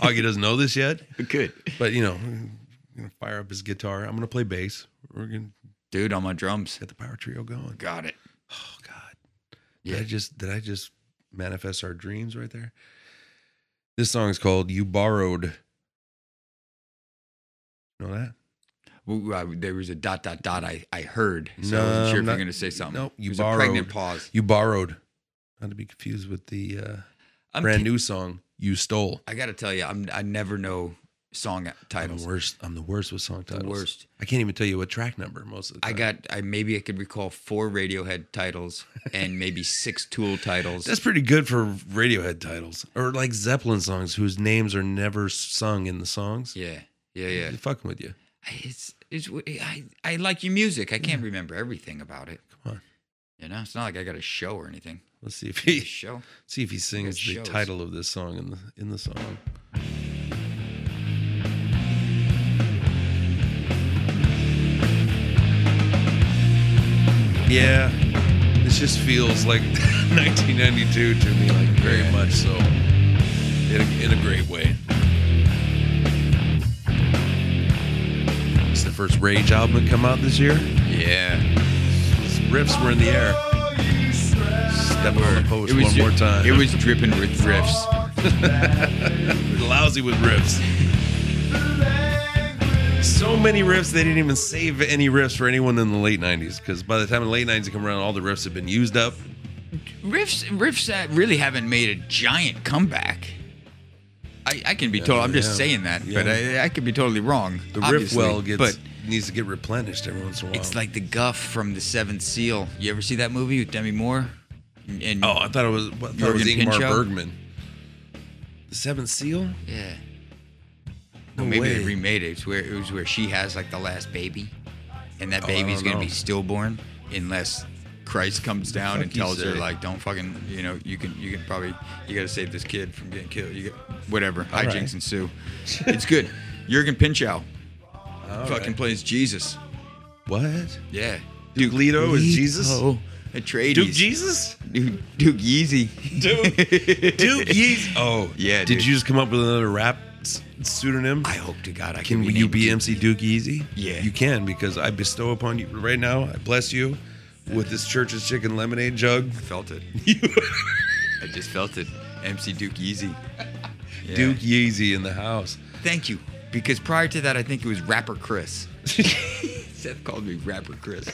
[SPEAKER 1] Augie doesn't know this yet,
[SPEAKER 2] good
[SPEAKER 1] but you know, I'm gonna fire up his guitar. I'm gonna play bass. We're gonna
[SPEAKER 2] dude on my drums
[SPEAKER 1] get the power trio going.
[SPEAKER 2] got it
[SPEAKER 1] Oh God. Did
[SPEAKER 2] yeah
[SPEAKER 1] I just did I just manifest our dreams right there? This song is called You Borrowed. Know that?
[SPEAKER 2] Well, uh, there was a dot dot dot I, I heard. So I
[SPEAKER 1] No,
[SPEAKER 2] wasn't sure if
[SPEAKER 1] not-
[SPEAKER 2] you're going to say something.
[SPEAKER 1] nope, you
[SPEAKER 2] it was a pregnant
[SPEAKER 1] borrowed.
[SPEAKER 2] pause.
[SPEAKER 1] You Borrowed. Not to be confused with the uh,
[SPEAKER 2] I'm
[SPEAKER 1] brand
[SPEAKER 2] ki-
[SPEAKER 1] new song You Stole.
[SPEAKER 2] I got to tell you, I'm I never know song
[SPEAKER 1] I'm
[SPEAKER 2] titles.
[SPEAKER 1] the worst. I'm the worst with song titles.
[SPEAKER 2] worst.
[SPEAKER 1] I can't even tell you what track number most of the time.
[SPEAKER 2] I got I maybe I could recall four Radiohead titles and maybe six Tool titles.
[SPEAKER 1] That's pretty good for Radiohead titles or like Zeppelin songs whose names are never sung in the songs.
[SPEAKER 2] yeah, yeah, yeah.
[SPEAKER 1] They're fucking with you.
[SPEAKER 2] It's it's I I like your music. I can't remember everything about it.
[SPEAKER 1] Come on.
[SPEAKER 2] You know, it's not like I got a show or anything.
[SPEAKER 1] Let's see if
[SPEAKER 2] A
[SPEAKER 1] he
[SPEAKER 2] show.
[SPEAKER 1] see if he sings the
[SPEAKER 2] shows.
[SPEAKER 1] title of this song in the in the song. Yeah, this just feels like 1992 to me, like very much so, in a, in a great way. It's the first Rage album to come out this year.
[SPEAKER 6] Yeah.
[SPEAKER 1] These riffs were in the air. Step on the post one more
[SPEAKER 6] ju-
[SPEAKER 1] time.
[SPEAKER 6] It was dripping with riffs.
[SPEAKER 1] lousy with riffs. So many riffs, they didn't even save any riffs for anyone in the late 90s because by the time the late 90s come around, all the riffs have been used up.
[SPEAKER 2] Riffs riffs that really haven't made a giant comeback. I, I can be told. I'm just
[SPEAKER 1] yeah.
[SPEAKER 2] saying that, but
[SPEAKER 1] Yeah.
[SPEAKER 2] I, I could be totally wrong.
[SPEAKER 1] The riff
[SPEAKER 2] obviously,
[SPEAKER 1] well gets
[SPEAKER 2] but
[SPEAKER 1] needs to get replenished every once in a while.
[SPEAKER 2] it's like the guff from the Seventh Seal. You ever see that movie with Demi Moore? And, and-
[SPEAKER 1] oh, I thought it was, I thought it was
[SPEAKER 2] Jürgen
[SPEAKER 1] Ingmar
[SPEAKER 2] Pinchot?
[SPEAKER 1] Bergman. The Seventh Seal?
[SPEAKER 2] yeah.
[SPEAKER 1] No
[SPEAKER 2] Maybe
[SPEAKER 1] way.
[SPEAKER 2] they remade it. It's where it was where she has like the last baby, and that
[SPEAKER 1] Oh, I
[SPEAKER 2] baby's
[SPEAKER 1] don't
[SPEAKER 2] gonna
[SPEAKER 1] know.
[SPEAKER 2] be stillborn unless Christ comes down
[SPEAKER 1] fuck
[SPEAKER 2] and
[SPEAKER 1] you
[SPEAKER 2] tells her
[SPEAKER 1] say?
[SPEAKER 2] like, don't fucking, you know, you can, you can probably, you gotta save this kid from getting killed. You got, whatever.
[SPEAKER 1] All
[SPEAKER 2] Hijinks
[SPEAKER 1] right.
[SPEAKER 2] ensue. It's good. Jurgen Pinchow
[SPEAKER 1] All
[SPEAKER 2] fucking
[SPEAKER 1] right.
[SPEAKER 2] plays Jesus.
[SPEAKER 1] What?
[SPEAKER 2] Yeah.
[SPEAKER 1] Duke Leto is Jesus?
[SPEAKER 2] Oh, Atreides.
[SPEAKER 1] Duke Jesus?
[SPEAKER 2] Duke, Duke Yeezy.
[SPEAKER 1] Duke, Duke Yeezy. Oh,
[SPEAKER 2] Yeah,
[SPEAKER 1] Did
[SPEAKER 2] dude.
[SPEAKER 1] you just come up with another rap s- pseudonym?
[SPEAKER 2] I hope to God I
[SPEAKER 1] Can
[SPEAKER 2] can.
[SPEAKER 1] you
[SPEAKER 2] named
[SPEAKER 1] be
[SPEAKER 2] Duke
[SPEAKER 1] MC Duke Easy?
[SPEAKER 2] Yeah.
[SPEAKER 1] You can because I bestow upon you right now, I bless you with this church's chicken lemonade jug.
[SPEAKER 2] I felt it. I just felt it. MC Duke Yeezy. Yeah.
[SPEAKER 1] Duke Yeezy in the house.
[SPEAKER 2] Thank you. Because prior to that, I think it was rapper Chris. Seth called me rapper Chris.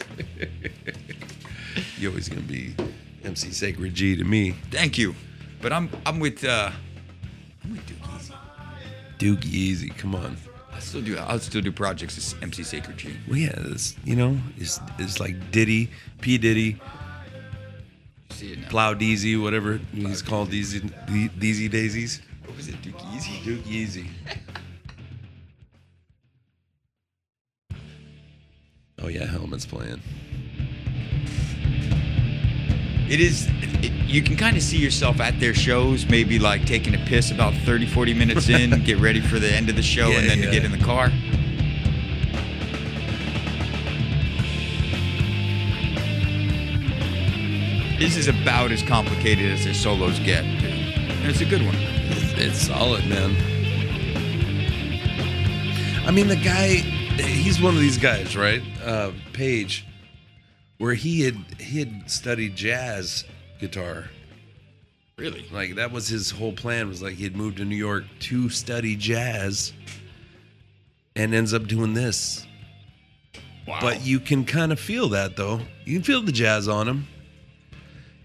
[SPEAKER 1] You're always gonna be MC Sacred G to me.
[SPEAKER 2] Thank you. But I'm I'm with uh I'm with Duke Easy.
[SPEAKER 1] Duke Yeezy, come on.
[SPEAKER 2] I still do I'll still do projects as MC Sacred G.
[SPEAKER 1] Well, yeah, it's, you know, it's it's like Diddy, P Diddy,
[SPEAKER 2] You see it now.
[SPEAKER 1] Plow Deezy, whatever he's called, Deezy, De- Deezy Daisies.
[SPEAKER 2] What was it, Duke Easy?
[SPEAKER 1] Duke Yeezy. Oh yeah, Helmet's playing.
[SPEAKER 2] It is it, you can kind of see yourself at their shows, maybe like taking a piss about 30 40 minutes in, get ready for the end of the show
[SPEAKER 1] Yeah,
[SPEAKER 2] and then
[SPEAKER 1] yeah.
[SPEAKER 2] to get in the car. This is about as complicated as their solos get. And it's a good one.
[SPEAKER 1] It's solid, man. I mean, the guy, he's one of these guys, right? Uh, Page, where he had he had studied jazz guitar.
[SPEAKER 2] Really?
[SPEAKER 1] Like that was his whole plan. Was like he had moved to New York to study jazz, and ends up doing this.
[SPEAKER 2] Wow.
[SPEAKER 1] But you can kind of feel that though. You can feel the jazz on him.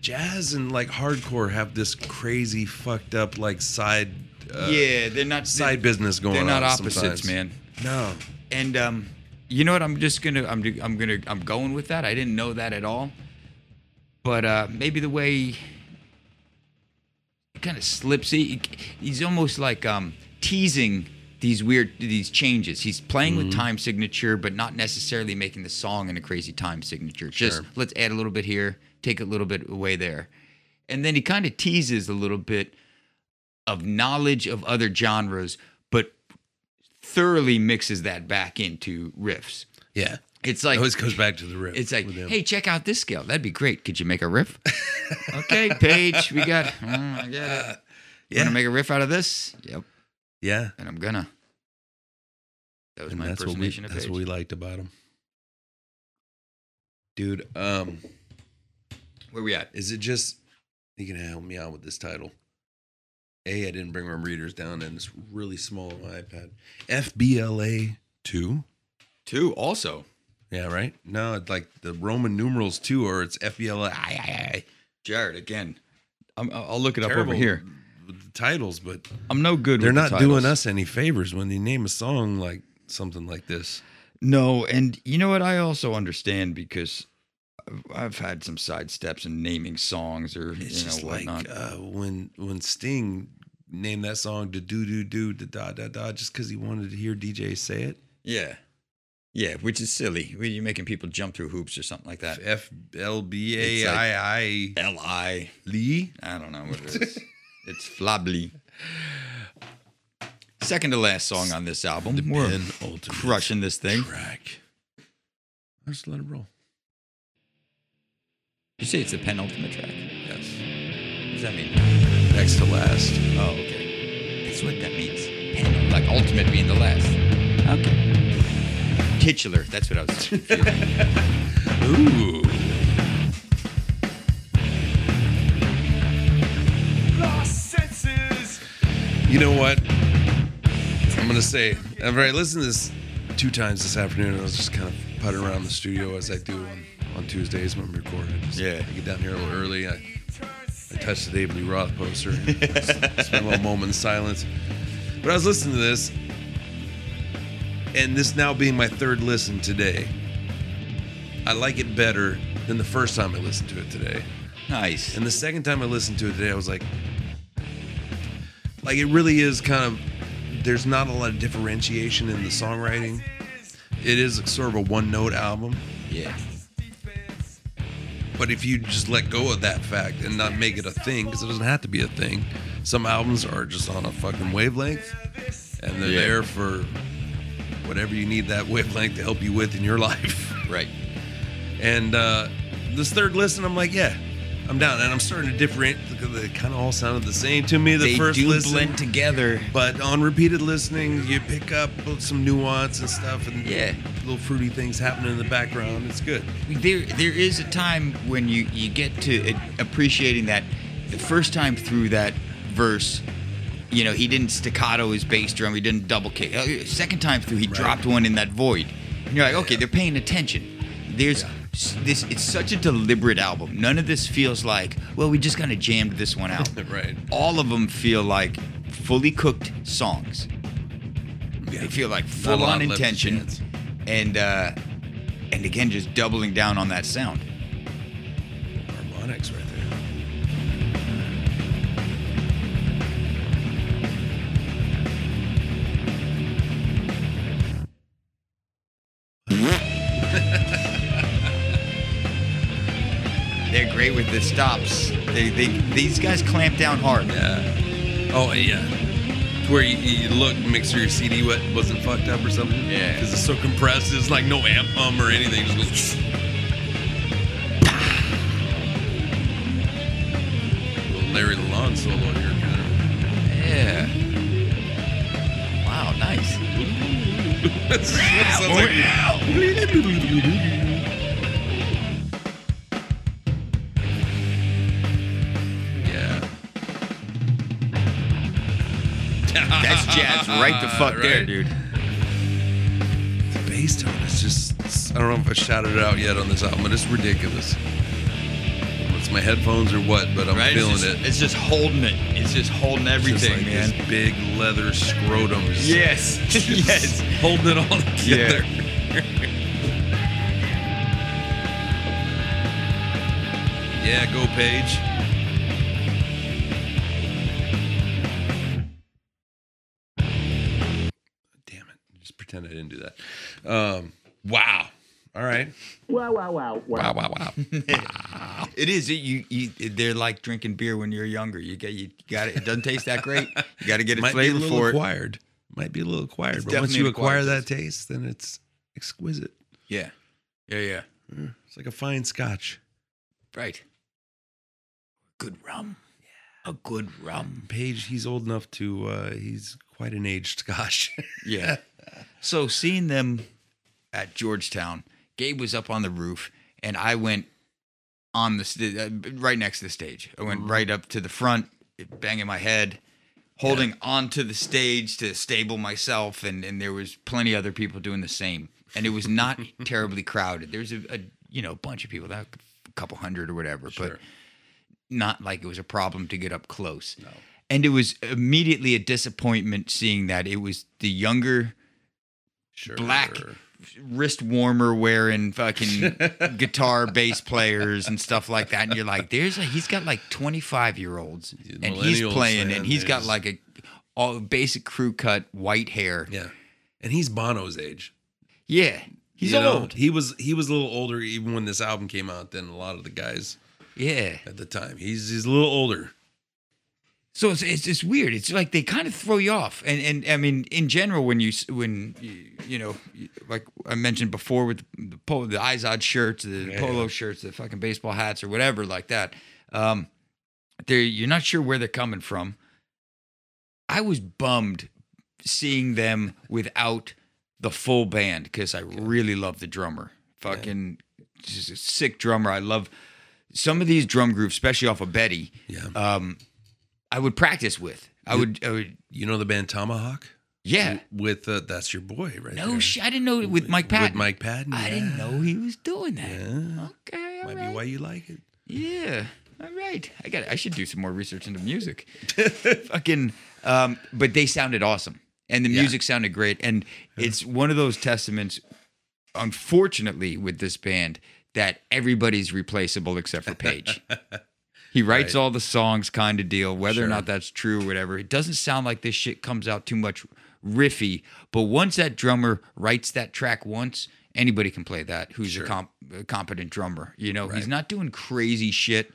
[SPEAKER 1] Jazz and like hardcore have this crazy fucked up like side. Uh,
[SPEAKER 2] yeah, they're not
[SPEAKER 1] side business going
[SPEAKER 2] They're
[SPEAKER 1] on.
[SPEAKER 2] not opposites,
[SPEAKER 1] sometimes.
[SPEAKER 2] man.
[SPEAKER 1] No.
[SPEAKER 2] And um, you know what? I'm just gonna I'm I'm gonna I'm going with that. I didn't know that at all. But uh, maybe the way he kind of slips, he, he's almost like um, teasing these weird these changes. He's playing with time signature, but not necessarily making the song in a crazy time signature. Just
[SPEAKER 1] Sure.
[SPEAKER 2] let's add a little bit here, take a little bit away there, and then he kind of teases a little bit of knowledge of other genres, but thoroughly mixes that back into riffs.
[SPEAKER 1] Yeah.
[SPEAKER 2] It's
[SPEAKER 1] It
[SPEAKER 2] like
[SPEAKER 1] always goes back to the riff.
[SPEAKER 2] it's like,
[SPEAKER 1] with him.
[SPEAKER 2] hey, check out this scale. That'd be great. Could you make a riff? okay, Paige, we got. Mm, I got it. You
[SPEAKER 1] yeah.
[SPEAKER 2] want to make a riff out of this? Yep,
[SPEAKER 1] yeah.
[SPEAKER 2] and I'm gonna. That was
[SPEAKER 1] And
[SPEAKER 2] my
[SPEAKER 1] that's what we
[SPEAKER 2] impersonation of
[SPEAKER 1] that's
[SPEAKER 2] Paige.
[SPEAKER 1] what we liked about him. Dude, um,
[SPEAKER 2] Where we at?
[SPEAKER 1] is it just you can help me out with this title? A, I didn't bring my readers down, and it's really small on my iPad. FBLA two.
[SPEAKER 2] Two. Also,
[SPEAKER 1] Yeah, right. No, it's like the Roman numerals two, or it's FBLA.
[SPEAKER 2] Jared again. I'm, I'll I'll look it up over
[SPEAKER 1] Terrible
[SPEAKER 2] here.
[SPEAKER 1] with the titles, but
[SPEAKER 2] I'm no good.
[SPEAKER 1] they're
[SPEAKER 2] with the
[SPEAKER 1] not
[SPEAKER 2] titles.
[SPEAKER 1] doing us any favors when they name a song like something like this.
[SPEAKER 2] No, and you know what? I also understand because I've- I've had some sidesteps in naming songs or
[SPEAKER 1] It's
[SPEAKER 2] you know
[SPEAKER 1] just like
[SPEAKER 2] whatnot.
[SPEAKER 1] uh, when when Sting named that song to do do do to da da da just because he wanted to hear DJ say it.
[SPEAKER 2] yeah, yeah, which is silly. Well, You're making people jump through hoops or something like that.
[SPEAKER 1] F L B A I E. I
[SPEAKER 2] L I.
[SPEAKER 1] Lee.
[SPEAKER 2] I don't know what it is. it's flably. Second to last song on this album. We're
[SPEAKER 1] Ben Ultimate
[SPEAKER 2] crushing this thing.
[SPEAKER 1] track. I just let it roll.
[SPEAKER 2] You say it's the penultimate track. Yes. What does that mean?
[SPEAKER 1] Next to last.
[SPEAKER 2] Oh, okay. That's what that means. Pen, like ultimate being the last. Okay. Titular. That's what I was. confused.
[SPEAKER 1] Ooh.
[SPEAKER 4] Lost senses.
[SPEAKER 1] You know what? I'm gonna say. I've already listened to this two times this afternoon. I was just kind of putting around the studio as I do on, on Tuesdays when I'm recording. Just-
[SPEAKER 2] Yeah.
[SPEAKER 1] I get down here a little early.
[SPEAKER 2] uh,
[SPEAKER 1] I, I touch the David Lee Roth poster. And just spend a little moment in silence. But I was listening to this, and this now being my third listen today, I like it better than the first time I listened to it today.
[SPEAKER 2] nice.
[SPEAKER 1] And the second time I listened to it today, I was like, like it really is kind of. There's not a lot of differentiation in the songwriting. It is sort of a one-note album,
[SPEAKER 2] Yeah.
[SPEAKER 1] but if you just let go of that fact and not make it a thing, because it doesn't have to be a thing. Some albums are just on a fucking wavelength, and they're
[SPEAKER 2] Yeah.
[SPEAKER 1] there for whatever you need that wavelength to help you with in your life.
[SPEAKER 2] Right.
[SPEAKER 1] And uh, this third listen, I'm like, yeah, I'm down. And I'm starting to differentiate because they kind of all sounded the same to me the
[SPEAKER 2] they
[SPEAKER 1] first
[SPEAKER 2] do
[SPEAKER 1] listen.
[SPEAKER 2] blend together.
[SPEAKER 1] But on repeated listening, you pick up some nuance and stuff, and
[SPEAKER 2] Yeah.
[SPEAKER 1] little fruity things happening in the background. It's good.
[SPEAKER 2] There, there is a time when you you get to it- appreciating that the first time through that verse. You know, he didn't staccato his bass drum. He didn't double kick. Uh, Second time through, he dropped one in that void. And you're like, okay, they're paying attention. There's s this. It's such a deliberate album. None of this feels like, well, we just kind of jammed this one out.
[SPEAKER 1] Right.
[SPEAKER 2] All of them feel like fully cooked songs.
[SPEAKER 1] Yeah.
[SPEAKER 2] They feel like
[SPEAKER 1] Not a
[SPEAKER 2] full on
[SPEAKER 1] lot left to
[SPEAKER 2] intention,
[SPEAKER 1] chance.
[SPEAKER 2] and uh, and again just doubling down on that sound.
[SPEAKER 1] Harmonics right there.
[SPEAKER 2] They're great with the stops. They, they these guys clamp down hard.
[SPEAKER 1] Oh yeah, To where you, you look, make sure your CD wa- wasn't fucked up or something.
[SPEAKER 2] Yeah.
[SPEAKER 1] because it's so compressed, it's like no amp hum or anything. It Just goes. Little Larry Lalonde solo here, kind of.
[SPEAKER 2] Yeah. Wow, nice.
[SPEAKER 1] It sounds like- yeah.
[SPEAKER 2] That's jazz right the fuck there,
[SPEAKER 1] Right.
[SPEAKER 2] dude.
[SPEAKER 1] The bass tone is just I don't know if I shouted it out yet on this album, but it's ridiculous. It's my headphones or what, but I'm
[SPEAKER 2] Right?
[SPEAKER 1] feeling
[SPEAKER 2] it's, just,
[SPEAKER 1] it.
[SPEAKER 2] it's just holding it. It's just holding
[SPEAKER 1] It's just
[SPEAKER 2] everything,
[SPEAKER 1] like
[SPEAKER 2] man.
[SPEAKER 1] This big leather scrotum. just-
[SPEAKER 2] Yes.
[SPEAKER 1] just
[SPEAKER 2] yes.
[SPEAKER 1] Holding it all together. Yeah, go Paige. Damn it! Just pretend I didn't do that. Um, wow. All right. Wow! Wow! Wow! Wow! Wow! Wow!
[SPEAKER 2] It is. It, you, you, they're like drinking beer when you're younger. You get, you got it. It doesn't taste that great. You got to get a
[SPEAKER 1] Might be a
[SPEAKER 2] flavor
[SPEAKER 1] little
[SPEAKER 2] for it.
[SPEAKER 1] acquired. Might be a little acquired,
[SPEAKER 2] It's
[SPEAKER 1] but once
[SPEAKER 2] definitely
[SPEAKER 1] you
[SPEAKER 2] an acquired
[SPEAKER 1] acquire that taste, then it's exquisite.
[SPEAKER 2] Yeah. Yeah. Yeah.
[SPEAKER 1] It's like a fine scotch.
[SPEAKER 2] Right. Good rum. Yeah. A good rum.
[SPEAKER 1] Paige, he's old enough to. Uh, he's quite an aged scotch.
[SPEAKER 2] Yeah. so seeing them at Georgetown, Gabe was up on the roof, and I went on the st- uh, right next to the stage. I went right up to the front, banging my head, holding onto the stage to stable myself, and and there was plenty other people doing the same, and it was not terribly crowded. There's a, a you know bunch of people, that a couple hundred or whatever, but not like it was a problem to get up close. and it was immediately a disappointment seeing that it was the younger
[SPEAKER 1] Sure.
[SPEAKER 2] black wrist warmer wearing fucking guitar bass players and stuff like that and you're like there's a, he's got like 25 year olds
[SPEAKER 1] Yeah,
[SPEAKER 2] and he's
[SPEAKER 1] millennials,
[SPEAKER 2] playing
[SPEAKER 1] man,
[SPEAKER 2] and he's got
[SPEAKER 1] there's-
[SPEAKER 2] like a all basic crew cut white hair
[SPEAKER 1] Yeah. And he's Bono's age.
[SPEAKER 2] yeah he's
[SPEAKER 1] You know,
[SPEAKER 2] old
[SPEAKER 1] He was he was a little older even when this album came out than a lot of the guys
[SPEAKER 2] yeah
[SPEAKER 1] at the time. He's he's a little older.
[SPEAKER 2] So it's, it's it's weird. It's like they kind of throw you off, and and I mean, in general, when you s- when you, you know, you- like I mentioned before, with the polo, the Izod shirts, the
[SPEAKER 1] Yeah.
[SPEAKER 2] polo shirts, the fucking baseball hats, or whatever like that, um, they you're not sure where they're coming from. I was bummed seeing them without the full band because I really love the drummer. Fucking just a sick drummer. I love some of these drum groups, especially off of Betty
[SPEAKER 1] Yeah.
[SPEAKER 2] um, I would practice with. I would, I would,
[SPEAKER 1] You know the band Tomahawk?
[SPEAKER 2] yeah.
[SPEAKER 1] With uh, that's your boy right there.
[SPEAKER 2] No, sh- I didn't know it with Mike Patton.
[SPEAKER 1] With Mike Patton.
[SPEAKER 2] I
[SPEAKER 1] yeah.
[SPEAKER 2] didn't know he was doing that.
[SPEAKER 1] Yeah.
[SPEAKER 2] Okay, all
[SPEAKER 1] Might
[SPEAKER 2] right.
[SPEAKER 1] be why you like it.
[SPEAKER 2] Yeah, all right. I got. I should do some more research into music. Fucking, um, but they sounded awesome, and the
[SPEAKER 1] Yeah.
[SPEAKER 2] music sounded great, and it's one of those testaments. Unfortunately, with this band, that everybody's replaceable except for Page. He writes
[SPEAKER 1] Right.
[SPEAKER 2] all the songs, kind of deal. Whether
[SPEAKER 1] Sure.
[SPEAKER 2] or not that's true or whatever, it doesn't sound like this shit comes out too much riffy. But once that drummer writes that track once, anybody can play that. Who's
[SPEAKER 1] Sure.
[SPEAKER 2] a, comp- a competent drummer? You know,
[SPEAKER 1] Right.
[SPEAKER 2] he's not doing crazy shit.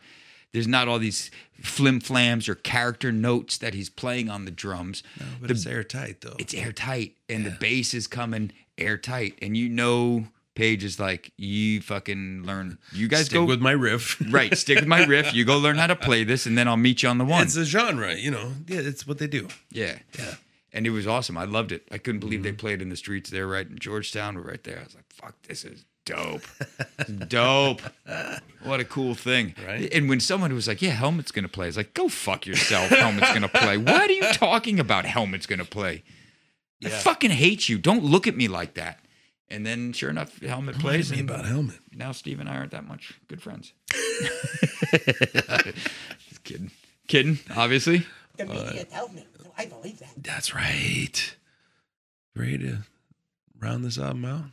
[SPEAKER 2] There's not all these flim flams or character notes that he's playing on the drums.
[SPEAKER 1] But
[SPEAKER 2] The-
[SPEAKER 1] it's airtight though.
[SPEAKER 2] it's airtight, and the bass is coming airtight, and you know. Page is like, you fucking learn. You guys
[SPEAKER 1] Stick
[SPEAKER 2] go
[SPEAKER 1] with my riff.
[SPEAKER 2] Right. Stick with my riff. You go learn how to play this, and then I'll meet you on the one.
[SPEAKER 1] It's a genre, you know. Yeah, it's what they do.
[SPEAKER 2] yeah. Yeah. And it was awesome. I loved it. I couldn't believe they
[SPEAKER 1] Mm-hmm.
[SPEAKER 2] played in the streets there, right in Georgetown. We're right there. I was like, fuck, this is dope. dope. What a cool thing.
[SPEAKER 1] Right.
[SPEAKER 2] And when someone was like, yeah, Helmet's going to play, I was like, go fuck yourself. Helmet's going to play. What are you talking about? Helmet's going to play. I fucking hate you. Don't look at me like that. And then sure enough, Helmet plays.
[SPEAKER 1] Plays me
[SPEAKER 2] and-
[SPEAKER 1] about helmet.
[SPEAKER 2] now Steve and I aren't that much good friends. Just kidding. Kidding, obviously.
[SPEAKER 7] I believe that.
[SPEAKER 1] That's right. Ready to round this album out?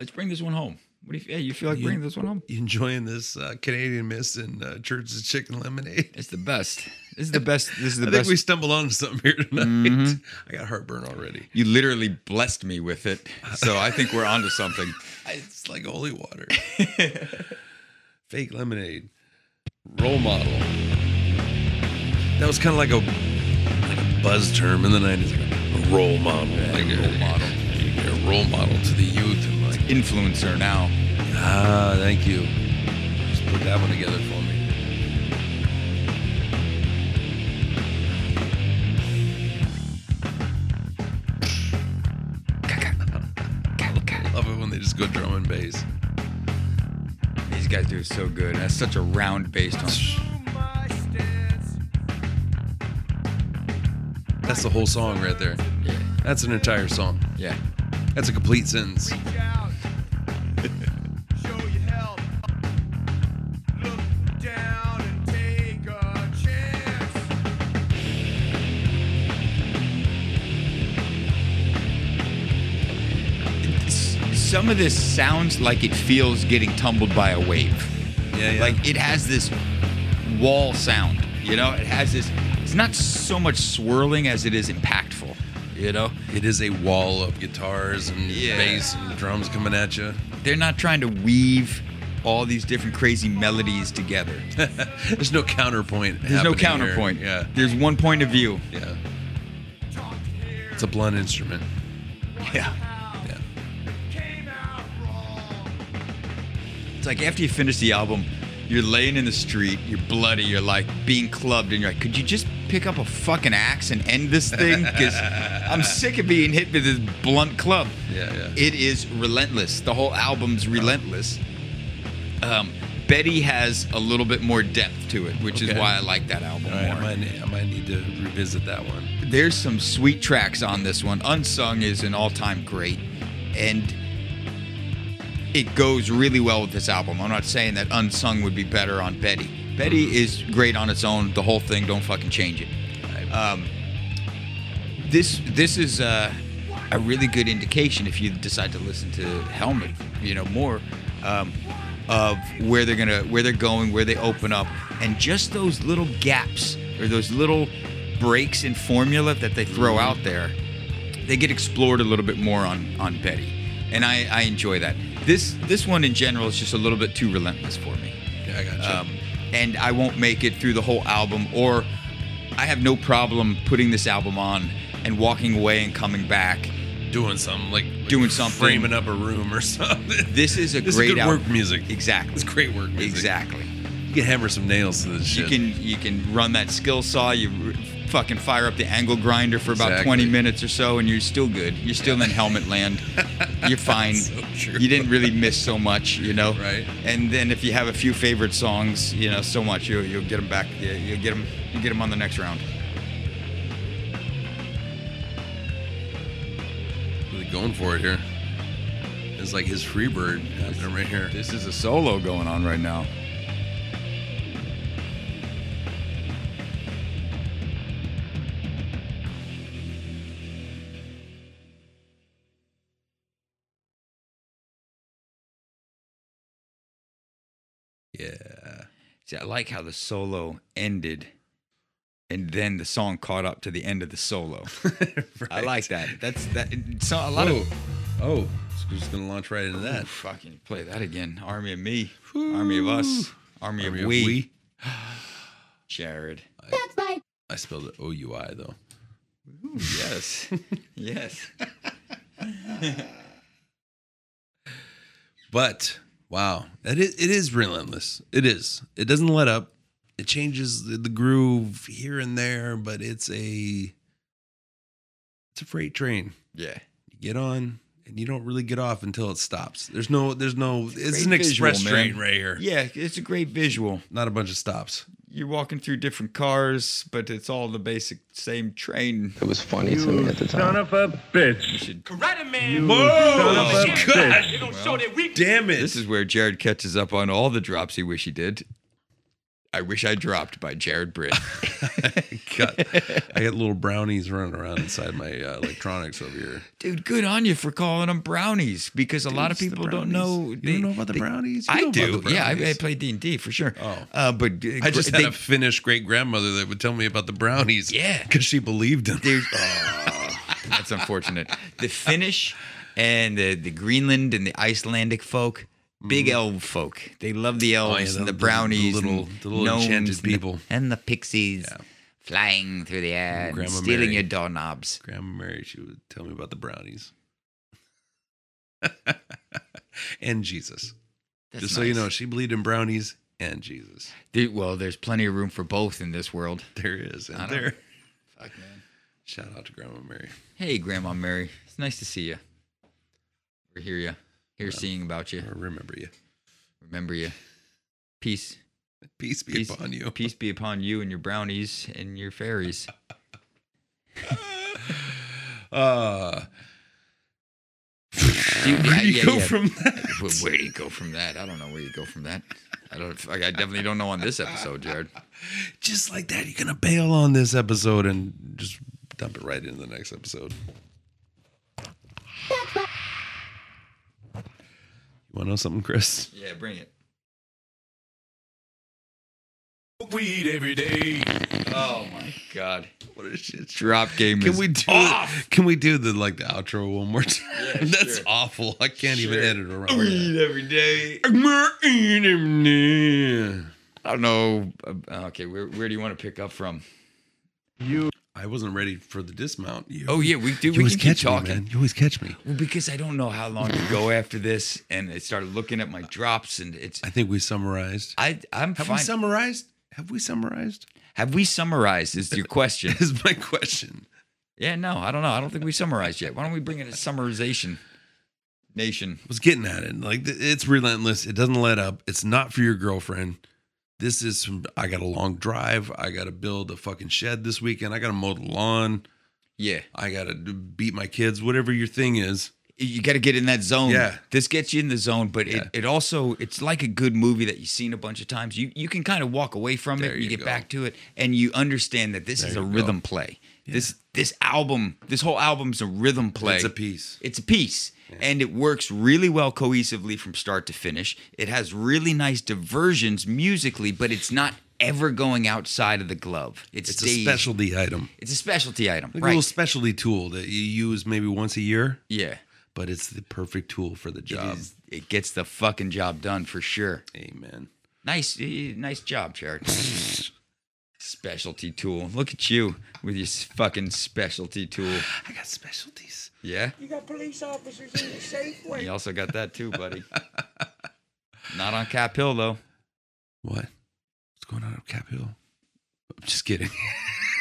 [SPEAKER 2] Let's bring this one home. What do you, yeah, you feel like
[SPEAKER 1] You-
[SPEAKER 2] bringing this one home?
[SPEAKER 1] You enjoying this uh, Canadian mist and uh, Church's chicken lemonade?
[SPEAKER 2] It's the best. This is the best. This is the
[SPEAKER 1] I think
[SPEAKER 2] best.
[SPEAKER 1] we stumbled onto something here tonight.
[SPEAKER 2] Mhm.
[SPEAKER 1] I got heartburn already.
[SPEAKER 2] you literally blessed me with it. So I think we're onto something.
[SPEAKER 1] It's like holy water. Fake lemonade. Role model. That was kind of like a like a buzz term in the nineties. Like a role model. like a role model. A role model to the youth. And like,
[SPEAKER 2] Influencer now.
[SPEAKER 1] ah, thank you. Just put that one together for me. Love it when they just go drum and bass.
[SPEAKER 2] These guys do so good. That's such a round based on.
[SPEAKER 1] That's the whole song right there.
[SPEAKER 2] Yeah.
[SPEAKER 1] That's an entire song.
[SPEAKER 2] Yeah.
[SPEAKER 1] That's a complete sentence.
[SPEAKER 2] S- Some of this sounds like it feels getting tumbled by a wave.
[SPEAKER 1] Yeah, yeah.
[SPEAKER 2] Like it has this wall sound, you know? It has this it's not so much swirling as it is impactful, you know?
[SPEAKER 1] it is a wall of guitars and
[SPEAKER 2] Yeah.
[SPEAKER 1] bass and drums coming at you.
[SPEAKER 2] They're not trying to weave all these different crazy melodies together. There's
[SPEAKER 1] There's no counterpoint.
[SPEAKER 2] no
[SPEAKER 1] happening here.
[SPEAKER 2] counterpoint.
[SPEAKER 1] Yeah.
[SPEAKER 2] There's one point of view.
[SPEAKER 1] Yeah. It's a blunt instrument.
[SPEAKER 2] Yeah.
[SPEAKER 1] Yeah.
[SPEAKER 2] It's like after you finish the album, you're laying in the street, you're bloody, you're like being clubbed, and you're like, could you just pick up a fucking axe and end this thing? Because I'm sick of being hit with this blunt club.
[SPEAKER 1] Yeah, yeah.
[SPEAKER 2] It is relentless. The whole album's relentless. Um, Betty has a little bit more depth to it, which is
[SPEAKER 1] Okay.
[SPEAKER 2] why I like that
[SPEAKER 1] All
[SPEAKER 2] album
[SPEAKER 1] right,
[SPEAKER 2] more.
[SPEAKER 1] I might, I might need to revisit that one.
[SPEAKER 2] There's some sweet tracks on this one. Unsung is an all time great. And it goes really well with this album. I'm not saying that Unsung would be better on Betty. Betty is great on its own. The whole thing, don't fucking change it.
[SPEAKER 1] I
[SPEAKER 2] Um, this this is a, a really good indication if you decide to listen to Helmet, you know more um, of where they're gonna where they're going, where they open up, and just those little gaps or those little breaks in formula that they throw out there, they get explored a little bit more on on Betty, and I, I enjoy that. This this one in general is just a little bit too relentless for me
[SPEAKER 1] Yeah, I got you.
[SPEAKER 2] um, and I won't make it through the whole album. Or I have no problem putting this album on and walking away and coming back.
[SPEAKER 1] Um, doing something like, like
[SPEAKER 2] doing something.
[SPEAKER 1] framing up a room or something.
[SPEAKER 2] This is a
[SPEAKER 1] This is
[SPEAKER 2] great
[SPEAKER 1] good
[SPEAKER 2] album.
[SPEAKER 1] work music.
[SPEAKER 2] Exactly.
[SPEAKER 1] It's great work music.
[SPEAKER 2] Exactly.
[SPEAKER 1] You can hammer some nails to this
[SPEAKER 2] You
[SPEAKER 1] shit.
[SPEAKER 2] can you can run that skill saw. You r- fucking fire up the angle grinder for about
[SPEAKER 1] Exactly.
[SPEAKER 2] 20 minutes or so, and you're still good. You're still in helmet land. You're fine.
[SPEAKER 1] So true.
[SPEAKER 2] You didn't really miss so much, you know.
[SPEAKER 1] Right.
[SPEAKER 2] And then if you have a few favorite songs, you know, so much you you'll get them back. You- You'll get them. You get them on the next round.
[SPEAKER 1] really going for it here. It's like his Freebird happening right here.
[SPEAKER 2] This is a solo going on right now.
[SPEAKER 1] Yeah.
[SPEAKER 2] See, I like how the solo ended and then the song caught up to the end of the solo. I like that. That's that so a lot
[SPEAKER 1] Oh,
[SPEAKER 2] of
[SPEAKER 1] oh, so we're just gonna launch right into that.
[SPEAKER 2] fucking play that again. Army of me. Army of us. Army,
[SPEAKER 1] Army
[SPEAKER 2] of,
[SPEAKER 1] of
[SPEAKER 2] we.
[SPEAKER 1] we.
[SPEAKER 2] Jared.
[SPEAKER 1] I spelled it O U I though.
[SPEAKER 2] Yes. yes.
[SPEAKER 1] But wow, that is, it is relentless. It is. It doesn't let up. It changes the, the groove here and there, but it's a it's a freight train.
[SPEAKER 2] Yeah.
[SPEAKER 1] You get on and you don't really get off until it stops. There's no there's no it's an
[SPEAKER 2] Great visual,
[SPEAKER 1] express
[SPEAKER 2] man.
[SPEAKER 1] train right here.
[SPEAKER 2] Yeah, it's a great visual.
[SPEAKER 1] Not a bunch of stops.
[SPEAKER 2] You're walking through different cars, but it's all the basic same train.
[SPEAKER 3] It was funny to me at the time.
[SPEAKER 2] You should-
[SPEAKER 4] Karate man.
[SPEAKER 1] Oh, God
[SPEAKER 4] They don't show their weakness.
[SPEAKER 1] damn it.
[SPEAKER 2] This is where Jared catches up on all the drops he wish he did. I wish I dropped by Jared Brin.
[SPEAKER 1] got, I got little brownies running around inside my uh, electronics over here.
[SPEAKER 2] Dude, good on you for calling them brownies because a lot of
[SPEAKER 1] It's the
[SPEAKER 2] people
[SPEAKER 1] brownies.
[SPEAKER 2] don't know.
[SPEAKER 1] You
[SPEAKER 2] they-
[SPEAKER 1] don't know about the
[SPEAKER 2] they-
[SPEAKER 1] brownies? You know
[SPEAKER 2] I
[SPEAKER 1] about
[SPEAKER 2] do.
[SPEAKER 1] the
[SPEAKER 2] Yeah, I, I
[SPEAKER 1] brownies.
[SPEAKER 2] played D and D for sure.
[SPEAKER 1] Oh.
[SPEAKER 2] uh, but uh,
[SPEAKER 1] I just
[SPEAKER 2] gr-
[SPEAKER 1] had
[SPEAKER 2] they-
[SPEAKER 1] a Finnish great grandmother that would tell me about the brownies.
[SPEAKER 2] Yeah.
[SPEAKER 1] because she believed in them.
[SPEAKER 2] there's- oh, that's unfortunate. The Finnish and the, the Greenland and the Icelandic folk, big elf folk. They love the elves
[SPEAKER 1] Mm-hmm. Oh, the-
[SPEAKER 2] and
[SPEAKER 1] the-
[SPEAKER 2] the
[SPEAKER 1] the
[SPEAKER 2] brownies,
[SPEAKER 1] little-
[SPEAKER 2] and
[SPEAKER 1] the little
[SPEAKER 2] gnomes
[SPEAKER 1] enchanted
[SPEAKER 2] and the-
[SPEAKER 1] people.
[SPEAKER 2] and the pixies flying through the air, and
[SPEAKER 1] Grandma
[SPEAKER 2] stealing
[SPEAKER 1] Mary.
[SPEAKER 2] your doorknobs.
[SPEAKER 1] Grandma Mary, she would tell me about the brownies and Jesus.
[SPEAKER 2] That's
[SPEAKER 1] just so you
[SPEAKER 2] nice.
[SPEAKER 1] know, she believed in brownies and Jesus.
[SPEAKER 2] There- well, there's plenty of room for both in this world.
[SPEAKER 1] There is,
[SPEAKER 2] I
[SPEAKER 1] and
[SPEAKER 2] don't-
[SPEAKER 1] there.
[SPEAKER 2] Fuck, man.
[SPEAKER 1] Shout out to Grandma Mary.
[SPEAKER 2] Hey, Grandma Mary. It's nice to see you. Or hear you. Hear seeing about you.
[SPEAKER 1] I remember you.
[SPEAKER 2] Remember you. Peace.
[SPEAKER 1] Peace be
[SPEAKER 2] Peace
[SPEAKER 1] upon you.
[SPEAKER 2] Peace be upon you and your brownies and your fairies.
[SPEAKER 1] Uh,
[SPEAKER 2] Dude,
[SPEAKER 1] where
[SPEAKER 2] yeah,
[SPEAKER 1] do you
[SPEAKER 2] yeah,
[SPEAKER 1] go
[SPEAKER 2] yeah.
[SPEAKER 1] from that?
[SPEAKER 2] Where, where do you go from that? I don't know where you go from that. I don't. fuck, I definitely don't know on this episode, Jared.
[SPEAKER 1] just like that, you're gonna bail on this episode and just dump it right into the next episode. You wanna know something, Chris?
[SPEAKER 2] Yeah, bring it.
[SPEAKER 6] Weed every day.
[SPEAKER 2] Oh my God.
[SPEAKER 1] What a shit show.
[SPEAKER 2] Drop game.
[SPEAKER 1] Can
[SPEAKER 2] is
[SPEAKER 1] we do
[SPEAKER 2] off.
[SPEAKER 1] can we do the like the outro one more time?
[SPEAKER 2] Yeah,
[SPEAKER 1] That's
[SPEAKER 2] sure.
[SPEAKER 1] awful. I can't even
[SPEAKER 2] Sure.
[SPEAKER 1] edit around that.
[SPEAKER 2] Weed every day. I don't know. uh, Okay, where where do you want to pick up from?
[SPEAKER 1] I wasn't ready for the dismount. You,
[SPEAKER 2] Oh yeah, we do.
[SPEAKER 1] you
[SPEAKER 2] We
[SPEAKER 1] always
[SPEAKER 2] can keep
[SPEAKER 1] catch
[SPEAKER 2] talking.
[SPEAKER 1] me, man. You always catch me.
[SPEAKER 2] Well, because I don't know how long to go after this, and I started looking at my drops, and it's
[SPEAKER 1] I think we summarized.
[SPEAKER 2] I I'm
[SPEAKER 1] Have
[SPEAKER 2] fine.
[SPEAKER 1] we summarized? Have we summarized?
[SPEAKER 2] Have we summarized? Is your question?
[SPEAKER 1] Is my question.
[SPEAKER 2] yeah, no, I don't know. I don't think we summarized yet. Why don't we bring in a summarization? Nation,
[SPEAKER 1] was getting at it. Like th- it's relentless. It doesn't let up. It's not for your girlfriend. This is some, I got a long drive. I got to build a fucking shed this weekend. I got to mow the lawn.
[SPEAKER 2] yeah,
[SPEAKER 1] I got to beat my kids. Whatever your thing is,
[SPEAKER 2] you got to get in that zone.
[SPEAKER 1] Yeah.
[SPEAKER 2] This gets you in the zone, but
[SPEAKER 1] Yeah.
[SPEAKER 2] it, it also it's like a good movie that you've seen a bunch of times. You you can kind of walk away from
[SPEAKER 1] There
[SPEAKER 2] it, you,
[SPEAKER 1] you
[SPEAKER 2] get
[SPEAKER 1] go.
[SPEAKER 2] back to it, and you understand that this is
[SPEAKER 1] There
[SPEAKER 2] a
[SPEAKER 1] you go.
[SPEAKER 2] rhythm play. This this album, this whole album's a rhythm play.
[SPEAKER 1] It's a piece.
[SPEAKER 2] It's a piece. And it works really well cohesively from start to finish. It has really nice diversions musically, but it's not ever going outside of the glove. It's,
[SPEAKER 1] It's
[SPEAKER 2] staged.
[SPEAKER 1] a specialty item.
[SPEAKER 2] It's a specialty item,
[SPEAKER 1] Like a
[SPEAKER 2] right?
[SPEAKER 1] little specialty tool that you use maybe once a year,
[SPEAKER 2] yeah.
[SPEAKER 1] but it's the perfect tool for the job.
[SPEAKER 2] It, is, it gets the fucking job done for sure.
[SPEAKER 1] Amen.
[SPEAKER 2] Nice, eh, nice job, Jared. specialty tool. Look at you with your s- fucking specialty tool.
[SPEAKER 1] I got specialties.
[SPEAKER 2] Yeah,
[SPEAKER 7] You got police officers in the
[SPEAKER 2] you
[SPEAKER 7] Safeway.
[SPEAKER 2] also got that too, buddy. Not on Cap Hill though.
[SPEAKER 1] What? What's going on up Cap Hill? I'm just kidding.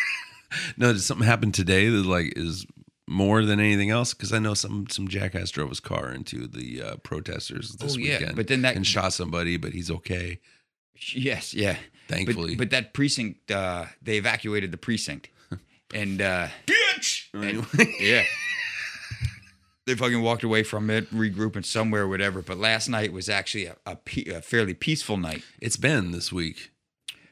[SPEAKER 1] no, did something happen today that like is more than anything else? Because I know some some jackass drove his car into the uh, protesters this
[SPEAKER 2] Oh, yeah,
[SPEAKER 1] weekend,
[SPEAKER 2] but then that-
[SPEAKER 1] and shot somebody, but he's okay.
[SPEAKER 2] Yes, yeah. But-
[SPEAKER 1] Thankfully.
[SPEAKER 2] but, that precinct, uh, they evacuated the precinct, and uh,
[SPEAKER 1] Anyway.
[SPEAKER 2] yeah. They fucking walked away from it, regrouping somewhere, whatever. But last night was actually a, a, pe- a fairly peaceful night.
[SPEAKER 1] it's been this week.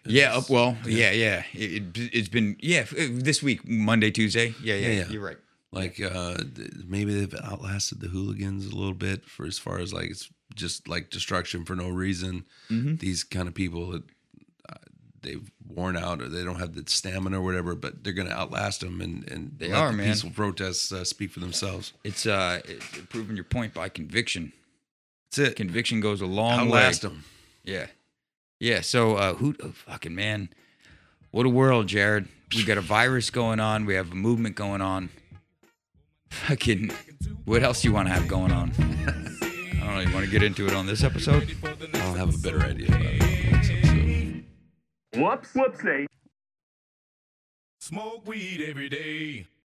[SPEAKER 2] Yeah, up, well, yeah, yeah. It, it, has been, yeah, f- uh, this week, Monday, Tuesday. Yeah, yeah,
[SPEAKER 1] Yeah, yeah.
[SPEAKER 2] You're right.
[SPEAKER 1] Like uh th- maybe they've outlasted the hooligans a little bit for as far as like it's just like destruction for no reason.
[SPEAKER 2] Mm-hmm.
[SPEAKER 1] These kind of people that uh, they've worn out or they don't have the stamina or whatever, but they're gonna outlast them and and
[SPEAKER 2] They
[SPEAKER 1] let
[SPEAKER 2] are,
[SPEAKER 1] the
[SPEAKER 2] man.
[SPEAKER 1] Peaceful protests uh, speak for themselves.
[SPEAKER 2] It's uh, it, it proving your point by conviction.
[SPEAKER 1] That's it.
[SPEAKER 2] Conviction goes a long way.
[SPEAKER 1] Outlast them.
[SPEAKER 2] Yeah, yeah. So uh, who, oh, fucking man, what a world, Jared. We got a virus going on. We have a movement going on. Fucking, what else you want to have going on? I don't know. You want to get into it on this episode?
[SPEAKER 1] I'll have a better idea about it. next episode.
[SPEAKER 6] Smoke weed every day.